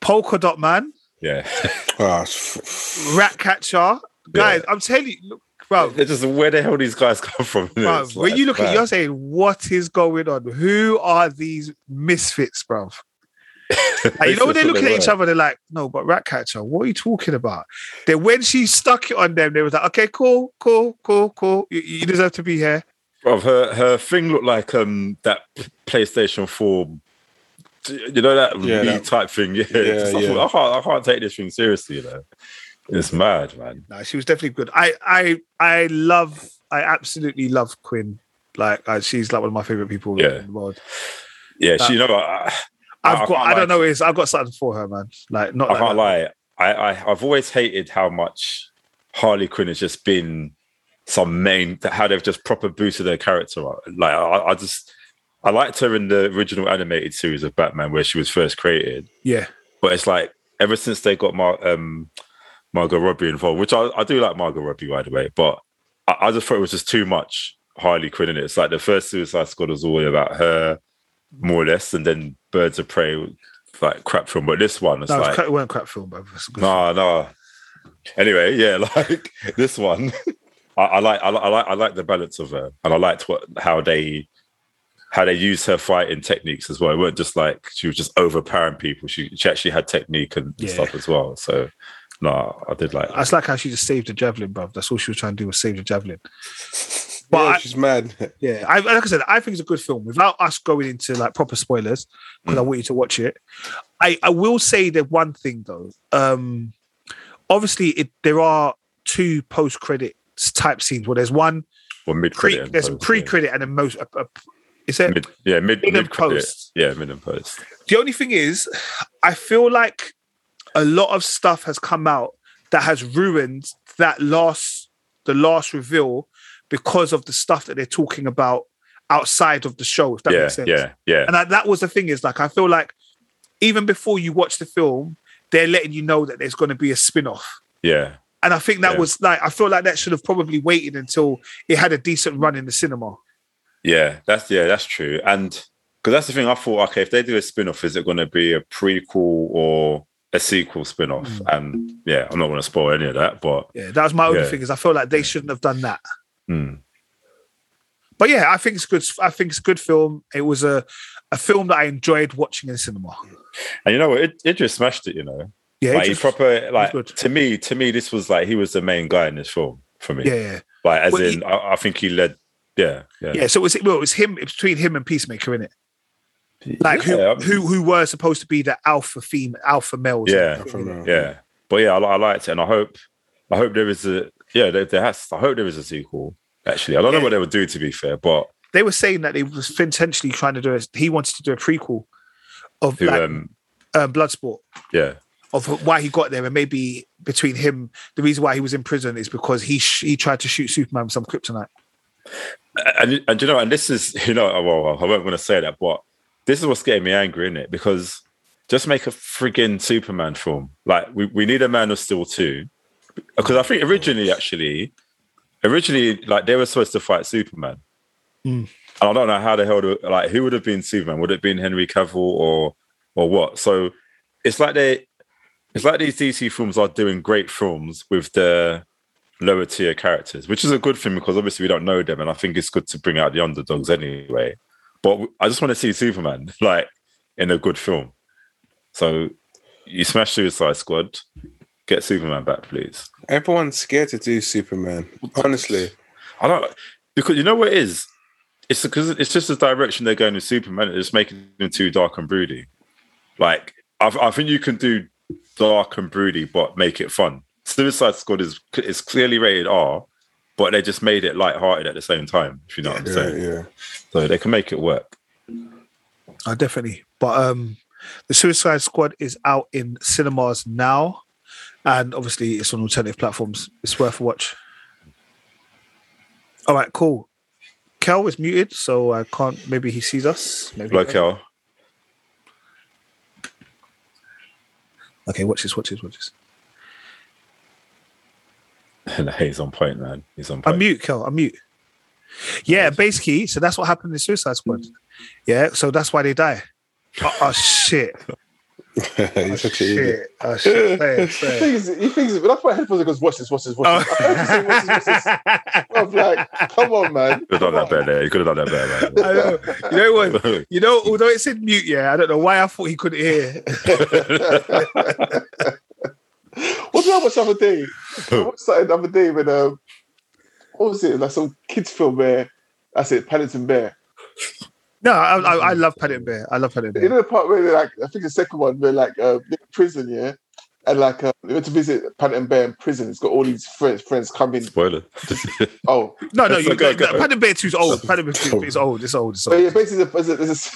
[SPEAKER 2] Polka Dot Man,
[SPEAKER 3] yeah
[SPEAKER 1] Ah, f- f-
[SPEAKER 2] Ratcatcher. Guys, I'm telling you, look, bro,
[SPEAKER 3] It's just where the hell these guys come from innit?
[SPEAKER 2] bro,
[SPEAKER 3] It's
[SPEAKER 2] when
[SPEAKER 3] like,
[SPEAKER 2] you look at
[SPEAKER 3] man.
[SPEAKER 2] it, you're saying, what is going on? Who are these misfits, bruv? Like, you know when
[SPEAKER 3] That's
[SPEAKER 2] they
[SPEAKER 3] what
[SPEAKER 2] look at
[SPEAKER 3] were.
[SPEAKER 2] each other, they're like, "No, but Ratcatcher, what are you talking about?" Then when she stuck it on them, they was like, "Okay, cool, cool, cool, cool. You, you deserve to be here."
[SPEAKER 3] Bruv, her her thing looked like um that p- PlayStation Four, you know that
[SPEAKER 1] Yeah,
[SPEAKER 3] Wii
[SPEAKER 1] that-
[SPEAKER 3] type thing. Yeah,
[SPEAKER 1] Yeah,
[SPEAKER 3] Just- I,
[SPEAKER 1] yeah.
[SPEAKER 3] thought, I can't I can't take this thing seriously. You know, it's mad, man.
[SPEAKER 2] No, she was definitely good. I, I, I love, I absolutely love Quinn. Like, uh, she's like one of my favorite people
[SPEAKER 3] Yeah.
[SPEAKER 2] in the world.
[SPEAKER 3] Yeah,
[SPEAKER 2] That-
[SPEAKER 3] she, you know, I, I- I
[SPEAKER 2] I've got,
[SPEAKER 3] can't
[SPEAKER 2] I don't
[SPEAKER 3] lie.
[SPEAKER 2] know, is I've got something for her, man. Like, not
[SPEAKER 3] I
[SPEAKER 2] like that.
[SPEAKER 3] can't lie. I, I I've always hated how much Harley Quinn has just been some main how they've just proper boosted their character up. Like I, I just I liked her in the original animated series of Batman where she was first created,
[SPEAKER 2] Yeah.
[SPEAKER 3] but it's like ever since they got Mar- um, Margot Robbie involved, which I, I do like Margot Robbie by the way, but I, I just thought it was just too much Harley Quinn in it. It's like the first Suicide Squad was all about her, more or less, and then Birds of Prey, was, like crap film. But this one, it's
[SPEAKER 2] no, it, was
[SPEAKER 3] like
[SPEAKER 2] crap, it weren't crap film, but it was a good
[SPEAKER 3] no, no. Anyway, yeah, like this one, I, I like, I, li- I like, I like the balance of her, and I liked what how they how they used her fighting techniques as well. It weren't just like she was just overpowering people. She she actually had technique and
[SPEAKER 2] Yeah.
[SPEAKER 3] stuff as well. So no, I did like. That.
[SPEAKER 2] That's like how she just saved the javelin, bruv. That's all she was trying to do was save the javelin. But
[SPEAKER 1] But
[SPEAKER 2] I-
[SPEAKER 1] she's mad.
[SPEAKER 2] yeah, I, like I said, I think it's a good film. Without us going into like proper spoilers, because I
[SPEAKER 1] Mm.
[SPEAKER 2] want you to watch it. I, I will say that one thing though. Um, obviously, it, there are two post credit type scenes. Well, there's one
[SPEAKER 3] Well, mid
[SPEAKER 2] pre,
[SPEAKER 3] credit.
[SPEAKER 2] there's pre credit, and a most. A, a, is it?
[SPEAKER 3] Mid, yeah, mid
[SPEAKER 2] Mid and
[SPEAKER 3] mid credit.
[SPEAKER 2] post.
[SPEAKER 3] Yeah, mid and post.
[SPEAKER 2] The only thing is, I feel like a lot of stuff has come out that has ruined that last the last reveal because of the stuff that they're talking about outside of the show. If that
[SPEAKER 3] yeah,
[SPEAKER 2] makes sense.
[SPEAKER 3] yeah, yeah,
[SPEAKER 2] And I, that was the thing is like I feel like even before you watch the film, they're letting you know that there's going to be a spin off.
[SPEAKER 3] yeah.
[SPEAKER 2] And I think that
[SPEAKER 3] Yeah.
[SPEAKER 2] was like I feel like that should have probably waited until it had a decent run in the cinema.
[SPEAKER 3] Yeah, that's yeah, that's true. And because that's the thing, I thought, okay, if they do a spin-off, is it going to be a prequel or a sequel spin-off?
[SPEAKER 2] Mm.
[SPEAKER 3] And yeah, I'm not going to spoil any of that, but
[SPEAKER 2] Yeah, that was my only
[SPEAKER 3] Yeah.
[SPEAKER 2] thing is I feel like they shouldn't have done that.
[SPEAKER 3] mm,
[SPEAKER 2] But yeah, I think it's good. I think it's a good film. It was a, a film that I enjoyed watching in the cinema.
[SPEAKER 3] and you know what, it, it just smashed it. You know,
[SPEAKER 2] Yeah, it
[SPEAKER 3] like
[SPEAKER 2] just-
[SPEAKER 3] he proper like
[SPEAKER 2] good.
[SPEAKER 3] to me, to me, this was like he was the main guy in this film for me.
[SPEAKER 2] yeah, yeah,
[SPEAKER 3] like as
[SPEAKER 2] Well,
[SPEAKER 3] in,
[SPEAKER 2] he-
[SPEAKER 3] I, I think he led. Yeah, yeah,
[SPEAKER 2] yeah. So it was well, it was him it was between him and Peacemaker in it. Like who,
[SPEAKER 3] Yeah, I mean-
[SPEAKER 2] who who were supposed to be the alpha female, alpha males.
[SPEAKER 3] Yeah.
[SPEAKER 1] From, uh,
[SPEAKER 3] yeah. But yeah, I, li- I liked it, and I hope, I hope there is a yeah, there, there has. I hope there is a sequel. Actually, I don't know
[SPEAKER 2] Yeah.
[SPEAKER 3] what they would do to be fair, but
[SPEAKER 2] They were saying that they was potentially trying to do. A, he wanted to do a prequel of
[SPEAKER 3] who
[SPEAKER 2] like, um,
[SPEAKER 3] um
[SPEAKER 2] Bloodsport
[SPEAKER 3] yeah.
[SPEAKER 2] of why he got there, and maybe between him, the reason why he was in prison is because he sh- he tried to shoot Superman with some kryptonite.
[SPEAKER 3] and and you know, and this is you know, well, well, I won't want to say that, but this is what's getting me angry, in it? Because just make a friggin' Superman film. Like we, we need a Man of Steel too, because I think originally, actually, originally, like they were supposed to fight Superman.
[SPEAKER 2] Mm.
[SPEAKER 3] And I don't know how the hell, to, like, who would have been Superman? Would it have been Henry Cavill or or what? So it's like they, it's like these DC films are doing great films with the lower tier characters, which is a good thing because obviously we don't know them, and I think it's good to bring out the underdogs anyway. But w- I just want to see Superman like in a good film. So you smash Suicide Squad, get Superman back, please.
[SPEAKER 1] Everyone's scared to do Superman. Honestly,
[SPEAKER 3] I don't because you know what it is. It's because it's just the direction they're going with Superman. It's making them too dark and broody. Like I, I think you can do dark and broody, but make it fun. Suicide Squad is is clearly rated R, but they just made it light-hearted at the same time. If you know what I'm
[SPEAKER 1] yeah,
[SPEAKER 3] saying,
[SPEAKER 1] yeah.
[SPEAKER 3] so they can make it work.
[SPEAKER 2] Oh, definitely. But um, the Suicide Squad is out in cinemas now, and obviously it's on alternative platforms. It's worth a watch. All right, cool. Kel is muted, so I can't. Maybe he sees us. Maybe he doesn't.
[SPEAKER 3] Local,
[SPEAKER 2] Okay, watch this. Watch this. Watch this.
[SPEAKER 3] he's on point, man. He's on point.
[SPEAKER 2] Unmute, Kel. Unmute. Yeah, basically. So that's what happened in Suicide Squad. Yeah. So that's why they die. Oh, oh shit!
[SPEAKER 1] He's such an idiot.
[SPEAKER 2] Shit! Oh shit! Say it,
[SPEAKER 4] He
[SPEAKER 2] say it.
[SPEAKER 4] thinks, he thinks that's why headphones goes, watch this, watch this, watch this. I heard you say, watch this, watch this. I'm like, come on, man.
[SPEAKER 3] You could have done that better. there. You could have done that
[SPEAKER 2] I know. You know what?
[SPEAKER 3] better. man.
[SPEAKER 2] You know, although it said mute, yeah, I don't know why I thought he couldn't hear.
[SPEAKER 4] What did I watch the other day? I watched something the other day when, um, what was it? Like some kids film where, that's it, Paddington Bear.
[SPEAKER 2] No, I, I, I love Paddington Bear. I love Paddington
[SPEAKER 4] You
[SPEAKER 2] Bear.
[SPEAKER 4] know the part where they're like, I think the second one, where like uh, they're in prison, yeah, and like uh, they went to visit Paddington Bear in prison. It's got all these friends, friends coming.
[SPEAKER 3] Spoiler.
[SPEAKER 4] Oh,
[SPEAKER 2] No, no,
[SPEAKER 3] It's
[SPEAKER 2] you,
[SPEAKER 3] okay,
[SPEAKER 2] no,
[SPEAKER 3] okay.
[SPEAKER 2] Paddington Bear 2 is old. Paddington Bear 2 is old. It's old. It's
[SPEAKER 4] but yeah,
[SPEAKER 2] old.
[SPEAKER 4] basically, there's a, there's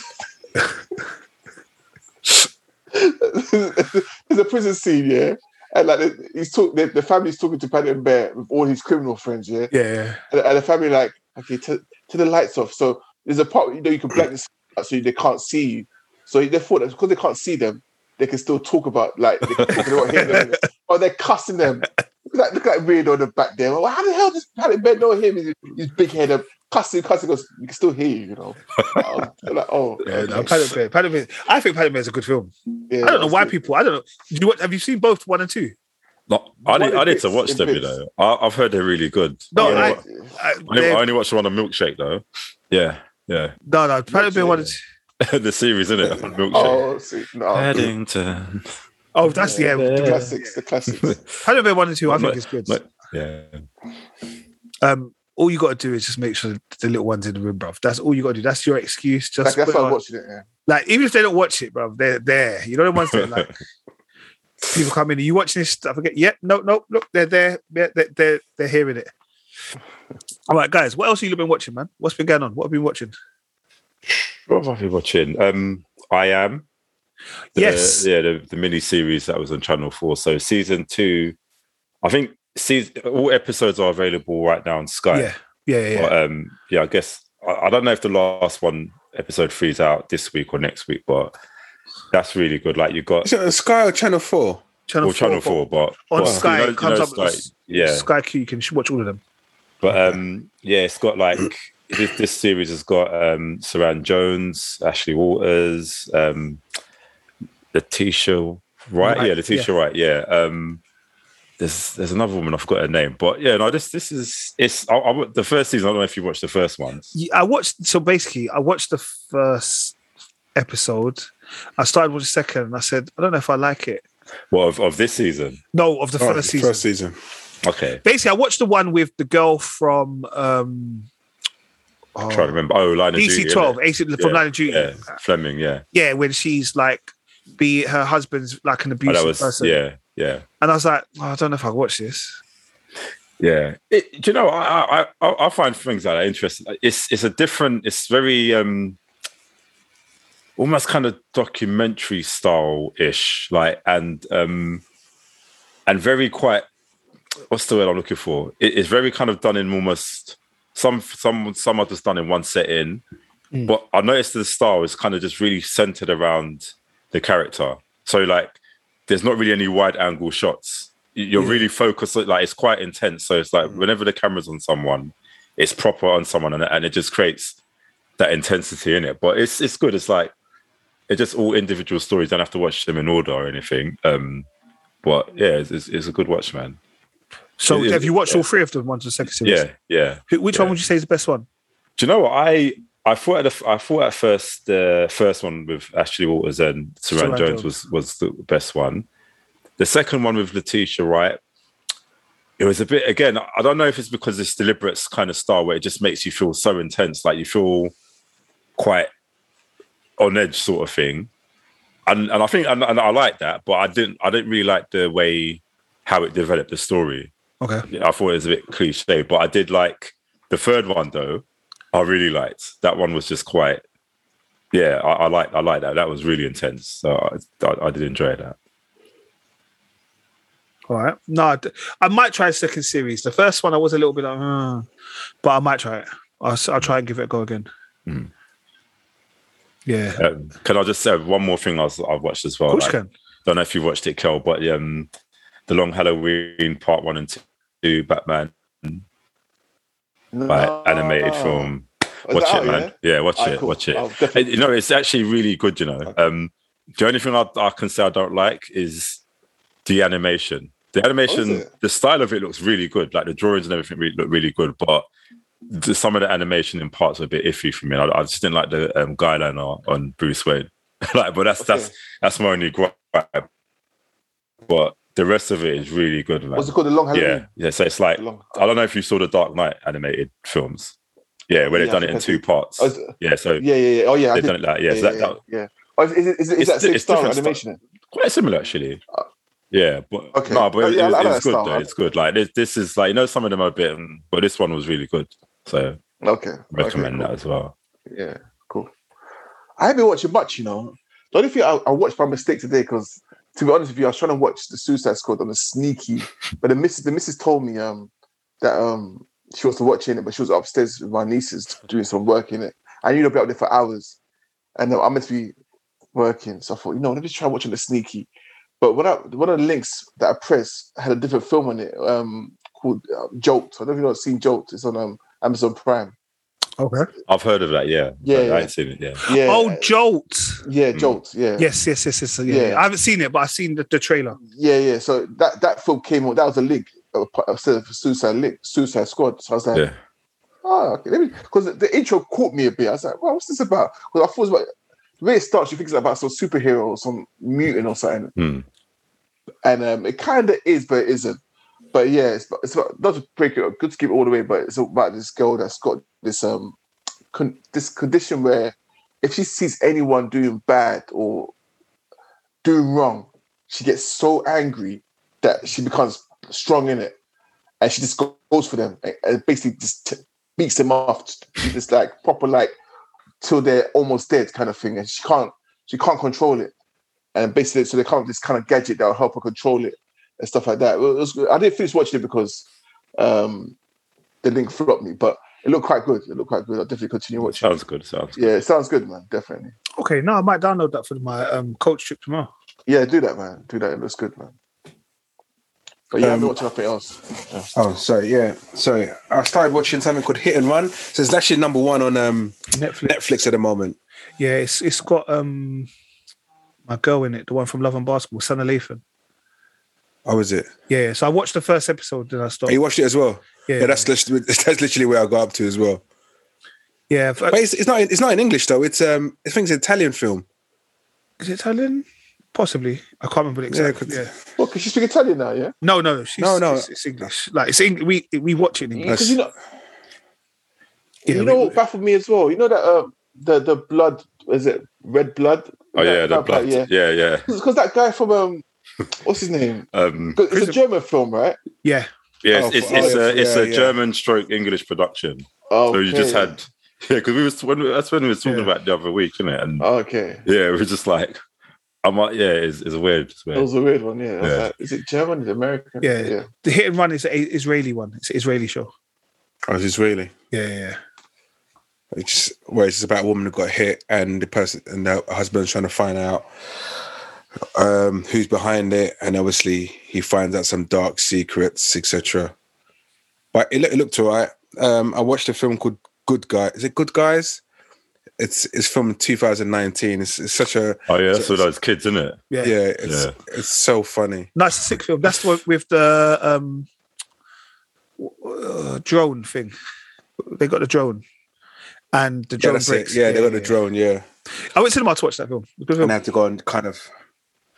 [SPEAKER 4] a, there's a prison scene, yeah, And like the- he's talk, the, the family's talking to Paddington Bear with all his criminal friends, yeah.
[SPEAKER 2] Yeah.
[SPEAKER 4] And, and the family like, okay, t- turn the lights off. So there's a part you know you can black this out so they can't see you. So they thought that because they can't see them, they can still talk about like they can talk about him. Or Oh, they're cussing them. Look at that, look at that weirdo on the back there. Well, how the hell does Paddington Bear know him? He's, he's big head up. Cussing, cussing, goes, we can still hear you, you know. I was like, oh,
[SPEAKER 2] Yeah, no,
[SPEAKER 4] okay.
[SPEAKER 2] Paddington Bear- Paddington Bear- I think Paddington Bear is a good film.
[SPEAKER 4] Yeah,
[SPEAKER 2] I don't know why
[SPEAKER 4] that's it.
[SPEAKER 2] people. I don't know. Do you what? Have you seen both one and two?
[SPEAKER 3] No, I
[SPEAKER 4] What
[SPEAKER 3] need, I
[SPEAKER 4] if
[SPEAKER 3] need to
[SPEAKER 4] it's-
[SPEAKER 3] watch
[SPEAKER 4] if
[SPEAKER 3] them, you
[SPEAKER 4] it's-
[SPEAKER 3] know. I, I've heard they're really good.
[SPEAKER 2] No,
[SPEAKER 3] I, only
[SPEAKER 2] I- I,
[SPEAKER 3] wa- I only,
[SPEAKER 2] Uh, they're-
[SPEAKER 3] I only watched one on Milkshake, though. Yeah, yeah.
[SPEAKER 2] no, no. Paddington Bear one and two.
[SPEAKER 3] the series, in it? Milkshake.
[SPEAKER 4] Oh, see, no.
[SPEAKER 3] Paddington.
[SPEAKER 2] Oh, that's yeah.
[SPEAKER 4] The
[SPEAKER 2] yeah.
[SPEAKER 4] classics, the classics.
[SPEAKER 2] Paddington Bear one and two. I
[SPEAKER 3] Not-
[SPEAKER 2] think is good.
[SPEAKER 3] not- yeah.
[SPEAKER 2] Um, all you got to do is just make sure the little ones in the room, bruv. That's all you got to do. That's your excuse.
[SPEAKER 4] Like,
[SPEAKER 2] Just
[SPEAKER 4] that's
[SPEAKER 2] put
[SPEAKER 4] why I'm
[SPEAKER 2] on-
[SPEAKER 4] watching it. Yeah.
[SPEAKER 2] like even if they don't watch it, bruv, they're there. You know the ones that like people come in. Are you watching this? I forget. Yep. No. No. Look, they're there. Yeah, they're they're, they're hearing it. All right, guys. What else have you been watching, man? What's been going on? What have you been watching?
[SPEAKER 3] What have I been watching? Um, I am. The,
[SPEAKER 2] Yes.
[SPEAKER 3] Yeah, the, the mini series that was on Channel Four. So season two, I think season all episodes are available right now on Sky.
[SPEAKER 2] Yeah. Yeah. Yeah. yeah.
[SPEAKER 3] But, um, yeah, I guess I, I don't know if the last one, episode three, is out this week or next week, but that's really good. Like you got
[SPEAKER 1] Is it on Sky or Channel Four?
[SPEAKER 2] Channel,
[SPEAKER 3] well, Channel Four, but
[SPEAKER 2] on
[SPEAKER 3] but
[SPEAKER 2] Sky,
[SPEAKER 3] you know-
[SPEAKER 2] it
[SPEAKER 3] you
[SPEAKER 2] comes
[SPEAKER 3] know
[SPEAKER 2] up
[SPEAKER 3] Sky,
[SPEAKER 2] as-
[SPEAKER 3] yeah,
[SPEAKER 2] Sky Q. You can sh- watch all of them.
[SPEAKER 3] But um, yeah, it's got like this, this series has got um, Saran Jones, Ashley Waters, um, Letitia Wright.
[SPEAKER 2] Right,
[SPEAKER 3] Yeah, Letitia Wright. Yeah. Um, there's there's another woman I forgot her name, but yeah, no, this this is it's I, I, the first season. I don't know if you watched the first one.
[SPEAKER 2] Yeah, I watched. So basically, I watched the first episode. I started with the second, and I said, I don't know if I like it.
[SPEAKER 3] Well, of, of this season.
[SPEAKER 2] No, of the
[SPEAKER 1] Oh,
[SPEAKER 2] first season.
[SPEAKER 1] First season.
[SPEAKER 3] Okay,
[SPEAKER 2] Basically, I watched the one with the girl from um,
[SPEAKER 3] I'm trying to remember. Oh, Line of
[SPEAKER 2] DC
[SPEAKER 3] Duty, innit?
[SPEAKER 2] Twelve, AC from
[SPEAKER 3] Yeah,
[SPEAKER 2] Line of Duty.
[SPEAKER 3] Yeah,
[SPEAKER 2] Yeah.
[SPEAKER 3] Fleming. Yeah,
[SPEAKER 2] when she's like, be her husband's like an
[SPEAKER 3] oh,
[SPEAKER 2] abusive
[SPEAKER 3] that was
[SPEAKER 2] person,
[SPEAKER 3] yeah, yeah.
[SPEAKER 2] and I was like, "Oh, I don't know if I watch this.
[SPEAKER 3] Yeah, it, do you know? I, I I I find things like that interesting. It's it's a different. It's very um, almost kind of documentary style ish, like and um, and very quite. What's the word I'm looking for? It- it's very kind of done in almost some some some are just done in one setting, but I noticed the style is kind of just really centered around the character. So like, there's not really any wide angle shots. You're really focused. Like it's quite intense. So it's like whenever the camera's on someone, it's proper on someone, and, and it just creates that intensity in it. But it's it's good. It's like it's just all individual stories. Don't have to watch them in order or anything. Um, but yeah, it's, it's, it's a good watch, man.
[SPEAKER 2] So
[SPEAKER 3] It is,
[SPEAKER 2] have you watched
[SPEAKER 3] yeah.
[SPEAKER 2] all three of them? Ones the second series.
[SPEAKER 3] Yeah, yeah.
[SPEAKER 2] Who, which one
[SPEAKER 3] yeah.
[SPEAKER 2] would you say is the best one?
[SPEAKER 3] Do you know what I? I thought at the, I thought at first the first one with Ashley Waters and Saran
[SPEAKER 2] Saran
[SPEAKER 3] Jones
[SPEAKER 2] Jones.
[SPEAKER 3] was was the best one. The second one with Letitia Wright, it was a bit again. I don't know if it's because it's deliberate kind of style where it just makes you feel so intense, like you feel quite on edge, sort of thing. And and I think and, and I like that, but I didn't I didn't really like the way how it developed the story.
[SPEAKER 2] Okay.
[SPEAKER 3] Yeah, I thought it was a bit cliche, but I did like the third one though. I really liked that one. Was just quite, yeah. I, I like I like that. That was really intense. So I, I, I did enjoy that.
[SPEAKER 2] All right. No, I, d- I might try a second series. The first one I was a little bit like, "Hmm," but I might try it. I'll, s- I'll try and give it a go again.
[SPEAKER 3] Hmm.
[SPEAKER 2] Yeah.
[SPEAKER 3] Um, can I just say one more thing? I was, I've watched as well.
[SPEAKER 2] Of course you
[SPEAKER 3] like,
[SPEAKER 2] can.
[SPEAKER 3] Don't know if you watched it, Kel, but um, the Long Halloween Part One and Two, Batman, like, animated
[SPEAKER 4] No.
[SPEAKER 3] film.
[SPEAKER 4] Ah, Is
[SPEAKER 3] watch
[SPEAKER 4] that
[SPEAKER 3] it,
[SPEAKER 4] out
[SPEAKER 3] man.
[SPEAKER 4] yet?
[SPEAKER 3] Yeah, watch
[SPEAKER 4] Alright,
[SPEAKER 3] it,
[SPEAKER 4] cool.
[SPEAKER 3] watch it.
[SPEAKER 4] I'll definitely-
[SPEAKER 3] And, Uh, you know, it's actually really good. You know, um, the only thing I, I can say I don't like is the animation. The
[SPEAKER 4] Oh,
[SPEAKER 3] animation,
[SPEAKER 4] is it?
[SPEAKER 3] the style of it looks really good. Like the drawings and everything really, look really good, but the, some of the animation in parts are a bit iffy for me. I, I just didn't like the um, guideline on, on Bruce Wayne. like, but that's that's
[SPEAKER 4] Okay.
[SPEAKER 3] that's my only gripe. But the rest of it is really good. Man.
[SPEAKER 4] What's it called? The Long
[SPEAKER 3] Yeah,
[SPEAKER 4] Halloween.
[SPEAKER 3] yeah. So it's like
[SPEAKER 4] Long-
[SPEAKER 3] I don't know if you saw the Dark Knight animated films. Yeah, where
[SPEAKER 4] Yeah,
[SPEAKER 3] they've done it in
[SPEAKER 4] because
[SPEAKER 3] two
[SPEAKER 4] they-
[SPEAKER 3] parts.
[SPEAKER 4] Oh, is it-
[SPEAKER 3] yeah, so
[SPEAKER 4] Yeah, yeah, yeah. Oh, yeah. I
[SPEAKER 3] they've
[SPEAKER 4] did-
[SPEAKER 3] done it like yeah.
[SPEAKER 4] yeah,
[SPEAKER 3] so that,
[SPEAKER 4] yeah,
[SPEAKER 3] that
[SPEAKER 4] yeah. Oh, is, is, is, is
[SPEAKER 3] It's
[SPEAKER 4] that
[SPEAKER 3] di-
[SPEAKER 4] same
[SPEAKER 3] it's
[SPEAKER 4] style
[SPEAKER 3] different
[SPEAKER 4] animation?
[SPEAKER 3] quite similar actually. Yeah, but
[SPEAKER 4] Okay.
[SPEAKER 3] no, but
[SPEAKER 4] Oh,
[SPEAKER 3] it-
[SPEAKER 4] yeah, I
[SPEAKER 3] it-
[SPEAKER 4] like
[SPEAKER 3] it's
[SPEAKER 4] that
[SPEAKER 3] good
[SPEAKER 4] style.
[SPEAKER 3] though. It's good. Like this, this is like you know some of them are a bit, mm, but this one was really good. So
[SPEAKER 4] then? Okay.
[SPEAKER 3] recommend
[SPEAKER 4] okay,
[SPEAKER 3] that as well.
[SPEAKER 4] cool. Yeah, cool. I haven't been watching much, you know. The only thing I, I watched by mistake today because to be honest with you, I was trying to watch the Suicide Squad on a sneaky, but the missus the missus told me um that um she was watching it, but she was upstairs with my nieces doing some work in it. I knew they'd be up there for hours, and um, I meant to be working, so I thought, you know, let me try watching the sneaky. But when I one of the links that I pressed had a different film on it um called uh, Jolt. I don't know if you've not seen Jolt. It's on um, Amazon Prime.
[SPEAKER 2] Okay.
[SPEAKER 3] I've heard of that. Yeah,
[SPEAKER 4] Yeah,
[SPEAKER 3] But
[SPEAKER 4] yeah.
[SPEAKER 3] I ain't seen it. Yeah,
[SPEAKER 4] Yeah.
[SPEAKER 2] Oh, Jolt.
[SPEAKER 4] yeah,
[SPEAKER 3] Mm.
[SPEAKER 4] Jolt. Yeah.
[SPEAKER 2] Yes, yes, yes, yes. Yeah,
[SPEAKER 4] Yeah.
[SPEAKER 2] yeah. I haven't seen it, but I've seen the, the trailer.
[SPEAKER 4] Yeah, yeah. So that that film came out. That was a link. uh, part of Su- Suicide link, Suicide Squad. So I was like,
[SPEAKER 3] yeah.
[SPEAKER 4] oh, okay. Because the intro caught me a bit. I was like, well, what's this about? Because I thought it was about the way it starts. You think it's about some superhero or some mutant or something,
[SPEAKER 3] Hmm.
[SPEAKER 4] and um, it kind of is, but it isn't. But yeah, it's, about- it's about, not to break it up, good to keep it all the way. But it's about this girl that's got this um con- this condition where if she sees anyone doing bad or doing wrong, she gets so angry that she becomes strong in it, and she just go- goes for them and, and basically just t- beats them off, just like proper like till they're almost dead kind of thing, and she can't she can't control it, and basically so they come up with this kind of gadget that will help her control it and stuff like that. It was, I didn't finish watching it because um, the link flopped me, but it looked quite good. It looked quite good. I'll definitely continue watching.
[SPEAKER 3] Sounds good. Sounds good.
[SPEAKER 4] Yeah, it sounds good, man. Definitely.
[SPEAKER 2] Okay, no, I might download that for my um, coach trip tomorrow.
[SPEAKER 4] Yeah, do that, man. Do that. It looks good, man. But yeah, I've
[SPEAKER 1] Um,
[SPEAKER 4] been watching nothing else.
[SPEAKER 1] Oh, sorry, yeah, sorry. I started watching something called Hit and Run. So it's actually number one on um,
[SPEAKER 2] Netflix.
[SPEAKER 1] Netflix at the moment.
[SPEAKER 2] Yeah, it's it's got um my girl in it, the one from Love and Basketball, Sana Lathan.
[SPEAKER 1] Oh, is it?
[SPEAKER 2] Yeah, yeah, so I watched the first episode, then I
[SPEAKER 1] Oh,
[SPEAKER 2] stopped.
[SPEAKER 1] you watched it as well?
[SPEAKER 2] Yeah,
[SPEAKER 1] Yeah, that's literally, that's literally where I got up to as well.
[SPEAKER 2] yeah. f- uh,
[SPEAKER 1] But it's, it's not in, it's not in English though. It's um I think it's an Italian film.
[SPEAKER 2] Is it Italian? Possibly. I can't remember the
[SPEAKER 1] Yeah,
[SPEAKER 2] exact.
[SPEAKER 1] could-
[SPEAKER 2] Yeah,
[SPEAKER 4] Well, because you speak Italian now, yeah?
[SPEAKER 2] No, no, she's,
[SPEAKER 1] No, no.
[SPEAKER 2] It's, it's English. Like it's Eng- we we watch it in English.
[SPEAKER 1] Yes.
[SPEAKER 4] Because you know,
[SPEAKER 2] Yeah,
[SPEAKER 4] you know
[SPEAKER 2] we-
[SPEAKER 4] what baffled me as well. You know that uh, the the blood is it red blood?
[SPEAKER 3] Oh yeah,
[SPEAKER 4] That
[SPEAKER 3] the
[SPEAKER 4] vampire,
[SPEAKER 3] blood. Yeah, yeah.
[SPEAKER 4] Because that guy from um, what's his name?
[SPEAKER 3] Um,
[SPEAKER 4] 'Cause It's
[SPEAKER 2] Prison-
[SPEAKER 4] a German film, right?
[SPEAKER 2] Yeah,
[SPEAKER 3] yeah,
[SPEAKER 1] Oh,
[SPEAKER 3] it's, it's,
[SPEAKER 1] for-
[SPEAKER 3] it's
[SPEAKER 1] oh,
[SPEAKER 3] a it's
[SPEAKER 1] yeah,
[SPEAKER 3] a
[SPEAKER 1] yeah.
[SPEAKER 3] German stroke English production.
[SPEAKER 4] Okay.
[SPEAKER 3] So you just had yeah, because we was when we- that's when we were talking
[SPEAKER 2] Yeah.
[SPEAKER 3] about the other week, isn't it?
[SPEAKER 4] Oh.
[SPEAKER 3] And
[SPEAKER 4] Okay.
[SPEAKER 3] yeah, it was just like I'm like yeah, it's, it's weird. It's
[SPEAKER 4] That
[SPEAKER 3] weird.
[SPEAKER 4] was a weird one, yeah. I was
[SPEAKER 3] Yeah.
[SPEAKER 4] like, is it German? Is it American?
[SPEAKER 2] Yeah.
[SPEAKER 4] yeah.
[SPEAKER 2] the hit and run is an Israeli one. It's an Israeli show.
[SPEAKER 1] Oh, it's Israeli.
[SPEAKER 2] Yeah, yeah, yeah.
[SPEAKER 1] It's just, where it's just about a woman who got hit and the person and her husband's trying to find out um who's behind it and obviously he finds out some dark secrets, etc. But it, loo- it looked alright. Um I watched a film called Good Guy. Is it Good Guys? It's it's from 2019. It's, it's such a
[SPEAKER 3] Oh yeah, that's
[SPEAKER 1] So-
[SPEAKER 3] for those kids, isn't it?
[SPEAKER 2] yeah.
[SPEAKER 1] yeah, it's
[SPEAKER 3] Yeah.
[SPEAKER 1] it's so funny.
[SPEAKER 2] Nice sick film. That's the one with the um uh, drone thing. They got the drone. And the
[SPEAKER 1] Yeah,
[SPEAKER 2] drone
[SPEAKER 1] that's it.
[SPEAKER 2] breaks.
[SPEAKER 1] yeah, they got the drone, yeah.
[SPEAKER 2] I went to cinema to watch that film. Good film.
[SPEAKER 1] And I had to go and kind of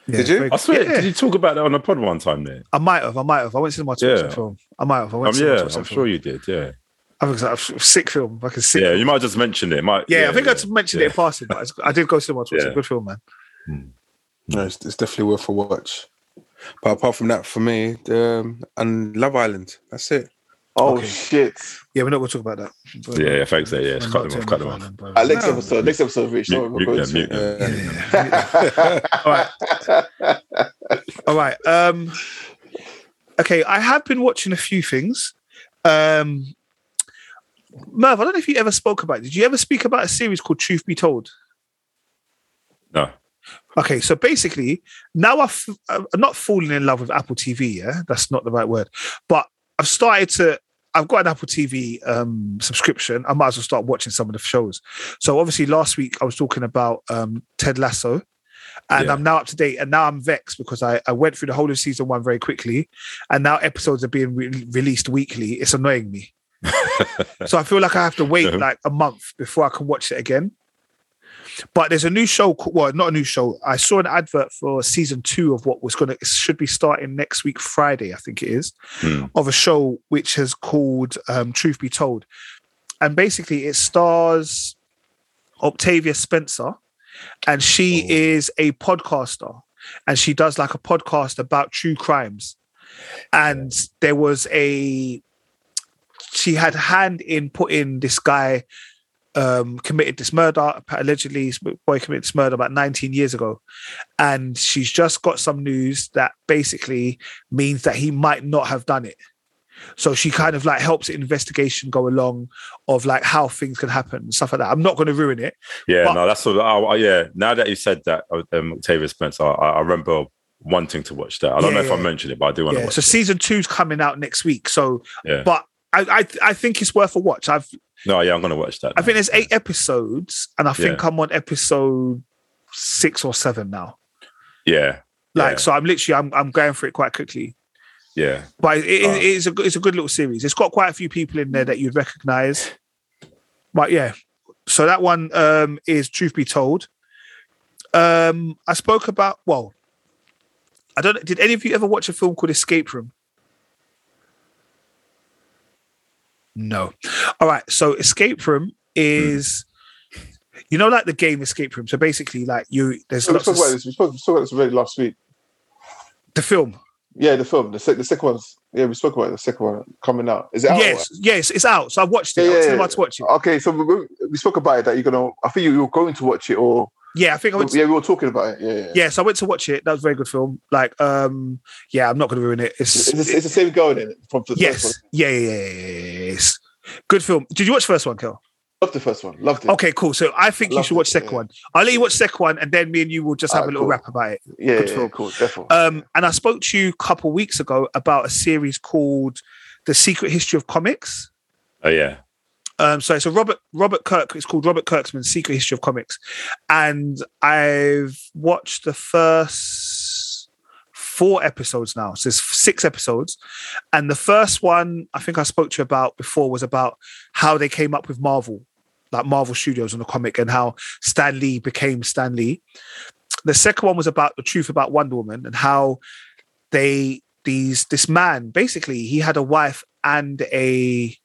[SPEAKER 2] Yeah,
[SPEAKER 1] Did you?
[SPEAKER 2] very
[SPEAKER 3] I
[SPEAKER 2] good.
[SPEAKER 3] swear,
[SPEAKER 2] Yeah.
[SPEAKER 3] did you talk about that on the pod one time there?
[SPEAKER 2] I might have. I might have. I went to cinema to watch
[SPEAKER 3] Yeah.
[SPEAKER 2] that film. I might have. I
[SPEAKER 3] Um,
[SPEAKER 2] went to cinema to
[SPEAKER 3] yeah,
[SPEAKER 2] watch
[SPEAKER 3] I'm
[SPEAKER 2] that
[SPEAKER 3] sure
[SPEAKER 2] film.
[SPEAKER 3] you did. Yeah,
[SPEAKER 2] I think it's a sick film. Like a sick.
[SPEAKER 3] yeah. You might just mention it. it Might.
[SPEAKER 2] Yeah, I think I just mentioned
[SPEAKER 3] yeah.
[SPEAKER 2] it in passing, but it's- I did go to cinema to watch
[SPEAKER 3] Yeah.
[SPEAKER 2] it. Good film, man.
[SPEAKER 1] No, it's, it's definitely worth a watch. But apart from that, for me, the, um, and Love Island, that's it.
[SPEAKER 4] Oh
[SPEAKER 2] Okay.
[SPEAKER 4] shit.
[SPEAKER 2] Yeah, we're not going to talk about that.
[SPEAKER 3] Yeah, yeah, thanks, yeah, yeah,
[SPEAKER 2] We're
[SPEAKER 3] cut
[SPEAKER 2] not
[SPEAKER 3] them off,
[SPEAKER 2] doing
[SPEAKER 3] cut them
[SPEAKER 2] that,
[SPEAKER 3] off.
[SPEAKER 2] man, bro.
[SPEAKER 4] Uh, next
[SPEAKER 2] No.
[SPEAKER 4] episode, next episode, Rich. no,
[SPEAKER 3] Mute,
[SPEAKER 4] we're
[SPEAKER 3] mute
[SPEAKER 4] going
[SPEAKER 3] them,
[SPEAKER 4] to-
[SPEAKER 3] mute them.
[SPEAKER 1] Uh,
[SPEAKER 2] All right, all right. Um, okay, I have been watching a few things. Um, Merv, I don't know if you ever spoke about. It. Did you ever speak about a series called Truth Be Told?
[SPEAKER 3] No.
[SPEAKER 2] Okay, so basically, now I've, I'm not falling in love with Apple TV. Yeah, that's not the right word, but I've started to. I've got an Apple TV um, subscription. I might as well start watching some of the shows. So obviously, last week I was talking about um, Ted Lasso, and
[SPEAKER 3] Yeah.
[SPEAKER 2] I'm now up to date. And now I'm vexed because I, I went through the whole of season one very quickly, and now episodes are being re- released weekly. It's annoying me. so I feel like I have to wait
[SPEAKER 3] Yeah.
[SPEAKER 2] like a month before I can watch it again. But there's a new show. ca- Well, not a new show. I saw an advert for season two of what was going to should be starting next week, Friday, I think it is,
[SPEAKER 3] Hmm.
[SPEAKER 2] of a show which has called um, Truth Be Told, and basically it stars Octavia Spencer, and she
[SPEAKER 1] Oh.
[SPEAKER 2] is a podcaster, and she does like a podcast about true crimes, and there was a she had hand in putting this guy um, committed this murder. Allegedly, this boy committed this murder about 19 years ago, and she's just got some news that basically means that he might not have done it. So she kind of like helps the investigation go along of like how things can happen and stuff like that. I'm not going to ruin it.
[SPEAKER 3] Yeah,
[SPEAKER 2] But-
[SPEAKER 3] no, that's all. I, I- yeah, now that you said that, um, Octavia Spencer, I, I remember wanting to watch that. I don't
[SPEAKER 2] Yeah,
[SPEAKER 3] know if I
[SPEAKER 2] yeah.
[SPEAKER 3] mentioned it, but I do want to
[SPEAKER 2] Yeah.
[SPEAKER 3] watch.
[SPEAKER 2] So season two's coming out next week. So,
[SPEAKER 3] Yeah.
[SPEAKER 2] but I, I I think it's worth a watch. I've
[SPEAKER 3] No, yeah, I'm gonna watch that.
[SPEAKER 2] I think there's eight episodes, and I think
[SPEAKER 3] Yeah.
[SPEAKER 2] I'm on episode six or seven now.
[SPEAKER 3] Yeah,
[SPEAKER 2] Like,
[SPEAKER 3] Yeah.
[SPEAKER 2] so I'm literally I'm I'm going for it quite quickly.
[SPEAKER 3] yeah,
[SPEAKER 2] But it, it,
[SPEAKER 3] Wow.
[SPEAKER 2] it is a good- it's a good little series. It's got quite a few people in there that you'd recognise. But yeah, so that one um, is Truth Be Told. Um, I spoke about well, I don't. Did any of you ever watch a film called Escape Room? No. All right. So Escape Room is. You know, like the game Escape Room. So basically, like you, there's
[SPEAKER 4] So we
[SPEAKER 2] lots
[SPEAKER 4] spoke
[SPEAKER 2] of
[SPEAKER 4] about this. We spoke, we spoke about this already last week.
[SPEAKER 2] the film.
[SPEAKER 4] Yeah, the film, the, sec- the second one's yeah, we spoke about the second one coming out. Is it out?
[SPEAKER 2] Yes, yes, it's out. So I watched it.
[SPEAKER 4] Yeah,
[SPEAKER 2] I was
[SPEAKER 4] yeah,
[SPEAKER 2] telling
[SPEAKER 4] yeah.
[SPEAKER 2] everyone to watch it.
[SPEAKER 4] Okay, so we, we spoke about it that you're gonna. I think you, you were going to watch it, or
[SPEAKER 2] Yeah, I think I went to
[SPEAKER 4] yeah, we were talking about it. Yeah, yeah.
[SPEAKER 2] yeah, so I went to watch it. That was a very good film. Like, um, yeah, I'm not going to ruin it. It's,
[SPEAKER 4] It's, it's the same girl then from the
[SPEAKER 2] yes,
[SPEAKER 4] first one.
[SPEAKER 2] yeah, yeah, yeah, yeah, yeah, yes. Good film. Did you watch the first one, Kel?
[SPEAKER 4] Loved the first one. Loved it.
[SPEAKER 2] Okay, cool. So I think you
[SPEAKER 4] Loved
[SPEAKER 2] should watch
[SPEAKER 4] it,
[SPEAKER 2] second
[SPEAKER 4] yeah.
[SPEAKER 2] one. I'll let you watch second one, and then me and you will just have
[SPEAKER 4] Ah,
[SPEAKER 2] a little
[SPEAKER 4] cool.
[SPEAKER 2] rap about it.
[SPEAKER 4] yeah,
[SPEAKER 2] good
[SPEAKER 4] yeah,
[SPEAKER 2] film.
[SPEAKER 4] cool, definitely.
[SPEAKER 2] Um, and I spoke to you a couple weeks ago about a series called "The Secret History of Comics."
[SPEAKER 3] oh yeah,
[SPEAKER 2] Um, so it's a Robert Robert Kirk. It's called Robert Kirkman's Secret History of Comics, and I've watched the first four episodes now. So it's six episodes, and the first one I think I spoke to you about before was about how they came up with Marvel, like Marvel Studios on the comic, and how Stan Lee became Stan Lee. The second one was about the truth about Wonder Woman and how they these this man basically he had a wife and a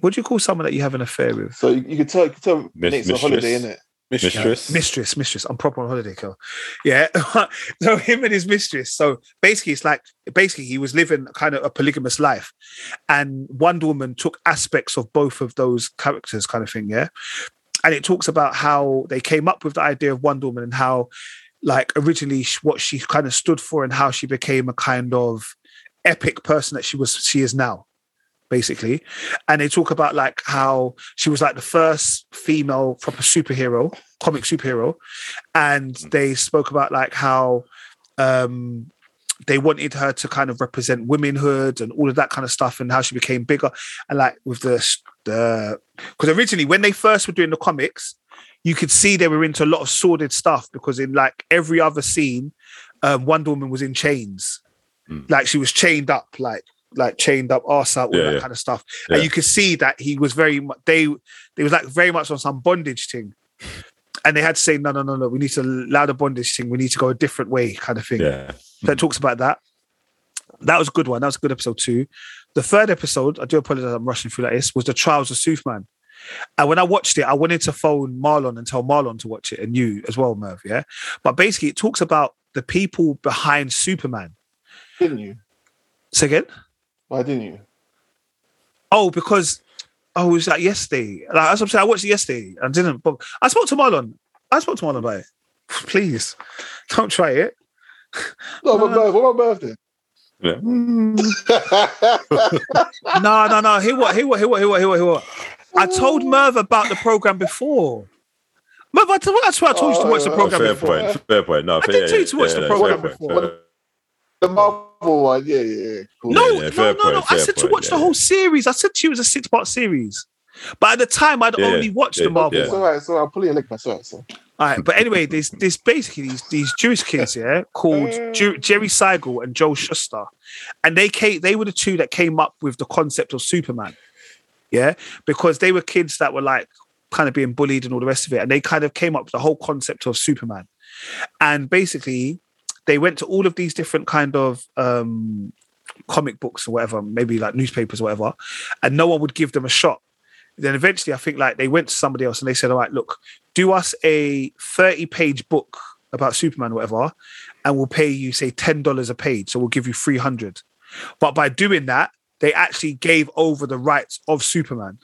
[SPEAKER 2] what do you call someone that you have an affair with?
[SPEAKER 4] so you, you could tell, you could tell
[SPEAKER 3] Miss-
[SPEAKER 4] Nate's on
[SPEAKER 3] mistress.
[SPEAKER 4] holiday, isn't it?
[SPEAKER 3] mistress.
[SPEAKER 2] Mistress, mistress. I'm proper on holiday, Kel. Yeah. so him and his mistress. So basically, it's like basically he was living kind of a polygamous life, and Wonder Woman took aspects of both of those characters, kind of thing. Yeah. And it talks about how they came up with the idea of Wonder Woman and how, like, originally sh- what she kind of stood for and how she became a kind of epic person that she was she is now basically and they talk about like how she was like the first female proper superhero comic superhero and
[SPEAKER 3] Mm.
[SPEAKER 2] they spoke about like how um they wanted her to kind of represent womanhood and all of that kind of stuff and how she became bigger and like with the the because originally when they first were doing the comics you could see they were into a lot of sordid stuff because in like every other scene um wonder woman was in chains
[SPEAKER 3] Mm.
[SPEAKER 2] like she was chained up like like chained up arse out all
[SPEAKER 3] Yeah,
[SPEAKER 2] that
[SPEAKER 3] yeah.
[SPEAKER 2] kind of stuff
[SPEAKER 3] Yeah.
[SPEAKER 2] and you could see that he was very mu- they they was like very much on some bondage thing and they had to say no no no no we need to allow the bondage thing we need to go a different way kind of thing
[SPEAKER 3] Yeah,
[SPEAKER 2] so it talks about that. That was a good one. That was a good episode two. The third episode, I do apologize, I'm rushing through like this, was the Trials of Soothman. And when I watched it, I wanted to phone Marlon and tell Marlon to watch it and you as well, Merv. Yeah. But basically, it talks about the people behind Superman.
[SPEAKER 4] Didn't you?
[SPEAKER 2] So again,
[SPEAKER 4] Why didn't you?
[SPEAKER 2] oh, because oh, it was like yesterday. Like, that's what I'm saying. I watched it yesterday and didn't. But I spoke to Marlon. I spoke to Marlon about it. Please don't try it.
[SPEAKER 4] No,
[SPEAKER 2] No.
[SPEAKER 4] my birthday. What my birthday?
[SPEAKER 3] yeah.
[SPEAKER 2] no, no, no. Hear what? Hear what? Hear what? Hear what? Hear what? Hear what? I told Merv about the program before. Merv, I, t- I swear I told you to watch the
[SPEAKER 4] Oh,
[SPEAKER 3] Oh,
[SPEAKER 2] program
[SPEAKER 3] fair
[SPEAKER 2] before.
[SPEAKER 4] before.
[SPEAKER 3] point. Fair point. No,
[SPEAKER 2] I
[SPEAKER 3] fair,
[SPEAKER 2] did
[SPEAKER 3] yeah,
[SPEAKER 2] tell you to watch the
[SPEAKER 3] no,
[SPEAKER 2] programme
[SPEAKER 3] fair point,
[SPEAKER 2] before.
[SPEAKER 3] fair-
[SPEAKER 4] the Marvel one. Yeah, yeah, yeah. Cool.
[SPEAKER 2] No,
[SPEAKER 3] Yeah, yeah,
[SPEAKER 2] no, no,
[SPEAKER 3] fair
[SPEAKER 2] no.
[SPEAKER 3] point,
[SPEAKER 2] I
[SPEAKER 3] fair
[SPEAKER 2] said to
[SPEAKER 3] point,
[SPEAKER 2] watch the
[SPEAKER 3] yeah,
[SPEAKER 2] whole series. I said she was a six-part series. But at the time, I'd
[SPEAKER 3] Yeah,
[SPEAKER 2] only watched the
[SPEAKER 3] yeah,
[SPEAKER 2] Marvel
[SPEAKER 3] yeah.
[SPEAKER 4] It's
[SPEAKER 2] one.
[SPEAKER 4] all right. So I'm pulling your leg, man. It's all right. So.
[SPEAKER 2] All right, but anyway, there's there's basically these, these Jewish kids here called Ju- Jerry Seigel and Joel Shuster, and they came, they were the two that came up with the concept of Superman. Yeah, because they were kids that were like kind of being bullied and all the rest of it, and they kind of came up with the whole concept of Superman. And basically, they went to all of these different kind of um, comic books or whatever, maybe like newspapers or whatever, and no one would give them a shot. Then eventually, I think like they went to somebody else and they said, "All right, look, do us a thirty-page book about Superman, or whatever, and we'll pay you say ten dollars a page. So we'll give you three hundred. But by doing that, they actually gave over the rights of Superman.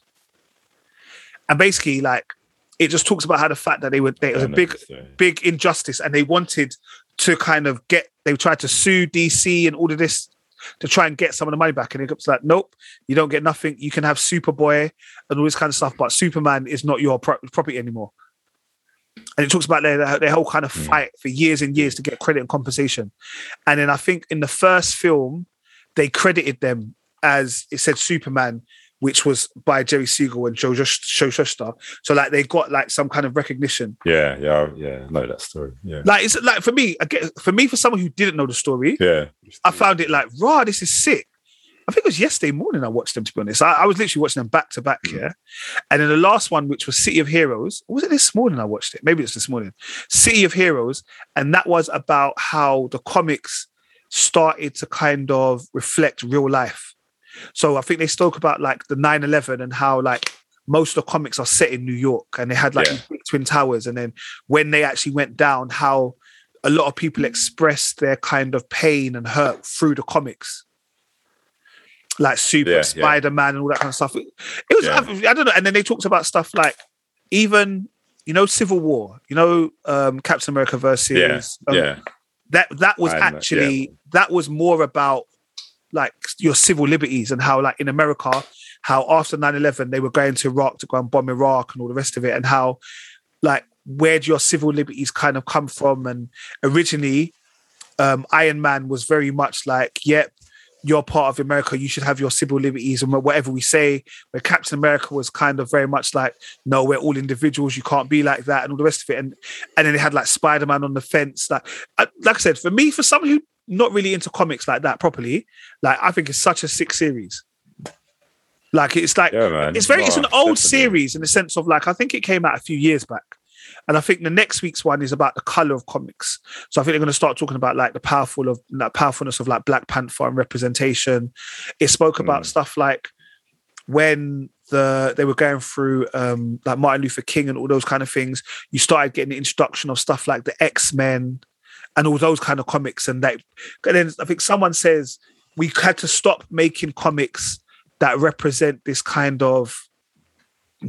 [SPEAKER 2] and basically like it just talks about how the fact that they were they, it was a big
[SPEAKER 3] uh,
[SPEAKER 2] big injustice and they wanted to kind of get they tried to sue DC and all of this to try and get some of the money back and Hickup's like nope you don't get nothing you can have Superboy and all this kind of stuff but Superman is not your pro- property anymore and it talks about their their whole kind of
[SPEAKER 3] Mm.
[SPEAKER 2] fight for years and years to get credit and compensation and then I think in the first film they credited them as it said Superman which was by Jerry Siegel and Joe Shush- Joe Shuster. So like they got like some kind of recognition.
[SPEAKER 3] Yeah, yeah, yeah. I Know that story. Yeah,
[SPEAKER 2] Like it's like for me, I get, for me, for someone who didn't know the story,
[SPEAKER 3] yeah.
[SPEAKER 2] I found it like, raw, this is sick. I think it was yesterday morning I watched them, to be honest. I, I was literally watching them back to back, yeah. And then the last one, which was City of Heroes, or was it this morning I watched it? Maybe it's this morning. City of Heroes. And that was about how the comics started to kind of reflect real life. So I think they spoke about like the 9 11 and how like most of the comics are set in New York and they had like
[SPEAKER 3] Yeah.
[SPEAKER 2] these big Twin Towers. And then when they actually went down, how a lot of people expressed their kind of pain and hurt through the comics. Like Super,
[SPEAKER 3] Yeah, yeah.
[SPEAKER 2] Spider Man, and all that kind of stuff. It it was,
[SPEAKER 3] Yeah.
[SPEAKER 2] I, I don't know. And then they talked about stuff like even, you know, Civil War, you know, um, Captain America versus
[SPEAKER 3] Yeah,
[SPEAKER 2] um,
[SPEAKER 3] yeah, uh,
[SPEAKER 2] that that was
[SPEAKER 3] Iron Man,
[SPEAKER 2] actually that was more about like your civil liberties and how like in america how after 9-11 they were going to iraq to go and bomb iraq and all the rest of it and how like where do your civil liberties kind of come from and originally um iron man was very much like yep you're part of america you should have your civil liberties and whatever we say where captain america was kind of very much like no we're all individuals you can't be like that and all the rest of it and and then they had like spider-man on the fence like I, like I said, for me, for someone who not really into comics like that properly, like I think it's such a sick series. Like it's like
[SPEAKER 3] yeah, man.
[SPEAKER 2] it's very it's an
[SPEAKER 3] Nah,
[SPEAKER 2] old
[SPEAKER 3] definitely.
[SPEAKER 2] series in the sense of like I think it came out a few years back. And I think the next week's one is about the color of comics. So I think they're going to start talking about like the powerful of that powerfulness of like Black Panther and representation. It spoke about stuff like when the they were going through um like Martin Luther King and all those kind of things. You started getting the introduction of stuff like the X Men and all those kind of comics. And that and then I think someone says we had to stop making comics that represent this kind of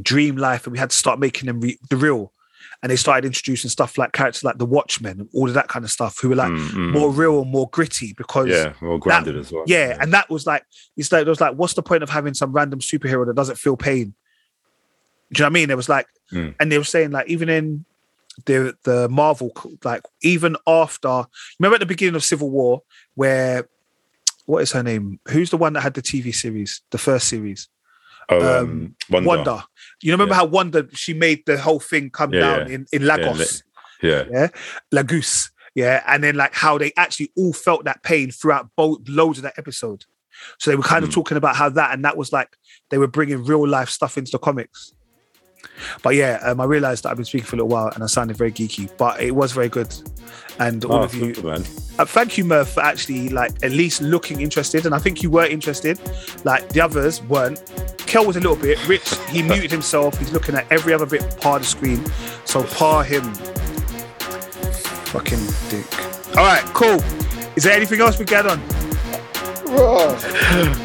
[SPEAKER 2] dream life, and we had to start making them re- the real. And they started introducing stuff like characters like the Watchmen and all of that kind of stuff, who were like
[SPEAKER 3] Mm, mm.
[SPEAKER 2] more real and more gritty because
[SPEAKER 3] Yeah, well grounded as well.
[SPEAKER 2] yeah, and that was like it's like it was like, what's the point of having some random superhero that doesn't feel pain? Do you know what I mean? It was like,
[SPEAKER 3] Mm.
[SPEAKER 2] and they were saying like even in the the Marvel co- like even after remember at the beginning of Civil War where what is her name? Who's the one that had the TV series, the first series?
[SPEAKER 3] oh, um,
[SPEAKER 2] um,
[SPEAKER 3] Wonder.
[SPEAKER 2] Wanda. You remember
[SPEAKER 3] Yeah.
[SPEAKER 2] how Wanda she made the whole thing come
[SPEAKER 3] Yeah,
[SPEAKER 2] down
[SPEAKER 3] yeah.
[SPEAKER 2] in in
[SPEAKER 3] Yeah,
[SPEAKER 2] Lagos.
[SPEAKER 3] Yeah,
[SPEAKER 2] Lagos. Yeah. And then like how they actually all felt that pain throughout both loads of that episode. So they were kind of
[SPEAKER 3] Mm.
[SPEAKER 2] talking about how that, and that was like they were bringing real life stuff into the comics. But yeah, um, I realized that I've been speaking for a little while and I sounded very geeky, but it was very good. And all
[SPEAKER 3] oh,
[SPEAKER 2] of you,
[SPEAKER 3] super, man.
[SPEAKER 2] uh, thank you, Murph, for actually like at least looking interested. And I think you were interested. Like the others weren't. Kel was a little bit. Rich, he muted himself. He's looking at every other bit par the screen. So par him. Fucking dick. All right, cool. Is there anything else we get on?
[SPEAKER 4] Bruh,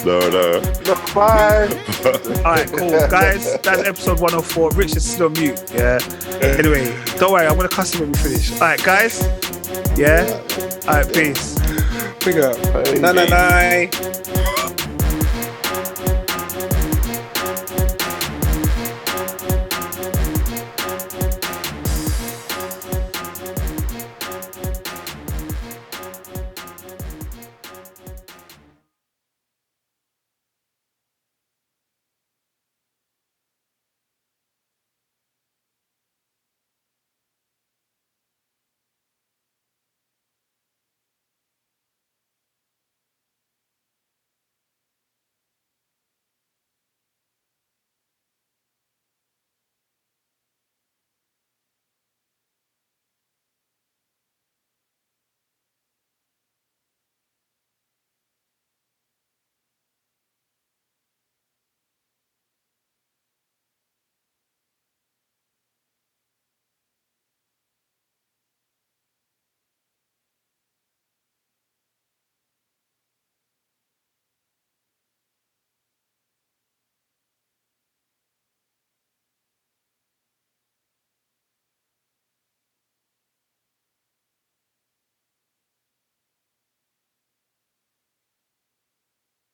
[SPEAKER 3] No, no.
[SPEAKER 4] look, bye.
[SPEAKER 2] All right, cool, guys. That's episode 104. Rich is still on mute. Yeah. Anyway, don't worry. I'm gonna cuss him when we finish. All right, guys. Yeah. All right, peace.
[SPEAKER 1] Figure.
[SPEAKER 4] Hey,
[SPEAKER 1] Na na na.